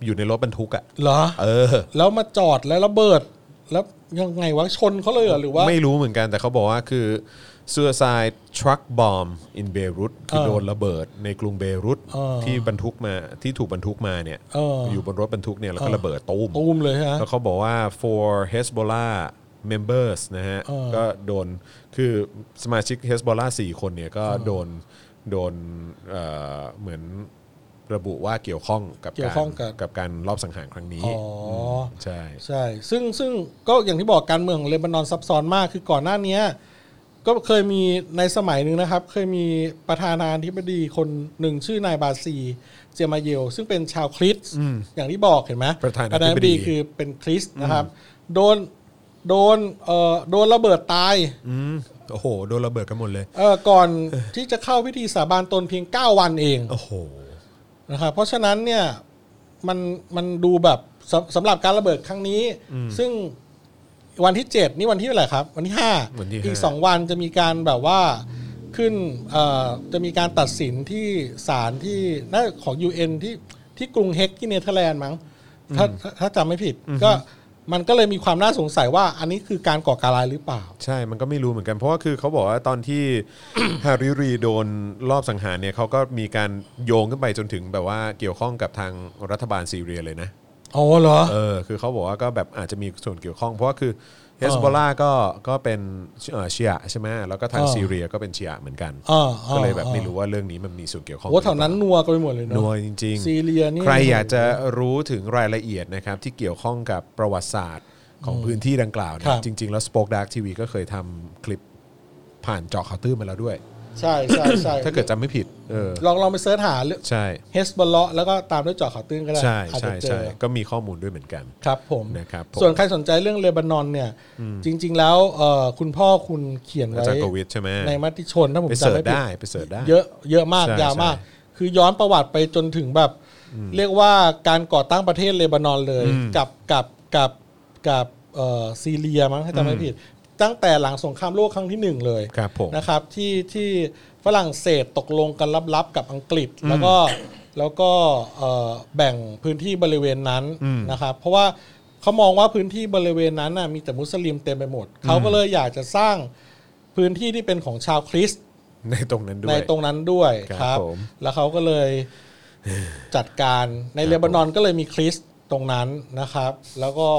Speaker 2: อยู่ในรถบรรทุกอะ
Speaker 3: เหรอ
Speaker 2: เออ
Speaker 3: แล้วมาจอดแล้วระเบิด แล้วยังไงวะชนเขาเลยเหรอหรือว่า
Speaker 2: ไม่รู้เหมือนกันแต่เขาบอกว่าคือ suicide truck bomb in Beirut คือ
Speaker 3: เออ
Speaker 2: โดนระเบิดในกรุงเบรุต
Speaker 3: เออ
Speaker 2: ที่บรรทุกมาที่ถูกบรรทุกมาเนี่ย
Speaker 3: เอออ
Speaker 2: ยู่บนรถบรรทุกเนี่ยแล้วก็ระเบิดตูม
Speaker 3: ตูมเลยฮะ
Speaker 2: แล้วเขาบอกว่า for Hezbollah members นะฮะ
Speaker 3: เออ
Speaker 2: ก็โดนคือสมาชิก Hezbollah 4 คนเนี่ยก็โดนโดนเอ่อเหมือนระบุว่าเกี่ยวข้องกับ
Speaker 3: เกี่ยวข้องกับ
Speaker 2: กับการรอบสังหารครั้งนี้
Speaker 3: อ๋อ
Speaker 2: ใช่
Speaker 3: ใช่ ซึ่งซึ่งก็อย่างที่บอกการเมืองของเลบานอนซับซ้อนมาก คือก่อนหน้าเนี้ยก็เคยมีในสมัยหนึ่งนะครับ เคยมีประธานาธิบดีคนหนึ่งชื่อนายบาซีเจมาเยล ซึ่งเป็นชาวคริสต์อย่างที่บอกเห็นไหม
Speaker 2: ประธานาธิบดี
Speaker 3: คือเป็นคริสต์นะครับ โดนโดนเอ่อโดนระเบิดตาย
Speaker 2: อืมโอ้โหโดนระเบิดกันหมดเลย
Speaker 3: เอ่อก่อนที่จะเข้าพิธีสาบานตนเพียง 9 วันเอง
Speaker 2: โอ้โห
Speaker 3: นะครับเพราะฉะนั้นเนี่ยมันมันดูแบบสำสำหรับการระเบิดครั้งนี้ ซึ่งวันที่ 7 นี่วันที่เท่าไหร่ครับ วันที่
Speaker 2: วันที่
Speaker 3: 5
Speaker 2: ห้า
Speaker 3: อีก 2 วันจะมีการแบบว่าขึ้นเอ่อจะมีการตัดสินที่ศาลที่น่าของ UN ที่ที่กรุงเฮกที่เนเธอร์แลนด์มั้งถ้าถ้าถ้าจำไม่ผิด ก็มันก็เลยมีความน่าสงสัยว่าอันนี้คือการก่อการร้ายหรือเปล่า
Speaker 2: ใช่ มันก็ไม่รู้เหมือนกัน เพราะว่าคือเขาบอกว่าตอนที่ ฮาริรีโดนรอบสังหารเนี่ยเขาก็มีการโยงขึ้นไปจนถึงแบบว่าเกี่ยวข้องกับทางรัฐบาลซีเรียเลยนะ
Speaker 3: อ๋อเหรอ
Speaker 2: เออ คือเขาบอกว่าก็แบบอาจจะมีส่วนเกี่ยวข้อง เพราะว่าคือเฮสบอล่าก็ก็เป็นเอ่อชียะใช่ไหมแล้วก็ทาง
Speaker 3: อ่า
Speaker 2: ซีเรียก็เป็นชียะเหมือนกัน
Speaker 3: อ่าอ่า
Speaker 2: ก็เลยแบบไม่รู้ว่าเรื่องนี้มันมีส่วนเกี่ยวข้อง
Speaker 3: โอ้แถวนั้นนัวกันไปหมดเลย
Speaker 2: หน่
Speaker 3: เนาะ
Speaker 2: วยจริง ๆ
Speaker 3: ซีเรียนี่
Speaker 2: ใครอยากจะรู้ถึงรายละเอียดนะครับที่เกี่ยวข้องกับประวัติศาสตร์ของพื้นที่ดังกล่าว
Speaker 3: ครั
Speaker 2: นะ
Speaker 3: บ
Speaker 2: จริง ๆ แล้ว Spoke Dark TV ก็เคยทำคลิปผ่านเจาะข่าวตื้นมาแล้วด้วย
Speaker 3: ใช่ใช่ใช่
Speaker 2: ถ้าเกิดจำไม่ผิดเออ
Speaker 3: ลองลองไปเสิร์ชหา
Speaker 2: ใช่
Speaker 3: เฮสบอลเลาะแล้วก็ตามด้วยเจาะข่าวตื้นก็ได้
Speaker 2: ใช่
Speaker 3: อาจ
Speaker 2: ใช่
Speaker 3: จะเจ
Speaker 2: ใช่
Speaker 3: อ
Speaker 2: ก็มีข้อมูลด้วยเหมือนกัน
Speaker 3: ครับผม
Speaker 2: นะครับผม
Speaker 3: ส่วนใครสนใจเรื่องเลบานอนเนี่ย จริง ๆ แล้วเอ่อคุณพ่อคุณเขียน
Speaker 2: อา
Speaker 3: ไว้
Speaker 2: จารย์โควิดใช่ไหม
Speaker 3: ในมติชนถ้าผม
Speaker 2: ไป
Speaker 3: จำ
Speaker 2: เสิร์ช
Speaker 3: ไม่ผิด
Speaker 2: ได้ไปเสิร์ชได้
Speaker 3: เยอะเยอะมาก
Speaker 2: ใช่
Speaker 3: ยาวมาก
Speaker 2: ใช่
Speaker 3: คือย้อนประวัติไปจนถึงแบบ เรียกว่าการก่อตั้งประเทศเลบานอนเลย กับกับกับกับเอ่อซีเรียมั้งถ้าจำไม่ผิด ตั้งแต่หลังสงครามโลกครั้งที่หนึ่งเลย
Speaker 2: ครับผม
Speaker 3: นะครับที่ที่ฝรั่งเศสตกลงกันลับๆกับอังกฤษแล้วก็ แล้วก็เอ่อแบ่งพื้นที่บริเวณนั้นนะครับ เพราะว่าเขามองว่าพื้นที่บริเวณนั้นน่ะมีแต่มุสลิมเต็มไปหมด เขาก็เลยอยากจะสร้างพื้นที่ที่เป็นของชาวคริสต์
Speaker 2: ใน ตรงนั้นด้ว
Speaker 3: ใน
Speaker 2: ย
Speaker 3: ตรงนั้นด้วย
Speaker 2: ครับ
Speaker 3: ครับ
Speaker 2: ผม
Speaker 3: แล้วเขาก็เลย จัดการในเลบานอนก็เลยมีคริสต์ตรงนั้นนะครับ แล้วก็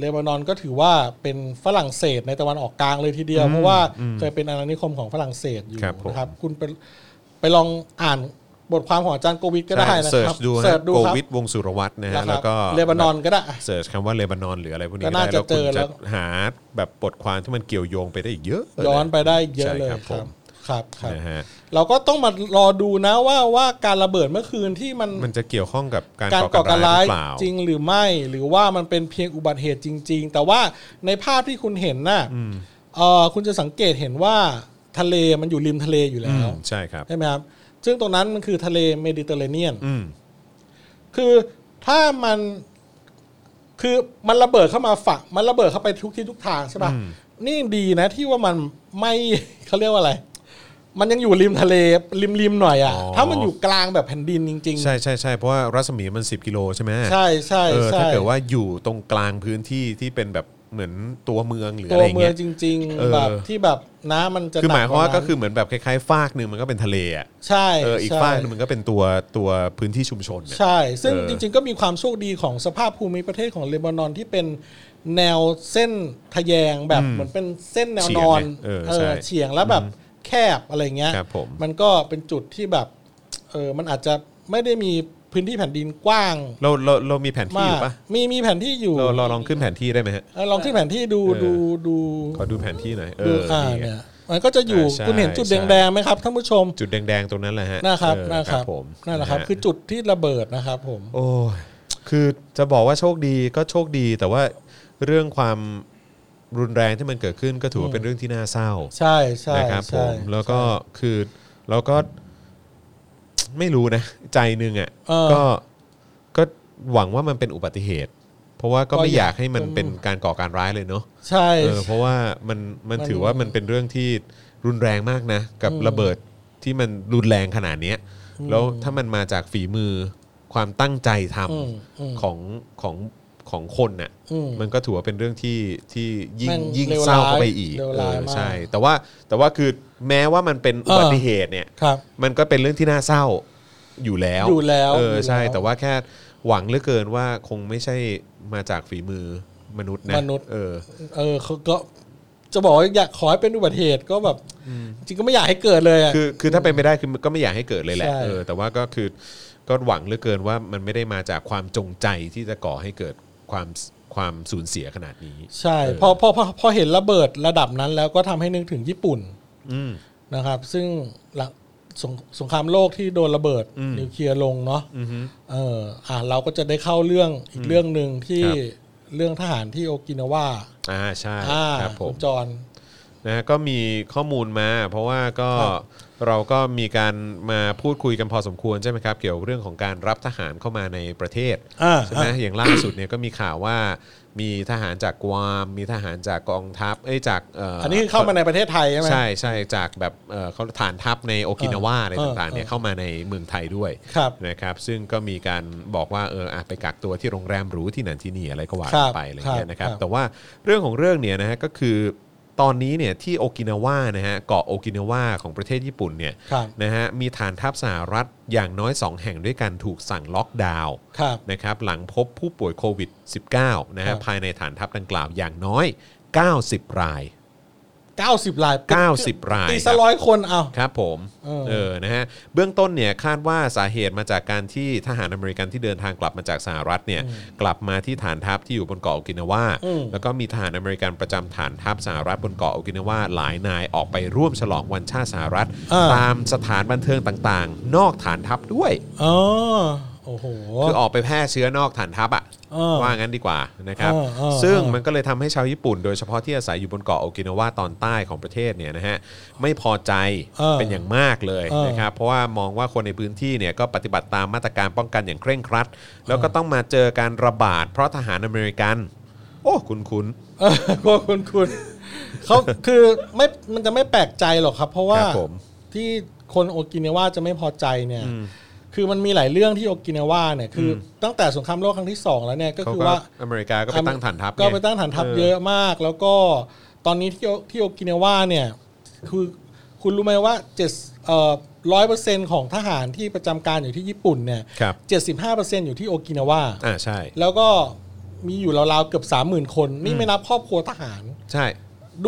Speaker 3: เลบานอนก็ถือว่าเป็นฝรั่งเศสในตะวันออกกลางเลยทีเดียว เพราะว่าเคยเป็นอาณานิคมของฝรั่งเศสอยู่
Speaker 2: ครับผม
Speaker 3: นะครับ คุณไปไปลองอ่านบทความของอาจารย์โกวิทก็ได้นะ
Speaker 2: เสิร์
Speaker 3: ค
Speaker 2: ช
Speaker 3: รับ
Speaker 2: ดู
Speaker 3: เสิร์ชดู
Speaker 2: โค
Speaker 3: ครับ
Speaker 2: วิดวงสุรวัตรนะ
Speaker 3: นะ
Speaker 2: ฮะ
Speaker 3: ค
Speaker 2: แล้
Speaker 3: รั
Speaker 2: ว
Speaker 3: บ
Speaker 2: ก็
Speaker 3: เลบานอนก็ได้
Speaker 2: เสิร์ชคำว่าเลบานอนหรืออะไรพวกนี้
Speaker 3: ก็
Speaker 2: ก็ได้
Speaker 3: น่า
Speaker 2: แล้ว
Speaker 3: จะเจ
Speaker 2: คุณ
Speaker 3: อแล้
Speaker 2: จะ
Speaker 3: ว
Speaker 2: หาแบบบทความที่มันเกี่ยวโยงไปได้อีกเยอะเล
Speaker 3: ย้อนไปได้เยอะเลย
Speaker 2: ใช่ครับผ
Speaker 3: ครับ
Speaker 2: ม
Speaker 3: ครับครับ
Speaker 2: นะฮะ
Speaker 3: เราก็ต้องมารอดูนะว่าว่าการระเบิดเมื่อคืนที่มัน
Speaker 2: มันจะเกี่ยวข้องกับการ
Speaker 3: การ
Speaker 2: ก่
Speaker 3: ก่
Speaker 2: อ
Speaker 3: อ
Speaker 2: การ
Speaker 3: การ
Speaker 2: ร้า
Speaker 3: ร้าย
Speaker 2: หรือ
Speaker 3: ย
Speaker 2: เปล่า
Speaker 3: จริงหรือไม่หรือว่ามันเป็นเพียงอุบัติเหตุจริง ๆ แต่ว่าในภาพที่คุณเห็นน่ะเอ่อคุณจะสังเกตเห็นว่าทะเลมันอยู่ริมทะเลอยู่แล้ว
Speaker 2: อืมใช่ครับ
Speaker 3: ใช่ไหมครับซึ่งตรงนั้นมันคือทะเลเมดิเตอร์เรเนียน
Speaker 2: อืม
Speaker 3: คือถ้ามันคือมันระเบิดเข้ามาฝักมันระเบิดเข้าไปทุกที่ทุกทางใช่ปะ่ะ
Speaker 2: อืม
Speaker 3: นี่ดีนะที่ว่ามันไม่ เขาเรียกว่าอะไร มันยังอยู่ริมทะเลริมริมๆหน่อยอะ่ะ ถ้ามันอยู่กลางแบบแผ่นดินจริง ๆ
Speaker 2: ใช่ใช่ใช่เพราะว่ารัศมีมัน 10 กิโลใช่ไหม
Speaker 3: ใช่ใช่
Speaker 2: เออ
Speaker 3: ใช่
Speaker 2: ถ้าเกิดว่าอยู่ตรงกลางพื้นที่ที่เป็นแบบเหมือนตัวเมืองหรือ
Speaker 3: ตั
Speaker 2: อะ
Speaker 3: ว
Speaker 2: ไรอย่าง
Speaker 3: เมือ
Speaker 2: เงี้
Speaker 3: ง
Speaker 2: ย
Speaker 3: จริง
Speaker 2: เออ
Speaker 3: ๆ แบบที่แบบน้ำมันจะ
Speaker 2: คือหมาย
Speaker 3: นั
Speaker 2: ความว่าก็คือ
Speaker 3: นั้น
Speaker 2: เหมือนแบบคล้ายๆฟากหนึ่งมันก็เป็นทะเลอ่ะ
Speaker 3: ใช่
Speaker 2: เอออีก
Speaker 3: ใช่
Speaker 2: ฟากหนึงมันก็เป็นตัวตัวพื้นที่ชุมชนน่ะ
Speaker 3: ใช่ ซึ่ง
Speaker 2: เออ
Speaker 3: จริง ๆ ก็มีความโชคดีของสภาพภูมิประเทศของเลบานอนที่เป็นแนวเส้นทะแยงแบบเหมือนเป็นเส้นแนวนอน
Speaker 2: เฉียงไงเออใช่
Speaker 3: เฉียงแล้วแบบแคบอะไรเงี้ย
Speaker 2: ครับผม
Speaker 3: นก็เป็นจุดที่แบบเออมันอาจจะไม่ได้มีพื้นที่แผ่นดินกว้าง
Speaker 2: เราเราเรามีแผนที่อ
Speaker 3: มา
Speaker 2: ก ยู่ปะ
Speaker 3: มีมีแผนที่อยู่
Speaker 2: เราเราลองขึ้นแผนที่ได้ไหมฮะ
Speaker 3: เออลองขึ้นแผนที่ดู
Speaker 2: เออ
Speaker 3: ดูดู
Speaker 2: ขอดูแผนที่หน่อยเอ
Speaker 3: ดู
Speaker 2: อ
Speaker 3: อ่า
Speaker 2: นี่ไง
Speaker 3: เนี่ยมันก็จะอยู่
Speaker 2: อ่าใช่
Speaker 3: คุณเห็นจุดแดงๆไหมครับท่านผู้ชม
Speaker 2: จุดแดงๆตรงนั้นแหละฮะ
Speaker 3: นะครับ
Speaker 2: เออ
Speaker 3: นะครับ
Speaker 2: ผม
Speaker 3: นั่นแหละครับ
Speaker 2: ฮ
Speaker 3: คือจุดที่ระเบิดนะครับผม
Speaker 2: โอ้ยคือจะบอกว่าโชคดีก็โชคดี แต่ว่าเรื่องความรุนแรงที่มันเกิดขึ้นก็ถือว่าเป็นเรื่องที่น่าเศร้า
Speaker 3: ใช่ใช่
Speaker 2: นะครับผ
Speaker 3: ใช่
Speaker 2: มแล้วก็คือเราก็ไม่รู้นะ ใจหนึงอ่ะ
Speaker 3: เออ
Speaker 2: ก็ก็หวังว่ามันเป็นอุบัติเหตุ เพราะว่าก็
Speaker 3: ก็
Speaker 2: ไม่
Speaker 3: อยา
Speaker 2: อยา
Speaker 3: ก
Speaker 2: กให้มันเป็นการก่อการร้ายเลยเนาะ
Speaker 3: ใช่
Speaker 2: เออเพราะว่ามันมัน
Speaker 3: มัน
Speaker 2: ถือว่ามันเป็นเรื่องที่รุนแรงมากนะ กับ
Speaker 3: อืม
Speaker 2: ระเบิดที่มันรุนแรงขนาดเนี้ยแล้วถ้ามันมาจากฝีมือความตั้งใจทำ
Speaker 3: อืมอืม
Speaker 2: ของของของคนน่ะ
Speaker 3: อืม
Speaker 2: มันก็ถือว่าเป็นเรื่องที่ที่ยิ่ง
Speaker 3: แม่ง
Speaker 2: ยิ่ง
Speaker 3: เลว
Speaker 2: เศร้า
Speaker 3: ร้าย
Speaker 2: เข้าไปอีก
Speaker 3: เลว
Speaker 2: เอ
Speaker 3: ร้าย
Speaker 2: อ
Speaker 3: มาก
Speaker 2: ใช่ แต่ว่าแต่ว่าคือแม้ว่ามันเป็น
Speaker 3: เอ
Speaker 2: อุ
Speaker 3: อ
Speaker 2: บัติเหตุเนี่ย
Speaker 3: ครับ
Speaker 2: มันก็เป็นเรื่องที่น่าเศร้าอยู่แล้ว
Speaker 3: อยู่แล้ว
Speaker 2: เออใช่
Speaker 3: อยู่แล้ว
Speaker 2: แต่ว่าแค่หวังเหลือเกินว่าคงไม่ใช่มาจากฝีมือมนุษย์นะ
Speaker 3: มนุษย์
Speaker 2: เออ
Speaker 3: เออเขาก็จะบอกว่าอยากขอให้เป็นอุบัติเหตุก็แบบ จริงก็ไม่อยากให้เกิดเลยอะ
Speaker 2: คือคือถ้าเป็นไม่ได้คือก็ไม่อยากให้เกิดเลยแหละ
Speaker 3: ใช่
Speaker 2: เออแต่ว่าก็คือก็หวังเหลือเกินว่ามันไม่ได้มาจากความจงใจที่จะก่อให้เกิดความความสูญเสียขนาดนี้
Speaker 3: ใช่
Speaker 2: เออ
Speaker 3: พอพอพอพอเห็นระเบิดระดับนั้นแล้วก็ทำให้นึกถึงญี่ปุ่น
Speaker 2: อืม
Speaker 3: นะครับ ซึ่งหลังสงสงครามโลกที่โดนระเบิด
Speaker 2: อืม
Speaker 3: นิวเคลียร์ลงเนาะ
Speaker 2: อือฮึ
Speaker 3: เอออ่ะเราก็จะได้เข้าเรื่องอีกเรื่องหนึ่งที่
Speaker 2: ครับ
Speaker 3: เรื่องทหารที่โอกินาวา
Speaker 2: อ่าใช่
Speaker 3: อ่า
Speaker 2: ครับผม
Speaker 3: ณจร
Speaker 2: นะฮะก็มีข้อมูลมาเพราะว่าก็
Speaker 3: ครับ
Speaker 2: เราก็มีการมาพูดคุยกันพอสมควรใช่ไหมครับ เกี่ยวกับเรื่องของการรับทหารเข้ามาในประเทศ
Speaker 3: อ่า
Speaker 2: ใช่ไหมอย่างล่าสุดเนี่ยก็มีข่าวว่ามีทหารจากกวามมีทหารจากกองทัพเอ้ยจากเ
Speaker 3: ันนี้คือเข้ามาในประเทศไทยใช่ไหม
Speaker 2: ใช่ใช่จากแบบเอ่อเขาฐานทัพในโอกินาวาอะไร
Speaker 3: เออ
Speaker 2: ต่างๆเนี่ย
Speaker 3: เออ
Speaker 2: เข้ามาในเมืองไทยด้วย
Speaker 3: ครับ
Speaker 2: นะครับซึ่งก็มีการบอกว่าเอออ่ะไปกักตัวที่โรงแรมหรูที่นั่นที่นี่อะไรก็ว่า
Speaker 3: ครับ
Speaker 2: ไปอะไรเงี้ยนะครับ
Speaker 3: ครับ
Speaker 2: แต่ว่าเรื่องของเรื่องเนี่ยนะฮะก็คือตอนนี้เนี่ยที่โอกินาวานะฮะเกาะโอกินาวาของประเทศญี่ปุ่นเนี่ย
Speaker 3: ครับ
Speaker 2: นะฮะมีฐานทัพสหรัฐอย่างน้อย 2 แห่งด้วยกันถูกสั่งล็อกดาวน์
Speaker 3: ครับ
Speaker 2: นะครับหลังพบผู้ป่วยโควิด -19 นะ
Speaker 3: ครั
Speaker 2: ฮะ
Speaker 3: บ
Speaker 2: ภายในฐานทัพดังกล่าวอย่างน้อย 90 ราย
Speaker 3: เก้าสิบลาย
Speaker 2: 90 ราย
Speaker 3: ตี
Speaker 2: ค
Speaker 3: ส
Speaker 2: รับ
Speaker 3: ร้อยคนเอา
Speaker 2: ครับผม
Speaker 3: เออ
Speaker 2: เออนะฮะเบื้องต้นเนี่ยคาดว่าสาเหตุมาจากการที่ทหารอเมริกันที่เดินทางกลับมาจากสหรัฐเนี่ยกลับมาที่ฐานทัพที่อยู่บนเกาะโอกินาวา
Speaker 3: อืม
Speaker 2: แล้วก็มีทหารอเมริกันประจำฐานทัพสหรัฐบนเกาะโอกินาวาหลายนายออกไปร่วมฉลองวันชาติสหรัฐ
Speaker 3: อ่า
Speaker 2: ตามสถานบันเทิงต่างๆ นอกฐานทัพด้วย
Speaker 3: อ๋อโอ้โห
Speaker 2: คือออกไปแพร่เชื้อนอกฐานทัพอ่ะ
Speaker 3: เออ
Speaker 2: ว่างั้นดีกว่านะครับ
Speaker 3: เออเออ
Speaker 2: ซึ่ง
Speaker 3: เออ
Speaker 2: มันก็เลยทำให้ชาวญี่ปุ่น โดยเฉพาะที่อาศัยอยู่บนเกาะโอกินาวาตอนใต้ของประเทศเนี่ยนะฮะไม่พอใจเป็นอย่างมากเลยนะครับ เพราะว่ามองว่าคนในพื้นที่เนี่ยก็ปฏิบัติตามมาตรการป้องกันอย่างเคร่งครัด แล้วก็ต้องมาเจอการระบาดเพราะทหารอเมริกัน โอ้คุณคุณ
Speaker 3: เออพวกคุณคุณเขาคือไม่มันจะไม่แปลกใจหรอกครับ เพราะว่า
Speaker 2: ครับผม
Speaker 3: ที่คนโอกินาวาจะไม่พอใจเนี่ย คือมันมีหลายเรื่องที่โอกินาวาเนี่ยคืออตั้งแต่สงครามโลกครั้งที่สองแล้วเนี่ยก็
Speaker 2: เขา
Speaker 3: คือ
Speaker 2: ก็
Speaker 3: ว่า
Speaker 2: อเมริกาก็ไปตั้งฐานทัพ
Speaker 3: ก็ไปตั้งฐานทัพเยอะ
Speaker 2: อ
Speaker 3: มาก แล้วก็ตอนนี้ที่โอที่โอกินาวาเนี่ยคือคุณรู้ไหมว่าเจ็ดเอ่อร้อยเปอร์เซ็นต์ของทหารที่ประจำการอยู่ที่ญี่ปุ่นเนี่ย
Speaker 2: ครับ
Speaker 3: เจ็ดสิบห้าเปอร์เซ็นต์อยู่ที่โอกินาวา
Speaker 2: อ่าใช่
Speaker 3: แล้วก็มีอยู่ราวๆเกือบสามหมื่นคน นี่ไม่นับครอบครัวทหาร
Speaker 2: ใช่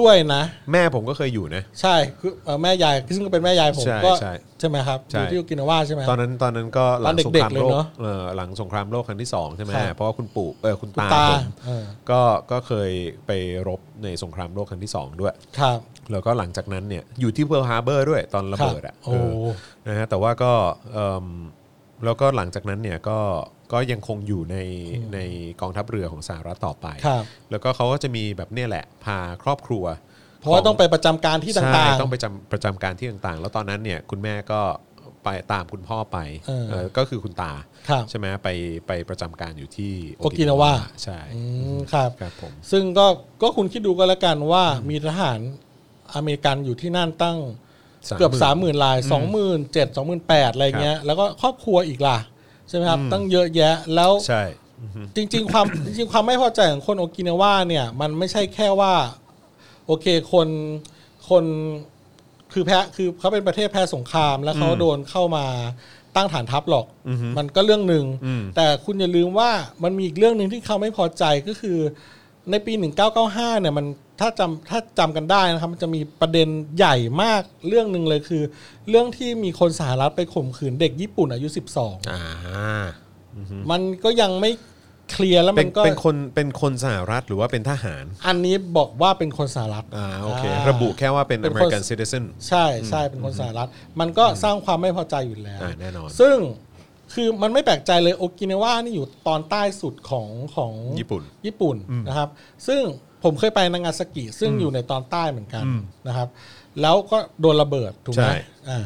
Speaker 3: ด้วยนะ
Speaker 2: แม่ผมก็เคยอยู่นะ
Speaker 3: ใช่คือเอ่อแม่ยายซึ่งก็เป็นแม่ยายผม
Speaker 2: ใช่
Speaker 3: ก็
Speaker 2: ใช่
Speaker 3: ใช่ไหมครับ
Speaker 2: ใช่
Speaker 3: อยู่ที่โอกินาว่าใช่ไหม
Speaker 2: ตอนนั้นตอนนั้นก็หลังสงคราม
Speaker 3: ตอนเด็กๆเลย
Speaker 2: โลก
Speaker 3: เนอะ
Speaker 2: เออหลังสงครามโลกครั้งที่ 2 ใช่ไหม
Speaker 3: ครับ
Speaker 2: เพราะว่าคุณปู่เออคุณตา
Speaker 3: คุณตา
Speaker 2: ผม
Speaker 3: เออ
Speaker 2: ก็ก็เคยไปรบในสงครามโลกครั้งที่ 2 ด้วย
Speaker 3: ครับ
Speaker 2: แล้วก็หลังจากนั้นเนี่ยอยู่ที่เพิร์ลฮาร์เบอร์ด้วยตอนระเบิดอ่ะ
Speaker 3: ครับโอ้โห
Speaker 2: เออนะฮะแต่ว่าก็เอิ่มแล้วก็หลังจากนั้นเนี่ยก็ก็ยังคงอยู่ในในกองทัพเรือของสหรัฐต่อไป
Speaker 3: ครับ
Speaker 2: แล้วก็เขาก็จะมีแบบเนี่ยแหละพาครอบครัว
Speaker 3: เพราะว่าต้องไปประจำการที่ต่าง
Speaker 2: ใช่ต้องไปจำประจำการที่ต่างๆ แล้วตอนนั้นเนี่ยคุณแม่ก็ไปตามคุณพ่อไป
Speaker 3: เออ
Speaker 2: เอ่อก็คือคุณตา
Speaker 3: ๆ ครับ
Speaker 2: ใช่ไหมไปไปประจำการอยู่ที่
Speaker 3: โอกินาวะ
Speaker 2: ใช่
Speaker 3: อืมครับ
Speaker 2: ครับผม
Speaker 3: ซึ่งก็ก็คุณคิดดูก็แล้วกันว่ามีทหารอเมริกันอยู่ที่นั่นตั้ง เกือบ 3 0,000 ลาย 27,000 28,000 อะไรเงี้ย แล้วก็ครอบครัวอีกล่ะ ใช่ไหมครับ ตั้งเยอะแยะแล้ว
Speaker 2: ใช่
Speaker 3: จริงๆ ความ จริงๆความไม่พอใจของคนโอกินาว่าเนี่ย มันไม่ใช่แค่ว่า โอเคคนคนคือแพ้คือเขาเป็นประเทศแพ้สงคราม แล้วเขาโดนเข้ามาตั้งฐานทัพหรอก มันก็เรื่องหนึ่งแต่คุณอย่าลืมว่ามันมีอีกเรื่องหนึ่งที่เขาไม่พอใจก็คือ ในปี 1995 เนี่ยมันถ้าจำถ้าจำกันได้นะครับ มันจะมีประเด็นใหญ่มากเรื่องหนึ่งเลยคือ เรื่องที่มีคนสหรัฐไปข่มขืนเด็กญี่ปุ่นอายุ 12
Speaker 2: อ่า
Speaker 3: มันก็ยังไม่เคลียร์แล้ว
Speaker 2: เป็
Speaker 3: มัน นก็
Speaker 2: เป็นคนเป็นคนสหรัฐหรือว่าเป็นทหาร
Speaker 3: อันนี้บอกว่าเป็นคนสหรัฐ
Speaker 2: อ่าโอเค
Speaker 3: อ่า
Speaker 2: ระบุแค่ว่าเป็น
Speaker 3: เป็นคน
Speaker 2: American citizen
Speaker 3: ใช่ใช่เป็นคนสหรัฐ มันก็สร้างความไม่พอใจอยู่แล้ว
Speaker 2: อ่าแน่นอน
Speaker 3: ซึ่งคือมันไม่แปลกใจเลยโอกินาวานี่อยู่ตอนใต้สุดของของ
Speaker 2: ญี่ปุ่น
Speaker 3: ญี่ปุ่นนะครับ ซึ่งผมเคยไปนางาซากิซึ่งอยู่ในตอนใต้เหมือนกันนะครับ แล้วก็โดนระเบิดถูกไหม
Speaker 2: ใช่
Speaker 3: อ่า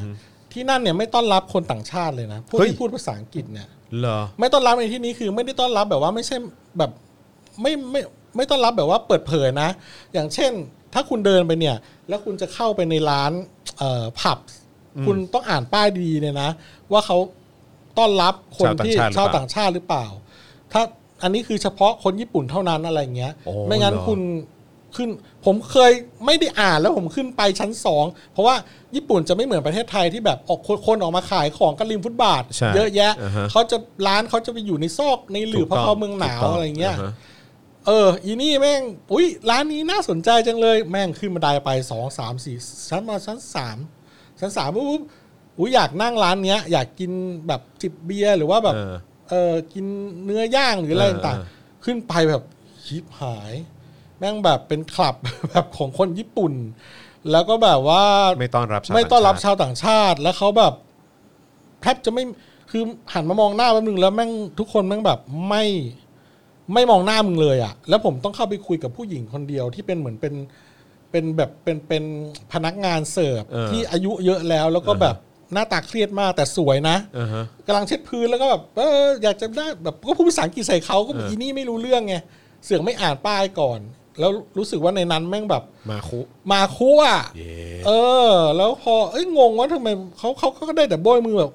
Speaker 3: ที่นั่นเนี่ยไม่ต้อนรับคนต่างชาติเลยนะผู้ที่พูดภาษาอังกฤษเนี่ย
Speaker 2: เหรอ
Speaker 3: ไม่ต้อนรับในที่นี้คือไม่ได้ต้อนรับแบบว่าไม่ใช่แบบไม่ไม่ไม่ต้อนรับแบบว่าเปิดเผยนะ อย่างเช่น ถ้าคุณเดินไปเนี่ย แล้วคุณจะเข้าไปในร้านเอ่อผับ คุณต้องอ่านป้ายดีๆเนี่ยนะ ว่าเขาต้อนรับคนที่
Speaker 2: ชา
Speaker 3: ชาวว
Speaker 2: ต่า
Speaker 3: ต่าง ง
Speaker 2: ชา
Speaker 3: ชา
Speaker 2: ติ
Speaker 3: ติหรือเปล่า ถ้าอันนี้คือเฉพาะคนญี่ปุ่นเท่านั้นอะไรเงี้ย
Speaker 2: โอ้
Speaker 3: ไม่งั้น
Speaker 2: เหรอ
Speaker 3: คุณขึ้นผมเคยไม่ได้อ่านแล้วผมขึ้นไปชั้นสองเพราะว่าญี่ปุ่นจะไม่เหมือนประเทศไทยที่แบบออกคนคนออกมาขายของกันริมฟุตบาท
Speaker 2: ใช่
Speaker 3: เยอะแยะ
Speaker 2: อ่าฮะ
Speaker 3: เขาจะร้านเขาจะไปอยู่ในซอกในหลื
Speaker 2: ถู
Speaker 3: บ
Speaker 2: ก
Speaker 3: เพราะ
Speaker 2: ต้
Speaker 3: เขาเมืองหนาว
Speaker 2: ถูกต้
Speaker 3: อะไรเงี้ย
Speaker 2: าฮะ
Speaker 3: เออ อีนี่แม่ง อุ้ยร้านนี้น่าสนใจจังเลย แม่งขึ้นบันไดไปสองสามสี่ชั้นมาชั้นสามชั้นสามปุ๊บปุ๊บอุ้ยอยากนั่งร้านเนี้ย อยากกินแบบจิบเบียร์หรือว่าแบบ
Speaker 2: เออ
Speaker 3: เออกินเนื้อย่างหรืออะไร
Speaker 2: เออ
Speaker 3: ต่าง
Speaker 2: เออ
Speaker 3: ๆ ขึ้นไปแบบชิบหาย แม่งแบบเป็นคลับ แบบของคนญี่ปุ่น แล้วก็แบบว่า
Speaker 2: ไม่ต้อนรับชาว
Speaker 3: ไม่ต้อนรับ
Speaker 2: างชาติ
Speaker 3: ชาวต่างชาติ แล้วเขาแบบแทบจะไม่คือหันมามองหน้าแป๊บนึงแล้วแม่งทุกคนแม่งแบบไม่ไม่มองหน้ามึงเลยอะ่ะ แล้วผมต้องเข้าไปคุยกับผู้หญิงคนเดียวที่เป็นเหมือนเป็นเป็นแบบเป็นเป็นพนักงานเสิร์ฟที่อายุเยอะแล้ว แล้วก็แบบหน้าตาเครียดมากแต่สวยนะ
Speaker 2: อ่าฮะ
Speaker 3: กำลังเช็ดพื้นแล้วก็แบบเอออยากจะได้แบบก็พูดภาษาอังกฤษใส่เขาก็บอกอีนี่ไม่รู้เรื่องไงเสือกไม่อ่านป้ายก่อน แล้วรู้สึกว่าในนั้นแม่งแบบ
Speaker 2: มาคุ
Speaker 3: มาคั่ว
Speaker 2: เย้
Speaker 3: เออ แล้วพอเอ้ยงงว่าทำไมเขาเขาเขาก็ได้แต่โบยมือแบบ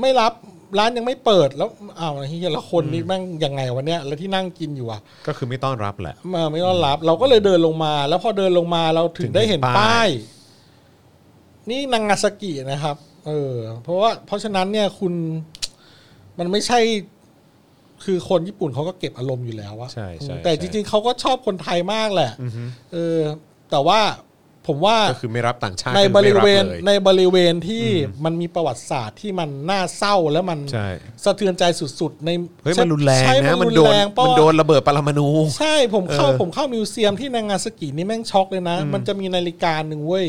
Speaker 3: ไม่รับร้านยังไม่เปิดแล้วอ้าวเฮียละคนนี่แม่งยังไงวันเนี้ยแล้วที่นั่งกินอยู่อ่ะ
Speaker 2: ก็คือไม่ต้อนรับแหละ
Speaker 3: มาไม่ต้อนรับ เราก็เลยเดินลงมา แล้วพอเดินลงมาเราถึ
Speaker 2: ถึ
Speaker 3: ง
Speaker 2: ง
Speaker 3: ได้เห็น
Speaker 2: เห็นป้า
Speaker 3: ป้าย ย นี่นางงาซากินะครับ เออ เพราะว่าเพราะฉะนั้นเนี่ยคุณ มันไม่ใช่ คือคนญี่ปุ่นเขาก็เก็บอารมณ์อยู่แล้วอะ
Speaker 2: ใช่ใช่
Speaker 3: อืมแต่
Speaker 2: ใช่
Speaker 3: จริงๆเขาก็ชอบคนไทยมากแหละ เออ แต่ว่าผมว่า
Speaker 2: ก็คือไม่รับต่างชาติ
Speaker 3: ใน
Speaker 2: ก็คือบ ไม่
Speaker 3: ริเวณ
Speaker 2: ลย
Speaker 3: ในบริเวณที่มันมีประวัติศาสตร์ที่มันน่าเศร้าแล้วมัน
Speaker 2: ใช่
Speaker 3: สะเทือนใจสุดๆ ใน
Speaker 2: เฮ้ยมันรุนแรง
Speaker 3: ใช่
Speaker 2: นะ
Speaker 3: มั
Speaker 2: มัน
Speaker 3: น
Speaker 2: โด
Speaker 3: รุ
Speaker 2: น
Speaker 3: นแรงเพราะ
Speaker 2: มัน
Speaker 3: ว่า
Speaker 2: โดนระเบิดปรมาณู
Speaker 3: ใช่ผมเข้า
Speaker 2: เออ
Speaker 3: ผมเข้ามิวเซียมที่นางาซากินี่แม่งช็อกเลยนะ มันจะมีนาฬิกาหนึ่งเว้ย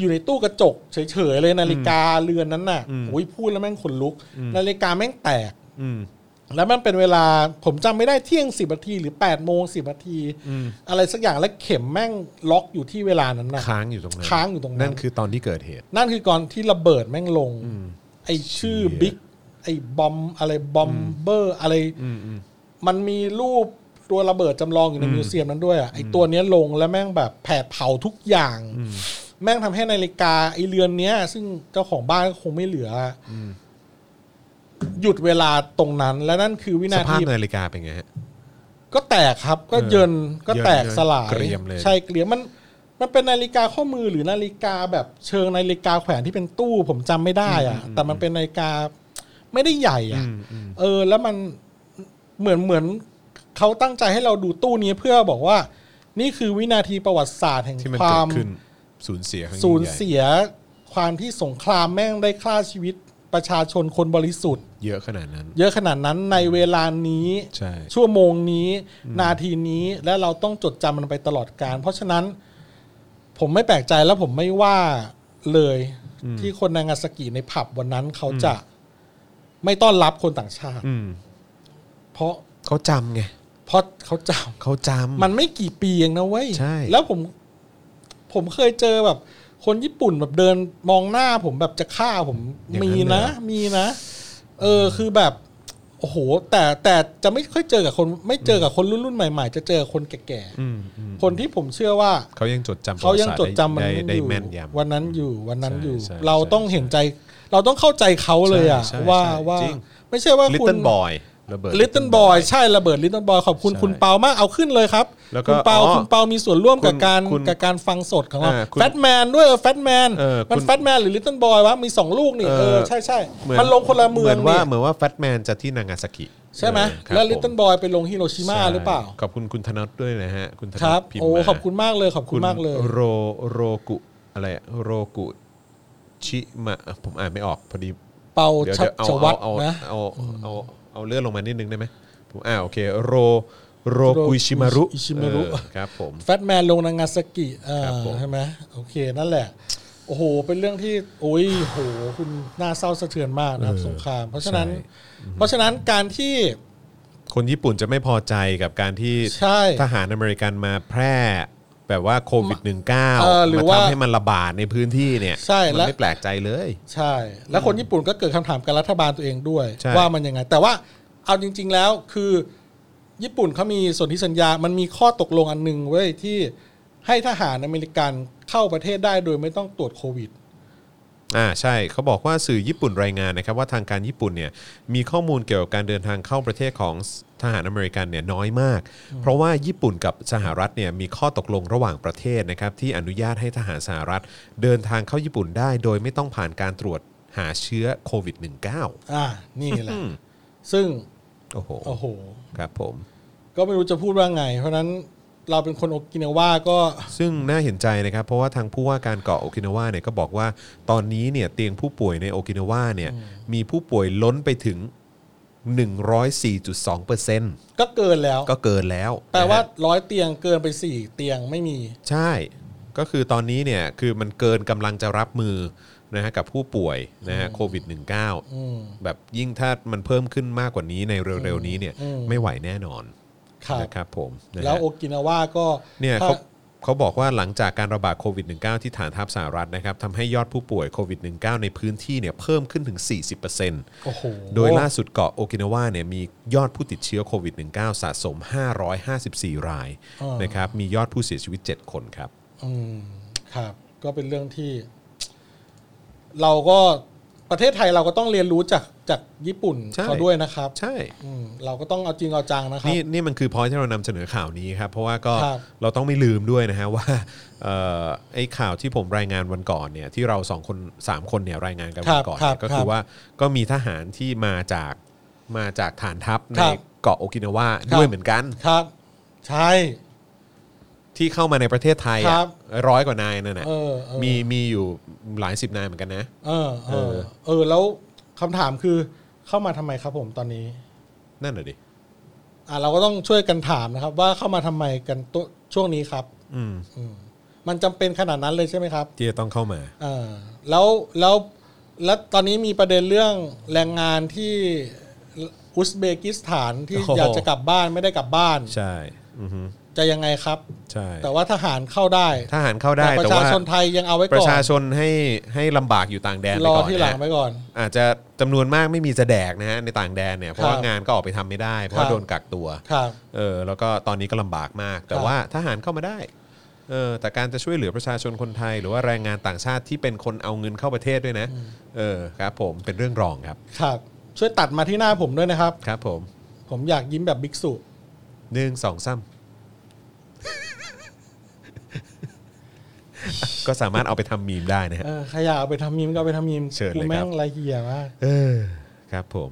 Speaker 3: อยู่ในตู้กระจกเฉยๆเลยนาฬิกาเรือนนั้นน่ะโอ้ยพูดแล้วแม่งขนลุก นาฬิกาแม่งแตก
Speaker 2: อืม
Speaker 3: แล้วมันเป็นเวลาผมจำไม่ได้เที่ยงสิบนาทีหรือ8ปดโมงสิบนาที อะไรสักอย่างแล้วเข็มแม่งล็อกอยู่ที่เวลานั้นน่ะ
Speaker 2: ค้างอยู่ตรงนั้น
Speaker 3: ค้างอยู่ตรงนั้น
Speaker 2: นั่นคือตอนที่เกิดเหตุ
Speaker 3: นั่นคือก่อนที่ระเบิดแม่งลง ไอชื่อ
Speaker 2: เชี่ย
Speaker 3: บิ๊กไอบอมอะไรบอมเบอร์อะไร มันมีรูปตัวระเบิดจำลองอยู่ในมิวเซียมนั้นด้วยอ่ะไอตัวเนี้ยลงแล้วแม่งแบบแผดเผาทุกอย่าง แม่งทำให้นาฬิกาไอเรือนเนี้ย ซึ่งเจ้าของบ้านก็คงไม่เหลืออ่ะหยุดเวลาตรงนั้น และนั่นคือวิ
Speaker 2: ส
Speaker 3: นา
Speaker 2: ภาพ
Speaker 3: ที
Speaker 2: นาฬิกาเป็นไงฮะ
Speaker 3: ก็แตกครับก็
Speaker 2: เออ
Speaker 3: เยินก็แตก
Speaker 2: เยิน
Speaker 3: สลาย
Speaker 2: เกรียมเลย
Speaker 3: ใช่เกลียมมันมันเป็นนาฬิกาข้อมือหรือนาฬิกาแบบเชิงนาฬิกาแขวนที่เป็นตู้ผมจำไม่ได้อะแต่มันเป็นนาฬิกาไม่ได้ใหญ่อะเออ แล้วมันเหมือนเหมือนเขาตั้งใจให้เราดูตู้นี้เพื่อบอกว่า นี่คือวินาทีประวัติศาสตร์แห่ง
Speaker 2: ที่มัน
Speaker 3: ค
Speaker 2: เกิ
Speaker 3: วา
Speaker 2: ด
Speaker 3: ม
Speaker 2: ขึ้นสูญเสียครั้ง
Speaker 3: สู
Speaker 2: ยิ่
Speaker 3: ญ
Speaker 2: งใหญ่
Speaker 3: เสียความที่สงครามแม่งได้ฆ่าชีวิตประชาชนคนบริสุทธิ์
Speaker 2: เยอะขนาดนั้น
Speaker 3: เยอะขนาดนั้นในเวลานี้
Speaker 2: ใช่
Speaker 3: ชั่วโมงนี้ นาทีนี้และเราต้องจดจำมันไปตลอดการ เพราะฉะนั้น ผมไม่แปลกใจและผมไม่ว่าเลยที่คนนางาซากิในผับวันนั้นเขาจะไม่ต้อนรับคนต่างชาติ
Speaker 2: อืม
Speaker 3: เพราะ
Speaker 2: เขาจำไง
Speaker 3: เพราะเขาจ
Speaker 2: เขาจำ
Speaker 3: ำมันไม่กี่ปีเองนะเว้ย
Speaker 2: ใช่
Speaker 3: แล้วผม ผมเคยเจอแบบ คนญี่ปุ่นแบบเดินมองหน้าผมแบบจะฆ่าผม
Speaker 2: อย่างนั้
Speaker 3: มี
Speaker 2: นเลยเห
Speaker 3: นะ
Speaker 2: รอ
Speaker 3: มีนะ เออคือแบบ โอ้โห แต่แต่จะไม่ค่อยเจอกับคน ไม่เจอกับคนรุ่นรุ่นใหม่ๆ จะเจอคนแก่
Speaker 2: อืมอืม
Speaker 3: ๆ คนที่ผมเชื่อว่า
Speaker 2: เขายังจดจำ
Speaker 3: เขายังจดจำมัน
Speaker 2: ได้
Speaker 3: นั้น
Speaker 2: ได้
Speaker 3: อยู่
Speaker 2: แม่นยำ
Speaker 3: วันนั้นอยู่วันนั้น
Speaker 2: ใช่
Speaker 3: อยู่
Speaker 2: ใช่
Speaker 3: เราต้องเห็นใจ เราต้องเข้าใจเขาเลยอะ
Speaker 2: ใช่ใช่
Speaker 3: ว่า
Speaker 2: ใช่
Speaker 3: ว่า
Speaker 2: จริง
Speaker 3: ไม่ใช่ว่า
Speaker 2: ลิต
Speaker 3: คุณ
Speaker 2: เติ้ลบอยระเบิด
Speaker 3: ลิตเติ้ลบอยใช่ระเบิดลิตเติ้ลบอยขอบคุณ
Speaker 2: ใช่
Speaker 3: คุณเปามากเอาขึ้นเลยครับ
Speaker 2: แล้วก็
Speaker 3: คุณเปา
Speaker 2: อ๋อ
Speaker 3: คุณเปามีส่วนร่วมกับ
Speaker 2: คุณ
Speaker 3: การ
Speaker 2: คุณ
Speaker 3: กับการฟังสดของเรา
Speaker 2: อ่าคุณ
Speaker 3: แฟตแมนด้วยเออแฟตแมน
Speaker 2: เออ
Speaker 3: มัน
Speaker 2: คุณ
Speaker 3: แฟตแมนหรือลิตเติ้ลบอยวะมีสองลูกนี่
Speaker 2: เอ
Speaker 3: เอ
Speaker 2: อ
Speaker 3: อใช่ใช่
Speaker 2: เหมือ
Speaker 3: มันลงคนละเมื
Speaker 2: เห
Speaker 3: อง
Speaker 2: มือนว่า
Speaker 3: นี่
Speaker 2: เหมือนว่าแฟตแมนจะที่นางาซากิ
Speaker 3: ใช่ไหม
Speaker 2: เออครับ
Speaker 3: แล้วลิตเติ้ล
Speaker 2: ผม
Speaker 3: บอยไปลงฮิโรชิมาหรือเปล่า
Speaker 2: ใช่ขอบคุณคุณธนทด้วยนะฮะ คุณธนท
Speaker 3: ครับ
Speaker 2: พิมพ์
Speaker 3: โอ้
Speaker 2: มา
Speaker 3: ขอบคุณมากเลยขอบคุณมากเลย
Speaker 2: โรโรกุอะไรอะโรกุชิมะอ่ะผมอ่านไม่ออกพอดี
Speaker 3: เปา
Speaker 2: เดี๋ยว
Speaker 3: ชั
Speaker 2: เดี๋ยวเอา
Speaker 3: ชวัต
Speaker 2: เอา
Speaker 3: นะ
Speaker 2: เอาเอาเอาเอาเอาเลื่อนลงมานิดนึงได้ไหมผมอ่าโอเคโรโรกุชิมารุ
Speaker 3: อิชิมารุ
Speaker 2: เออครับผม
Speaker 3: แฟตแมนลงนางาซากิเอ่อ
Speaker 2: ครับผม
Speaker 3: ใช่ไหมโอเค นั่นแหละ โอ้โห เป็นเรื่องที่ โอ้ยโห คุณน่าเศร้าสะเทือนมากนะครับสงคราม เพราะฉะนั้น เพราะฉะนั้นการที่
Speaker 2: คนญี่ปุ่นจะไม่พอใจกับการที่
Speaker 3: ใช่
Speaker 2: ทหารอเมริกันมาแพร่แบบว่าโควิด -19
Speaker 3: เออหรือ
Speaker 2: มา
Speaker 3: ว่า
Speaker 2: ทำให้มันระบาดในพื้นที่เนี่ย
Speaker 3: ใช่
Speaker 2: มั
Speaker 3: และ
Speaker 2: ไม่แปลกใจเลย
Speaker 3: ใช่ แล้วคนญี่ปุ่นก็เกิดคำถามกับรัฐบาลตัวเองด้วย
Speaker 2: ใช่
Speaker 3: ว่ามันยังไง แต่ว่าเอาจริง ๆ แล้วคือ ญี่ปุ่นเขามีสนธิสัญญา มันมีข้อตกลงอันหนึ่งเว้ยที่ให้ทหารอเมริกันเข้าประเทศได้โดยไม่ต้องตรวจโควิด
Speaker 2: อ่าใช่เขาบอกว่าสื่อญี่ปุ่นรายงานนะครับว่าทางการญี่ปุ่นเนี่ยมีข้อมูลเกี่ยวกับการเดินทางเข้าประเทศของทหารอเมริกันเนี่ยน้อยมาก เพราะว่าญี่ปุ่นกับสหรัฐเนี่ยมีข้อตกลงระหว่างประเทศนะครับที่อนุญาตให้ทหารสหรัฐ เดินทางเข้าญี่ปุ่นได้ โดยไม่ต้องผ่านการตรวจหาเชื้อโควิด -19
Speaker 3: อ่า นี่แหละ ซึ่ง
Speaker 2: โอ้โห
Speaker 3: โอ้โห
Speaker 2: ครับผม
Speaker 3: ก็ไม่รู้จะพูดว่าไง เพราะฉะนั้นเราเป็นคนโอกินาวาก็
Speaker 2: ซึ่งน่าเห็นใจนะครับ เพราะว่าทางผู้ว่าการเกาะโอกินาวาเนี่ยก็บอกว่าตอนนี้เนี่ยเตียงผู้ป่วยในโอกินาวาเนี่ยมีผู้ป่วยล้นไปถึง 104.2%
Speaker 3: ก็เกินแล้ว
Speaker 2: ก็เกินแล้ว
Speaker 3: แปลว่า
Speaker 2: นะฮะ
Speaker 3: ร้อยเตียงเกินไปสี่เตียงไม่มี
Speaker 2: ใช่ ก็คือตอนนี้เนี่ยคือมันเกินกำลังจะรับมือนะฮะกับผู้ป่วยนะฮะโควิด
Speaker 3: อืม
Speaker 2: -19 แบบยิ่งถ้ามันเพิ่มขึ้นมากกว่านี้ในเร็วๆนี้เนี่ย
Speaker 3: อืม
Speaker 2: ไม่ไหวแน่นอน
Speaker 3: ครับ
Speaker 2: นะครับผมนะฮะ
Speaker 3: แล้วโอกินาวาก็
Speaker 2: เนี่ย
Speaker 3: ถ้า
Speaker 2: เขาเขาบอกว่าหลังจากการระบาดโควิด -19 ที่ฐานทัพสหรัฐนะครับทำให้ยอดผู้ป่วยโควิด -19 ในพื้นที่เนี่ยเพิ่มขึ้นถึง 40%
Speaker 3: โอ้โห
Speaker 2: โดยล่าสุดเกาะโอกินาวาเนี่ยมียอดผู้ติดเชื้อโควิด -19 สะสม 554 รายนะครับมียอดผู้เสียชีวิต 7 คนครับ
Speaker 3: อืมครับ ก็เป็นเรื่องที่ เราก็ประเทศไทยเราก็ต้องเรียนรู้จากจากญี่ปุ่น
Speaker 2: ใช่
Speaker 3: เขาด้วยนะครับ
Speaker 2: ใช่
Speaker 3: อืมเราก็ต้องเอาจริงเอาจังนะครับ
Speaker 2: นี่นี่มันคือพอยที่เรานำเสนอข่าวนี้ครับ เพราะว่าก็
Speaker 3: ครับ
Speaker 2: เราต้องไม่ลืมด้วยนะฮะ ว่าเอ่อไอ้ข่าวที่ผมรายงานวันก่อนเนี่ยที่เราสองคนสามคนเนี่ยรายงานกันวันก่อน
Speaker 3: ครับ
Speaker 2: เนี่ยก็
Speaker 3: ครับ
Speaker 2: คือว่าก็มีทหารที่มาจากมาจากฐานทัพใน
Speaker 3: ครับ
Speaker 2: เกาะโอกินาวา
Speaker 3: ครับ
Speaker 2: ด้วยเหมือนกัน
Speaker 3: ครับ ใช่
Speaker 2: ที่เข้ามาในประเทศไทย
Speaker 3: ครั
Speaker 2: อะ
Speaker 3: บ
Speaker 2: ร้อยกว่านายนั่นน่ะ
Speaker 3: เออเออ
Speaker 2: มีมีอยู่หลายสิบนายเหมือนกันนะ
Speaker 3: เออเอ
Speaker 2: เออ
Speaker 3: อเออ แล้วคำถามคือเข้ามาทำไมครับผมตอนนี้
Speaker 2: นั่นน่ะดิ
Speaker 3: อ่ะเราก็ต้องช่วยกันถามนะครับ ว่าเข้ามาทำไมกันตัวช่วงนี้ครับ
Speaker 2: อืม
Speaker 3: อืมมันจำเป็นขนาดนั้นเลยใช่ไหมครับ
Speaker 2: ที่จะต้องเข้ามา
Speaker 3: เออแล้วแล้วแล้วตอนนี้มีประเด็นเรื่องแรงงานที่อุซเบกิสถานที่
Speaker 2: โอ้โห
Speaker 3: อยากจะกลับบ้านไม่ได้กลับบ้าน
Speaker 2: ใช่อือฮึ
Speaker 3: จะยังไงครับ
Speaker 2: ใช่
Speaker 3: แต่ว่าทหารเข้าได้
Speaker 2: ทหารเข้าได้
Speaker 3: แต่ป
Speaker 2: แต่
Speaker 3: ระชา
Speaker 2: ว่า
Speaker 3: ชนไทยยังเอาไว้
Speaker 2: ป
Speaker 3: ก่
Speaker 2: ระ
Speaker 3: อน
Speaker 2: ชาชนให้ให้ลำบากอยู่ต่างแดนไป
Speaker 3: รอ
Speaker 2: ก่อน
Speaker 3: ที่หลัง
Speaker 2: นะฮะ
Speaker 3: ไว้ก่อน
Speaker 2: อาจจะจำนวนมากไม่มีจะแดกนะฮะในต่างแดนเนี่ยเพราะ
Speaker 3: ครับ
Speaker 2: ว่างานก็ออกไปทำไม่ได้ เพราะ
Speaker 3: ค
Speaker 2: ว่า
Speaker 3: รับ
Speaker 2: โดนกักตัว
Speaker 3: ครับ
Speaker 2: เออแล้วก็ตอนนี้ก็ลำบากมาก แต่
Speaker 3: ครับ
Speaker 2: ว่าทหารเข้ามาได้เออแต่การจะช่วยเหลือประชาชนคนไทย หรือว่าแรงงานต่างชาติที่เป็นคนเอาเงินเข้าประเทศด้วยนะเออครับผมเป็นเรื่องรองครับ
Speaker 3: ครับ ช่วยตัดมาที่หน้าผมด้วยนะครับ
Speaker 2: ครับผม
Speaker 3: ผมอยากยิ้มแบบบิ๊กสุ
Speaker 2: หนึ่งสองสามก็สามารถเอาไปทำมีมได้นะฮะ
Speaker 3: เออใครอยากเอาไปทำมีมก็เอาไปทำมีม
Speaker 2: เชิญ
Speaker 3: กู
Speaker 2: เลยครับ
Speaker 3: แม่งไรเหียมาก
Speaker 2: เออครับผม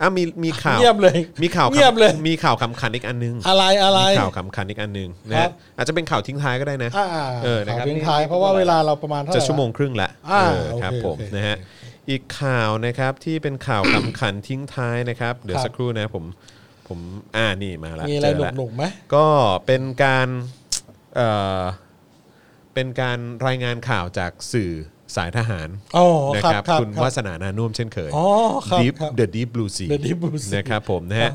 Speaker 2: อ่ะมีมีข่าว
Speaker 3: เงียบเลย
Speaker 2: มีข่าว
Speaker 3: เงียบเลย
Speaker 2: มีข่าวขำขันอีกอันนึง
Speaker 3: อะไรอะไร
Speaker 2: มีข่าวขำขันอีกอันนึงนะ
Speaker 3: ครั
Speaker 2: ฮะ
Speaker 3: บ
Speaker 2: อาจจะเป็นข่าวทิ้งท้ายก็ได้นะ
Speaker 3: อ่า
Speaker 2: เออนะครับ
Speaker 3: ข่าวทิ้งท้ายเพราะว่าเวลาเราประมาณเท่าไหร่
Speaker 2: จะชั่วโมงครึ่งละ
Speaker 3: อ่า
Speaker 2: เออ
Speaker 3: โอเค
Speaker 2: ครับผม
Speaker 3: โอเค
Speaker 2: นะฮะอีกข่าวนะครับที่เป็นข่าวขำขันทิ้งท้ายนะครับ เดี๋ยว
Speaker 3: ครับ
Speaker 2: สักครู่นะผมผมอ่านี่มาละ
Speaker 3: มีอะไร
Speaker 2: เจ
Speaker 3: หนุ
Speaker 2: ละ
Speaker 3: กหนุกๆไหม
Speaker 2: ก็เป็นการเอ่อเป็นการรายงานข่าวจากสื่อสายทหาร
Speaker 3: อ๋อ
Speaker 2: นะครับ
Speaker 3: ครับ
Speaker 2: คุณ
Speaker 3: ครับ
Speaker 2: วาสนานานุ่วมเช่นเคย
Speaker 3: อ๋อครับ
Speaker 2: Deep
Speaker 3: ครับ
Speaker 2: The Deep Blue Sea
Speaker 3: The Deep Blue Sea
Speaker 2: นะครับผมนะ
Speaker 3: ครั
Speaker 2: ฮะ
Speaker 3: บ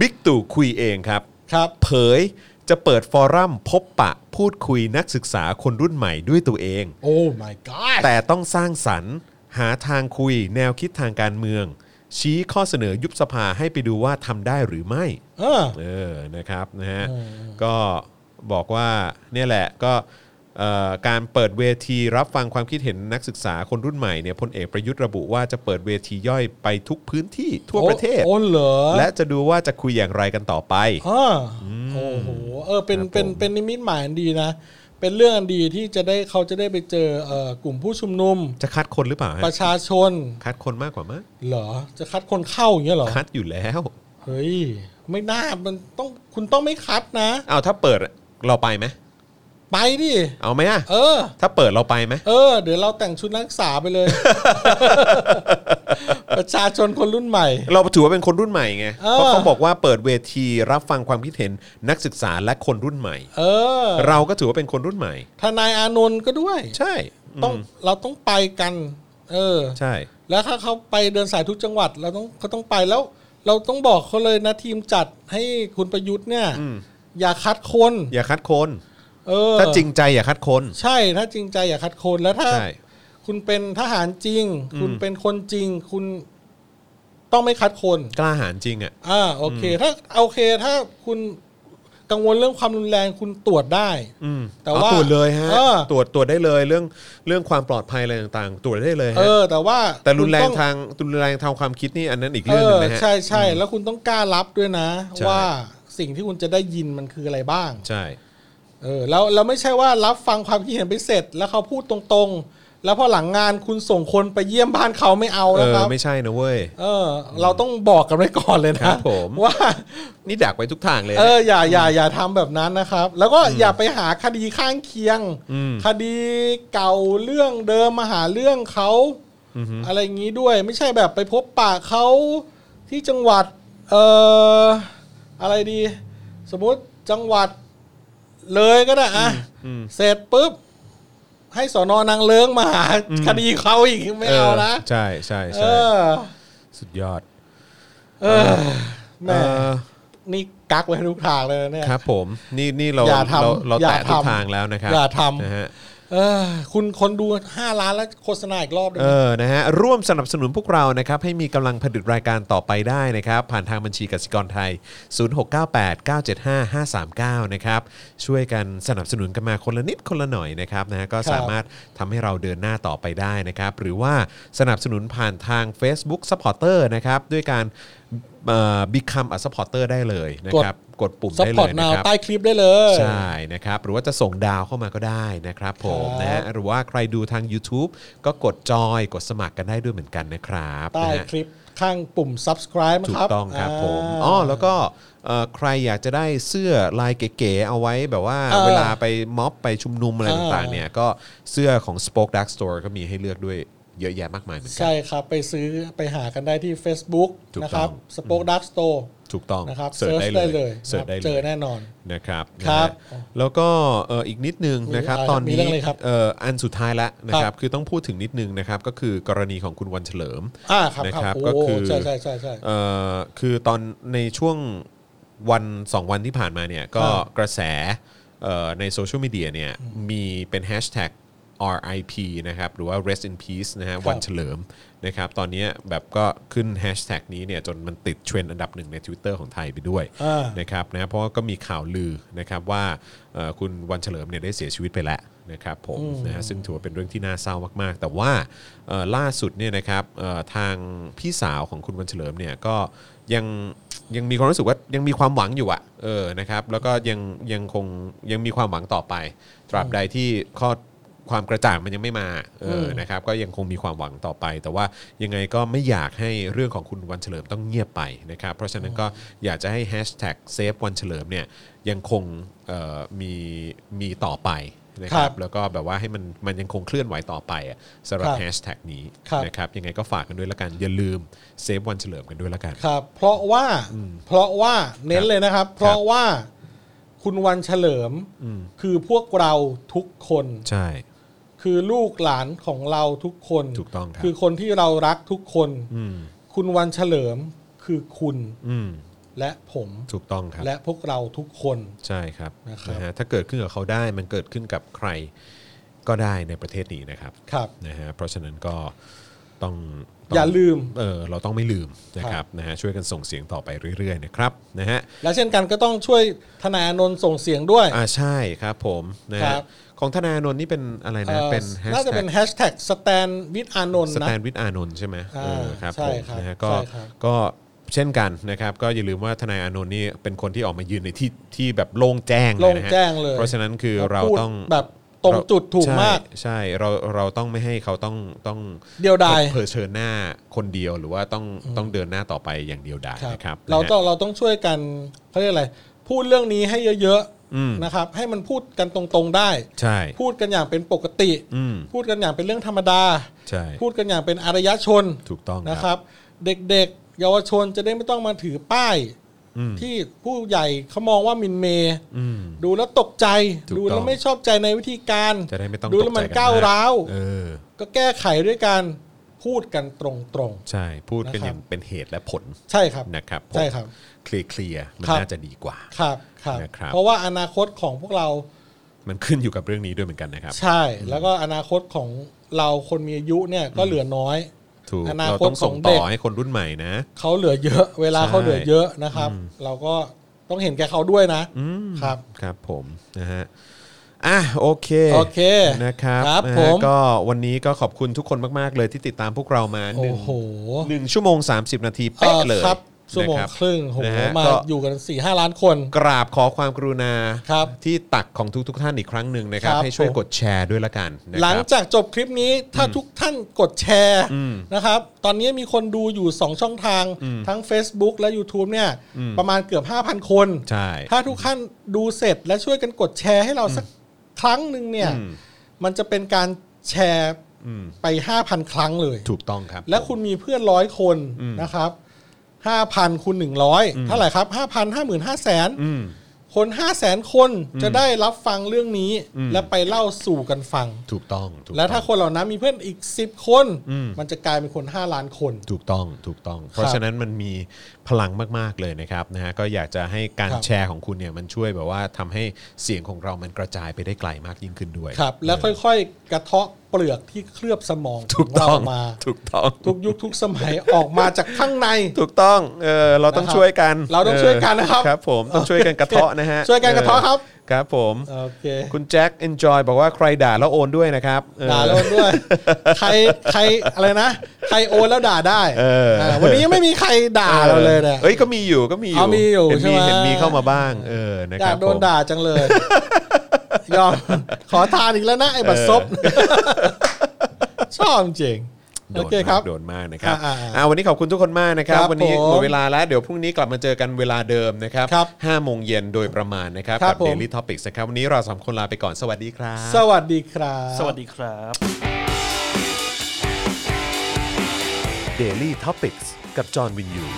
Speaker 2: บิ๊กตู่คุยเองครับ
Speaker 3: ครับ
Speaker 2: เผยจะเปิดฟอรัมพบปะพูดคุยนักศึกษาคนรุ่นใหม่ด้วยตัวเอง
Speaker 3: โอ้ my god
Speaker 2: แต่ต้องสร้างสรรค์หาทางคุยแนวคิดทางการเมือง ชี้ข้อเสนอยุบสภาให้ไปดูว่าทำได้หรือไม่
Speaker 3: เออ
Speaker 2: เออ นะครับ นะฮะ ก็บอกว่าเนี่ยแหละ ก็เอ่อการเปิดเวทีรับฟังความคิดเห็นนักศึกษาคนรุ่นใหม่เนี่ยพลเอกประยุทธ์ระบุว่าจะเปิดเวทีย่อยไปทุกพื้นที่ทั่วประเทศ
Speaker 3: โอ้โอ้เหรอ
Speaker 2: และจะดูว่าจะคุยอย่างไรกันต่อไป
Speaker 3: อ่าโอ้โหเออเป็น
Speaker 2: ครับ
Speaker 3: เป็น
Speaker 2: ผม
Speaker 3: เป็นนิมิตหมายอันดีนะ เป็นเรื่องอันดีที่จะได้เขาจะได้ไปเจอเอ่อกลุ่มผู้ชุมนุม
Speaker 2: จะคัดคนหรือเปล่าฮะ
Speaker 3: ประชาชน
Speaker 2: คัดคนมากกว่ามั้ย
Speaker 3: เหรอ จะคัดคนเข้าอย่างเงี้ยเหรอ
Speaker 2: คัดอยู่แล้ว
Speaker 3: เฮ้ย ไม่น่ามันต้องคุณต้องไม่คัดนะ
Speaker 2: เอาถ้าเปิดเราไปไหม
Speaker 3: ไปดิ
Speaker 2: เอาไหมอะ
Speaker 3: เออ
Speaker 2: ถ้าเปิดเราไปไหม
Speaker 3: เออ เดี๋ยวเราแต่งชุดนักศึกษาไป เลย ประชาชนคนรุ่นใหม่
Speaker 2: เราถือว่าเป็นคนรุ่นใหม่ไง
Speaker 3: เออ
Speaker 2: เพราะเขาบอกว่าเปิดเวทีรับฟังความคิดเห็นนักศึกษาและคนรุ่นใหม่
Speaker 3: เออ
Speaker 2: เราก็ถือว่าเป็นคนรุ่นใหม่
Speaker 3: ทนายอานนท์ก็ด้วย
Speaker 2: ใช่
Speaker 3: ต้อง
Speaker 2: ม
Speaker 3: เราต้องไปกัน เออ
Speaker 2: ใช่
Speaker 3: แล้วถ้าเขาไปเดินสายทุกจังหวัด เราต้องเขาต้องไปแล้ว เราต้องบอกเขาเลยนะทีมจัดให้คุณประยุทธ์เนี่ย
Speaker 2: อืม
Speaker 3: อย่าคัดคน
Speaker 2: อย่าคัดคน
Speaker 3: เออ
Speaker 2: ถ้าจริงใจอย่าคัดคน
Speaker 3: ใช่ถ้าจริงใจอย่าคัดคนแล้วถ้า
Speaker 2: ใช่
Speaker 3: คุณเป็นทหารจริง
Speaker 2: อืม
Speaker 3: คุณเป็นคนจริง คุณต้องไม่คัดคน
Speaker 2: กล้าหาญจริงอ่ะ
Speaker 3: อ่าโอเค ถ้าโอเคถ้าคุณกังวลเรื่องความรุนแรงคุณตรวจได้
Speaker 2: อืม
Speaker 3: แต่
Speaker 2: อ๋อ
Speaker 3: ว่า
Speaker 2: ตรวจเลยฮะ
Speaker 3: เออ
Speaker 2: ตรวจตรวจได้เลยเรื่องเรื่องความปลอดภัยอะไรต่างๆ ตรวจได้เลย
Speaker 3: เอ
Speaker 2: ฮะ
Speaker 3: อ แต่ว่า
Speaker 2: แต่รุนแรง
Speaker 3: คุณอ
Speaker 2: ทางรุนแรงทางความคิดนี่อันนั้นอีก
Speaker 3: เอ
Speaker 2: เรื่องหนึ
Speaker 3: อง
Speaker 2: นะฮะ
Speaker 3: ใช่ใช่แล้วคุณต้องกล้ารับด้วยนะ
Speaker 2: ใช่
Speaker 3: ว่าสิ่งที่คุณจะได้ยินมันคืออะไรบ้าง
Speaker 2: ใช่
Speaker 3: เออแล้วเราไม่ใช่ว่ารับฟังความคิดเห็นไปเสร็จ แล้วเขาพูดตรงๆ แล้วพอหลังงานคุณส่งคนไปเยี่ยมบ้านเขาไม่เอา
Speaker 2: เอ
Speaker 3: แล้ว
Speaker 2: อ
Speaker 3: ครับ
Speaker 2: ไม่ใช่นะเว้ย
Speaker 3: เออ เราต้องบอกกันไว้ก่อนเลย
Speaker 2: ครั
Speaker 3: นะ
Speaker 2: บผม
Speaker 3: ว่า
Speaker 2: นี่ดักไว้ทุกทางเลย
Speaker 3: เอออย่าอย่าอย่าทำแบบนั้นนะครับ แล้วก็อย่าไปหาคดีข้างเคียง
Speaker 2: อืม
Speaker 3: คดีเก่าเรื่องเดิมมาหาเรื่องเขา
Speaker 2: อือฮึ
Speaker 3: อะไรอย่างนี้ด้วย ไม่ใช่แบบไปพบปะเขาที่จังหวัดเอ่ออะไรดี สมมติจังหวัดเลยก็ได้อะเสร็จปุ๊บ ให้สอนอนางเลิงมาหาคดีเขาอีกไม่เอานะ
Speaker 2: ใช่ใช่
Speaker 3: เอ
Speaker 2: ใช่
Speaker 3: อ
Speaker 2: สุดยอด
Speaker 3: เออแม่
Speaker 2: เออ
Speaker 3: นี่กักไว้ทุกทางเลยนะเนี่ย
Speaker 2: ครับผมนี่นี่เรา
Speaker 3: อย่าทำ
Speaker 2: เราเรา
Speaker 3: อย่า
Speaker 2: แตะทุก
Speaker 3: ทำ
Speaker 2: ทางแล้วนะครับ
Speaker 3: อย่าทำ
Speaker 2: นะฮะ
Speaker 3: เออคุณคนดู 5 ล้านแล้วโฆษณาอีกรอบหนึง
Speaker 2: เออ นะฮะ ร่วมสนับสนุนพวกเรานะครับ ให้มีกำลังผลิตรายการต่อไปได้นะครับ ผ่านทางบัญชีกสิกรไทย 0698975539 นะครับ ช่วยกันสนับสนุนกันมาคนละนิดคนละหน่อยนะครับนะฮะก็สามารถทำให้เราเดินหน้าต่อไปได้นะครับ หรือว่าสนับสนุนผ่านทาง Facebook Supporter นะครับ ด้วยการเอ่อ become a supporter ได้เลยนะครับ กดปุ่ม
Speaker 3: ซัพ
Speaker 2: ได้
Speaker 3: พ
Speaker 2: เล
Speaker 3: อร์ต
Speaker 2: ย
Speaker 3: นา
Speaker 2: นะ
Speaker 3: ว
Speaker 2: ครับ
Speaker 3: ใต้คลิปได้เลย
Speaker 2: ใช่นะครับ หรือว่าจะส่งดาวเข้ามาก็ได้นะครับผม
Speaker 3: ครับ
Speaker 2: นะฮะหรือว่าใครดูทาง YouTube ก็กดจอยกดสมัครกันได้ด้วยเหมือนกันนะครับ
Speaker 3: ใต้
Speaker 2: นะฮะ
Speaker 3: คลิปข้างปุ่ม subscribe นะ
Speaker 2: ถู
Speaker 3: ค
Speaker 2: ก
Speaker 3: รับ
Speaker 2: ต้องครับผม
Speaker 3: า
Speaker 2: อ๋อแล้วก็เอ่อใครอยากจะได้เสื้อลายเก๋ๆเอาไว้แบบว่า
Speaker 3: เออ
Speaker 2: เวลาไปม็อบไปชุมนุมอะไร
Speaker 3: เออ
Speaker 2: ต่างๆเนี่ยก็เสื้อของ Spoke Dark Store ก็มีให้เลือกด้วยเยอะแยะมากมายเหมือนกั
Speaker 3: ใช่ครับ ไปซื้อไปหากันได้ที่ Facebook
Speaker 2: ถูกต้อง
Speaker 3: นะครับ Spoke Dark Store
Speaker 2: ถูกต้อง
Speaker 3: นะครับ
Speaker 2: เสิร์ช
Speaker 3: ช
Speaker 2: ได้เลย
Speaker 3: นะ
Speaker 2: เสิร์ช
Speaker 3: ค
Speaker 2: ได้
Speaker 3: รับ
Speaker 2: เล
Speaker 3: เจอย แน่นอน
Speaker 2: นะครับ
Speaker 3: ครับ
Speaker 2: นะฮะแล้วก็เอ่ออีกนิดนึงนะครับ
Speaker 3: มีอะไร
Speaker 2: ตอน
Speaker 3: มี
Speaker 2: นี้
Speaker 3: เรื่องอะไรครับ
Speaker 2: เอ่ออันสุดท้ายละนะค
Speaker 3: ค
Speaker 2: รั
Speaker 3: รั
Speaker 2: บบ คือต้องพูดถึงนิดนึงนะครับก็คือกรณีของคุณวันเฉลิม
Speaker 3: อ่าครับ
Speaker 2: นะ
Speaker 3: ครับ
Speaker 2: ครับ
Speaker 3: โอ้
Speaker 2: ก็คือ
Speaker 3: ใช่ใช่ใช่ใช่
Speaker 2: เอ่อคือตอนในช่วงวันสองวันที่ผ่านมาเนี่ยก็
Speaker 3: ครับ
Speaker 2: กระแสเอ่อในโซเชียลมีเดียเนี่ยมีเป็นแฮชแท็ก RIP นะครับหรือว่า rest in peace นะฮะ
Speaker 3: ครับ
Speaker 2: วันเฉลิมนะครับตอนเนี้ยแบบก็ขึ้นแฮชแท็กนี้เนี่ยจนมันติดเทรนด์อันดับหนึ่งใน Twitter ของไทยไปด้วย
Speaker 3: อ่าน
Speaker 2: นะครับนะเพราะว่าก็มีข่าวลือนะครับว่าเอ่อคุณวันเฉลิมเนี่ยได้เสียชีวิตไปแล้วนะครับผมนะฮะซึ่งถือว่าเป็นเรื่องที่น่าเศร้ามากๆ แต่ว่าเอ่อล่าสุดเนี่ยนะครับเอ่อทางพี่สาวของคุณวันเฉลิมเนี่ยก็ยังยังมีความรู้สึกว่ายังมีความหวังอยู่อะเออนะครับแล้วก็ยังยังคงยังมีความหวังต่อไป ตราบใดที่ข้อ ความกระจ่างมันยังไม่มาเอออนะครับก็ยังคงมีความหวังต่อไป แต่ว่ายังไงก็ไม่อยากให้เรื่องของคุณวันเฉลิมต้องเงียบไปนะครับเพราะฉะนั้นก็อยากจะให้แฮชแท็กเซฟวันเฉลิมเนี่ยยังคงเอ่อมีมีต่อไปนะค
Speaker 3: ครั
Speaker 2: รับบ แล้วก็แบบว่าให้มันมันยังคงเคลื่อนไหวต่อไปอะสำหรับ
Speaker 3: ครับ
Speaker 2: แฮชแท็กนี้
Speaker 3: ครับ
Speaker 2: นะครับยังไงก็ฝากกันด้วยละกันอย่าลืมเซฟวันเฉลิมกันด้วยละกัน
Speaker 3: ครับ เพราะว่าเพราะว่าเน้นเลยนะครับ เพราะว่าคุณวันเฉลิม
Speaker 2: อืม
Speaker 3: คือพวกเราทุกคน
Speaker 2: ใช่
Speaker 3: คือลูกหลานของเราทุกคน
Speaker 2: ถูกต้องครับ
Speaker 3: คือคนที่เรารักทุกคน
Speaker 2: อืม
Speaker 3: คุณวันเฉลิมคือคุณ
Speaker 2: อืม
Speaker 3: และผม
Speaker 2: ถูกต้องครับ
Speaker 3: และพวกเราทุกคน
Speaker 2: ใช่ครับ
Speaker 3: นะครับ
Speaker 2: นะฮะถ้าเกิดขึ้นกับเขาได้มันเกิดขึ้นกับใครก็ได้ในประเทศนี้นะครับ
Speaker 3: ครับ
Speaker 2: นะฮะเพราะฉะนั้นก็ต้องต้ง
Speaker 3: อย่าลืม
Speaker 2: เออเราต้องไม่ลืมนะค
Speaker 3: ครั
Speaker 2: รับบ นะฮะช่วยกันส่งเสียงต่อไปเรื่อยๆนะครับนะฮะ
Speaker 3: และเช่นกันก็ต้องช่วยทนายอานนท์ส่งเสียงด้วย
Speaker 2: อ่าใช่ครับผมนะ
Speaker 3: ครั
Speaker 2: ฮะ
Speaker 3: บ
Speaker 2: ของธนาโนนท์นี่เป็นอะไร
Speaker 3: เอ่
Speaker 2: นะ
Speaker 3: อ
Speaker 2: เป็นแฮช
Speaker 3: น่าจะ
Speaker 2: แท็
Speaker 3: เป็
Speaker 2: ก
Speaker 3: นแฮชแท็กสแตนวิดอานนท์
Speaker 2: ส
Speaker 3: นะ
Speaker 2: แตนวิดอานนท์ใช่ไหม
Speaker 3: อ่า
Speaker 2: เออครับ
Speaker 3: ใช่
Speaker 2: ผม
Speaker 3: ครับ
Speaker 2: นะฮะก็
Speaker 3: ใช่ครับ
Speaker 2: ก็เช่นกันนะครับก็อย่าลืมว่าทนายอานนท์นี่เป็นคนที่ออกมายืนในที่ที่แบบโล่งแจ้ง
Speaker 3: โล่ง
Speaker 2: นะฮะ
Speaker 3: แจ้งเลย
Speaker 2: เพราะฉะนั้นคือเรา
Speaker 3: พูด
Speaker 2: ต้อง
Speaker 3: แบบตรงจุดถูกมาก
Speaker 2: ใช่ใช่เราเราต้องไม่ให้เขาต้องต้อง
Speaker 3: เดียวดาย
Speaker 2: เผชิญหน้าคนเดียวหรือว่าต้องต้องเดินหน้าต่อไปอย่างเดียวดาย
Speaker 3: ครับ
Speaker 2: นะครับ
Speaker 3: เราต้อง
Speaker 2: นะฮะ
Speaker 3: เราต้องช่วยกันเขาเรียกอะไร พูดเรื่องนี้ให้เยอะ
Speaker 2: อืม
Speaker 3: ๆนะครับ ให้มันพูดกันตรงๆได้
Speaker 2: ใช่
Speaker 3: พูดกันอย่างเป็นปกติ
Speaker 2: อืม
Speaker 3: พูดกันอย่างเป็นเรื่องธรรมดา
Speaker 2: ใช่
Speaker 3: พูดกันอย่างเป็นอารยชน
Speaker 2: ถูกต้อง
Speaker 3: นะค
Speaker 2: ครับ
Speaker 3: รับ เด็กๆ เยาวชนจะได้ไม่ต้องมาถือป้าย
Speaker 2: อืม
Speaker 3: ที่ผู้ใหญ่เขามองว่าหมินเม
Speaker 2: อืม
Speaker 3: ดูแล้วตกใจ
Speaker 2: ถูก
Speaker 3: ดู
Speaker 2: ต้
Speaker 3: แล้
Speaker 2: อ
Speaker 3: ว
Speaker 2: ง
Speaker 3: ไม่ชอบใจในวิธีการ
Speaker 2: จะได้ไม่ต้อง
Speaker 3: ดูแล้วมัน
Speaker 2: ตใจ
Speaker 3: ก้าว
Speaker 2: ม
Speaker 3: ร้าว
Speaker 2: เออ
Speaker 3: ก็แก้ไขด้วยการพูดกันตรง
Speaker 2: ใช่พูดกันอย่างเป็นเหตุและผล
Speaker 3: ๆ ใช่ครับ
Speaker 2: นะครับ
Speaker 3: ใช่ครับ
Speaker 2: เคลียร์เคลียร์ๆมัน
Speaker 3: ครับ
Speaker 2: น่าจะดีกว่า
Speaker 3: ครับครับ
Speaker 2: นะครับ
Speaker 3: เพราะว่าอนาคตของพวกเรา
Speaker 2: มันขึ้นอยู่กับเรื่องนี้ด้วยเหมือนกันนะครับ
Speaker 3: ใช่ แล้วก็อนาคตของเราคนมีอายุเนี่ยก็เหลือน้อย
Speaker 2: ถูก
Speaker 3: อนาคต
Speaker 2: เราต้องส่ง
Speaker 3: ของเด็
Speaker 2: ต่
Speaker 3: ก
Speaker 2: อให้คนรุ่นใหม่นะ
Speaker 3: เขาเหลือเยอะ เวลา
Speaker 2: ใช่
Speaker 3: เขาเหลือเยอะนะครับ เราก็ต้องเห็นแก่เขาด้วยนะ
Speaker 2: อืม
Speaker 3: ครับ
Speaker 2: ครับผมนะฮะอ่ะโอเค
Speaker 3: โอเค
Speaker 2: นะครับ
Speaker 3: ครับ
Speaker 2: นะฮะ
Speaker 3: ผม
Speaker 2: ก็วันนี้ก็ขอบคุณทุกคนมาก ๆ เลยที่ติดตามพวกเรามาห
Speaker 3: โอ้
Speaker 2: นึ่ง
Speaker 3: โห
Speaker 2: หนึ่งชั่วโมง 30 นาทีเป๊ะเลย
Speaker 3: อ่อครับชั่วโมง
Speaker 2: นะบ
Speaker 3: ครึ่งโอ้โห
Speaker 2: นะฮะ
Speaker 3: มา
Speaker 2: ก็
Speaker 3: อยู่กัน4ี่ห้าล้านคน
Speaker 2: กราบขอความกรุณา
Speaker 3: ครับ
Speaker 2: ที่ตักของทุกทุกๆท่านอีกครั้งหนึ่งนะครับ
Speaker 3: ครับ
Speaker 2: ให้ช่วย
Speaker 3: ผม
Speaker 2: กดแชร์ด้วยละกันนะ
Speaker 3: หลั
Speaker 2: ค
Speaker 3: ง
Speaker 2: รับ
Speaker 3: จากจบคลิปนี้ถ้าทุกท่านกดแชร์นะครับ ตอนนี้มีคนดูอยู่ 2 ช่องทางทั้ง Facebook และ YouTube เนี่ย ประมาณเกือบ 5,000 คน
Speaker 2: ใช่
Speaker 3: ถ้าทุกท่านดูเสร็จและช่วยกันกดแชร์ให้เราสักครั้งหนึ่งเนี่ย
Speaker 2: อืม
Speaker 3: มันจะเป็นการแชร์
Speaker 2: อืม
Speaker 3: ไป 5,000 ครั้งเลย
Speaker 2: ถูกต้องครับ
Speaker 3: และคุณมีเพื่อนร้อยคนนะครับ 5,000คูณ100 เท่าไหร่ครับ 5,000 50,000 500,000
Speaker 2: อืม
Speaker 3: คน 500,000 คนจะได้รับฟังเรื่องนี้
Speaker 2: อืม
Speaker 3: และไปเล่าสู่กันฟัง
Speaker 2: ถูกต้องถูกต้อง
Speaker 3: แล้วถ้าคนเหล่านั้นมีเพื่อนอีก 10 คน
Speaker 2: อืม
Speaker 3: มันจะกลายเป็นคน 5 ล้านคน
Speaker 2: ถูกต้องถูกต้อง เพราะฉะนั้นมันมีพลังมากๆเลยนะครับนะฮะก็อยากจะให้การ
Speaker 3: ครับ
Speaker 2: แชร์ของคุณเนี่ยมันช่วยแบบว่าทำให้เสียงของเรามันกระจายไปได้ไกลมากยิ่งขึ้นด้วย
Speaker 3: ครับ แล้วค่อยๆ กระเทาะเปลือกที่เคลือบสมอง
Speaker 2: ถูก
Speaker 3: ขเรา
Speaker 2: ต้อง
Speaker 3: มา
Speaker 2: ถูกต้อง
Speaker 3: ทุกยุคทุกสมัย ออกมาจากข้างใน
Speaker 2: ถูกต้อง เออ เราต้อง
Speaker 3: นะครับ
Speaker 2: ช่วยกัน
Speaker 3: เราต้องช่วยกันนะครับ
Speaker 2: ครับผม ต้องช่วยกันกระ เทาะนะฮะ
Speaker 3: ช่วยกันกระเทาะครับ
Speaker 2: ออครับผม
Speaker 3: โอเค
Speaker 2: คุณแจ็ค enjoy บอกว่าใครด่าแล้วโอนด้วยนะครับเออ
Speaker 3: ด่าแล้วด้วย ใครใครอะไรนะ ใครโอนแล้วด่าได้
Speaker 2: เออ
Speaker 3: เออวันนี้ยังไม่มีใครด่าเราเลยเนี่ย
Speaker 2: เอ้ย ก็มีอยู่ ก็มีอยู่
Speaker 3: เอามีอยู่
Speaker 2: เห็นมี
Speaker 3: ใช่ไหม
Speaker 2: เห็นมีเข้ามาบ้าง เออ นะ
Speaker 3: อ
Speaker 2: ค
Speaker 3: ยา
Speaker 2: รั
Speaker 3: ก
Speaker 2: บ
Speaker 3: โดน
Speaker 2: ผม
Speaker 3: ด่าจังเลย ยอม ขอทานอีกแล้วนะ ไอ้บัตรซบ ชอบจริง
Speaker 2: โด
Speaker 3: โอน เคค
Speaker 2: มา
Speaker 3: รั
Speaker 2: ก
Speaker 3: บ
Speaker 2: โดนมากนะครับ
Speaker 3: อ่าๆๆ
Speaker 2: อ่าวันนี้ขอบคุณทุกคนมากนะครับ
Speaker 3: ครับ
Speaker 2: วันนี้
Speaker 3: ผม
Speaker 2: หมดเวลาแล้ว เดี๋ยวพรุ่งนี้กลับมาเจอกันเวลาเดิมนะครับ
Speaker 3: ครับ
Speaker 2: ห้าโมงเย็นโดยประมาณนะครับ
Speaker 3: ครั
Speaker 2: กับ
Speaker 3: บผม
Speaker 2: Daily Topics นะครับ วันนี้เราสามคนลาไปก่อน สวัสดีครับ
Speaker 3: สวัสดีครับ
Speaker 4: สวัสดีครับ
Speaker 1: Daily t o p i c กกับจอห์นวินยู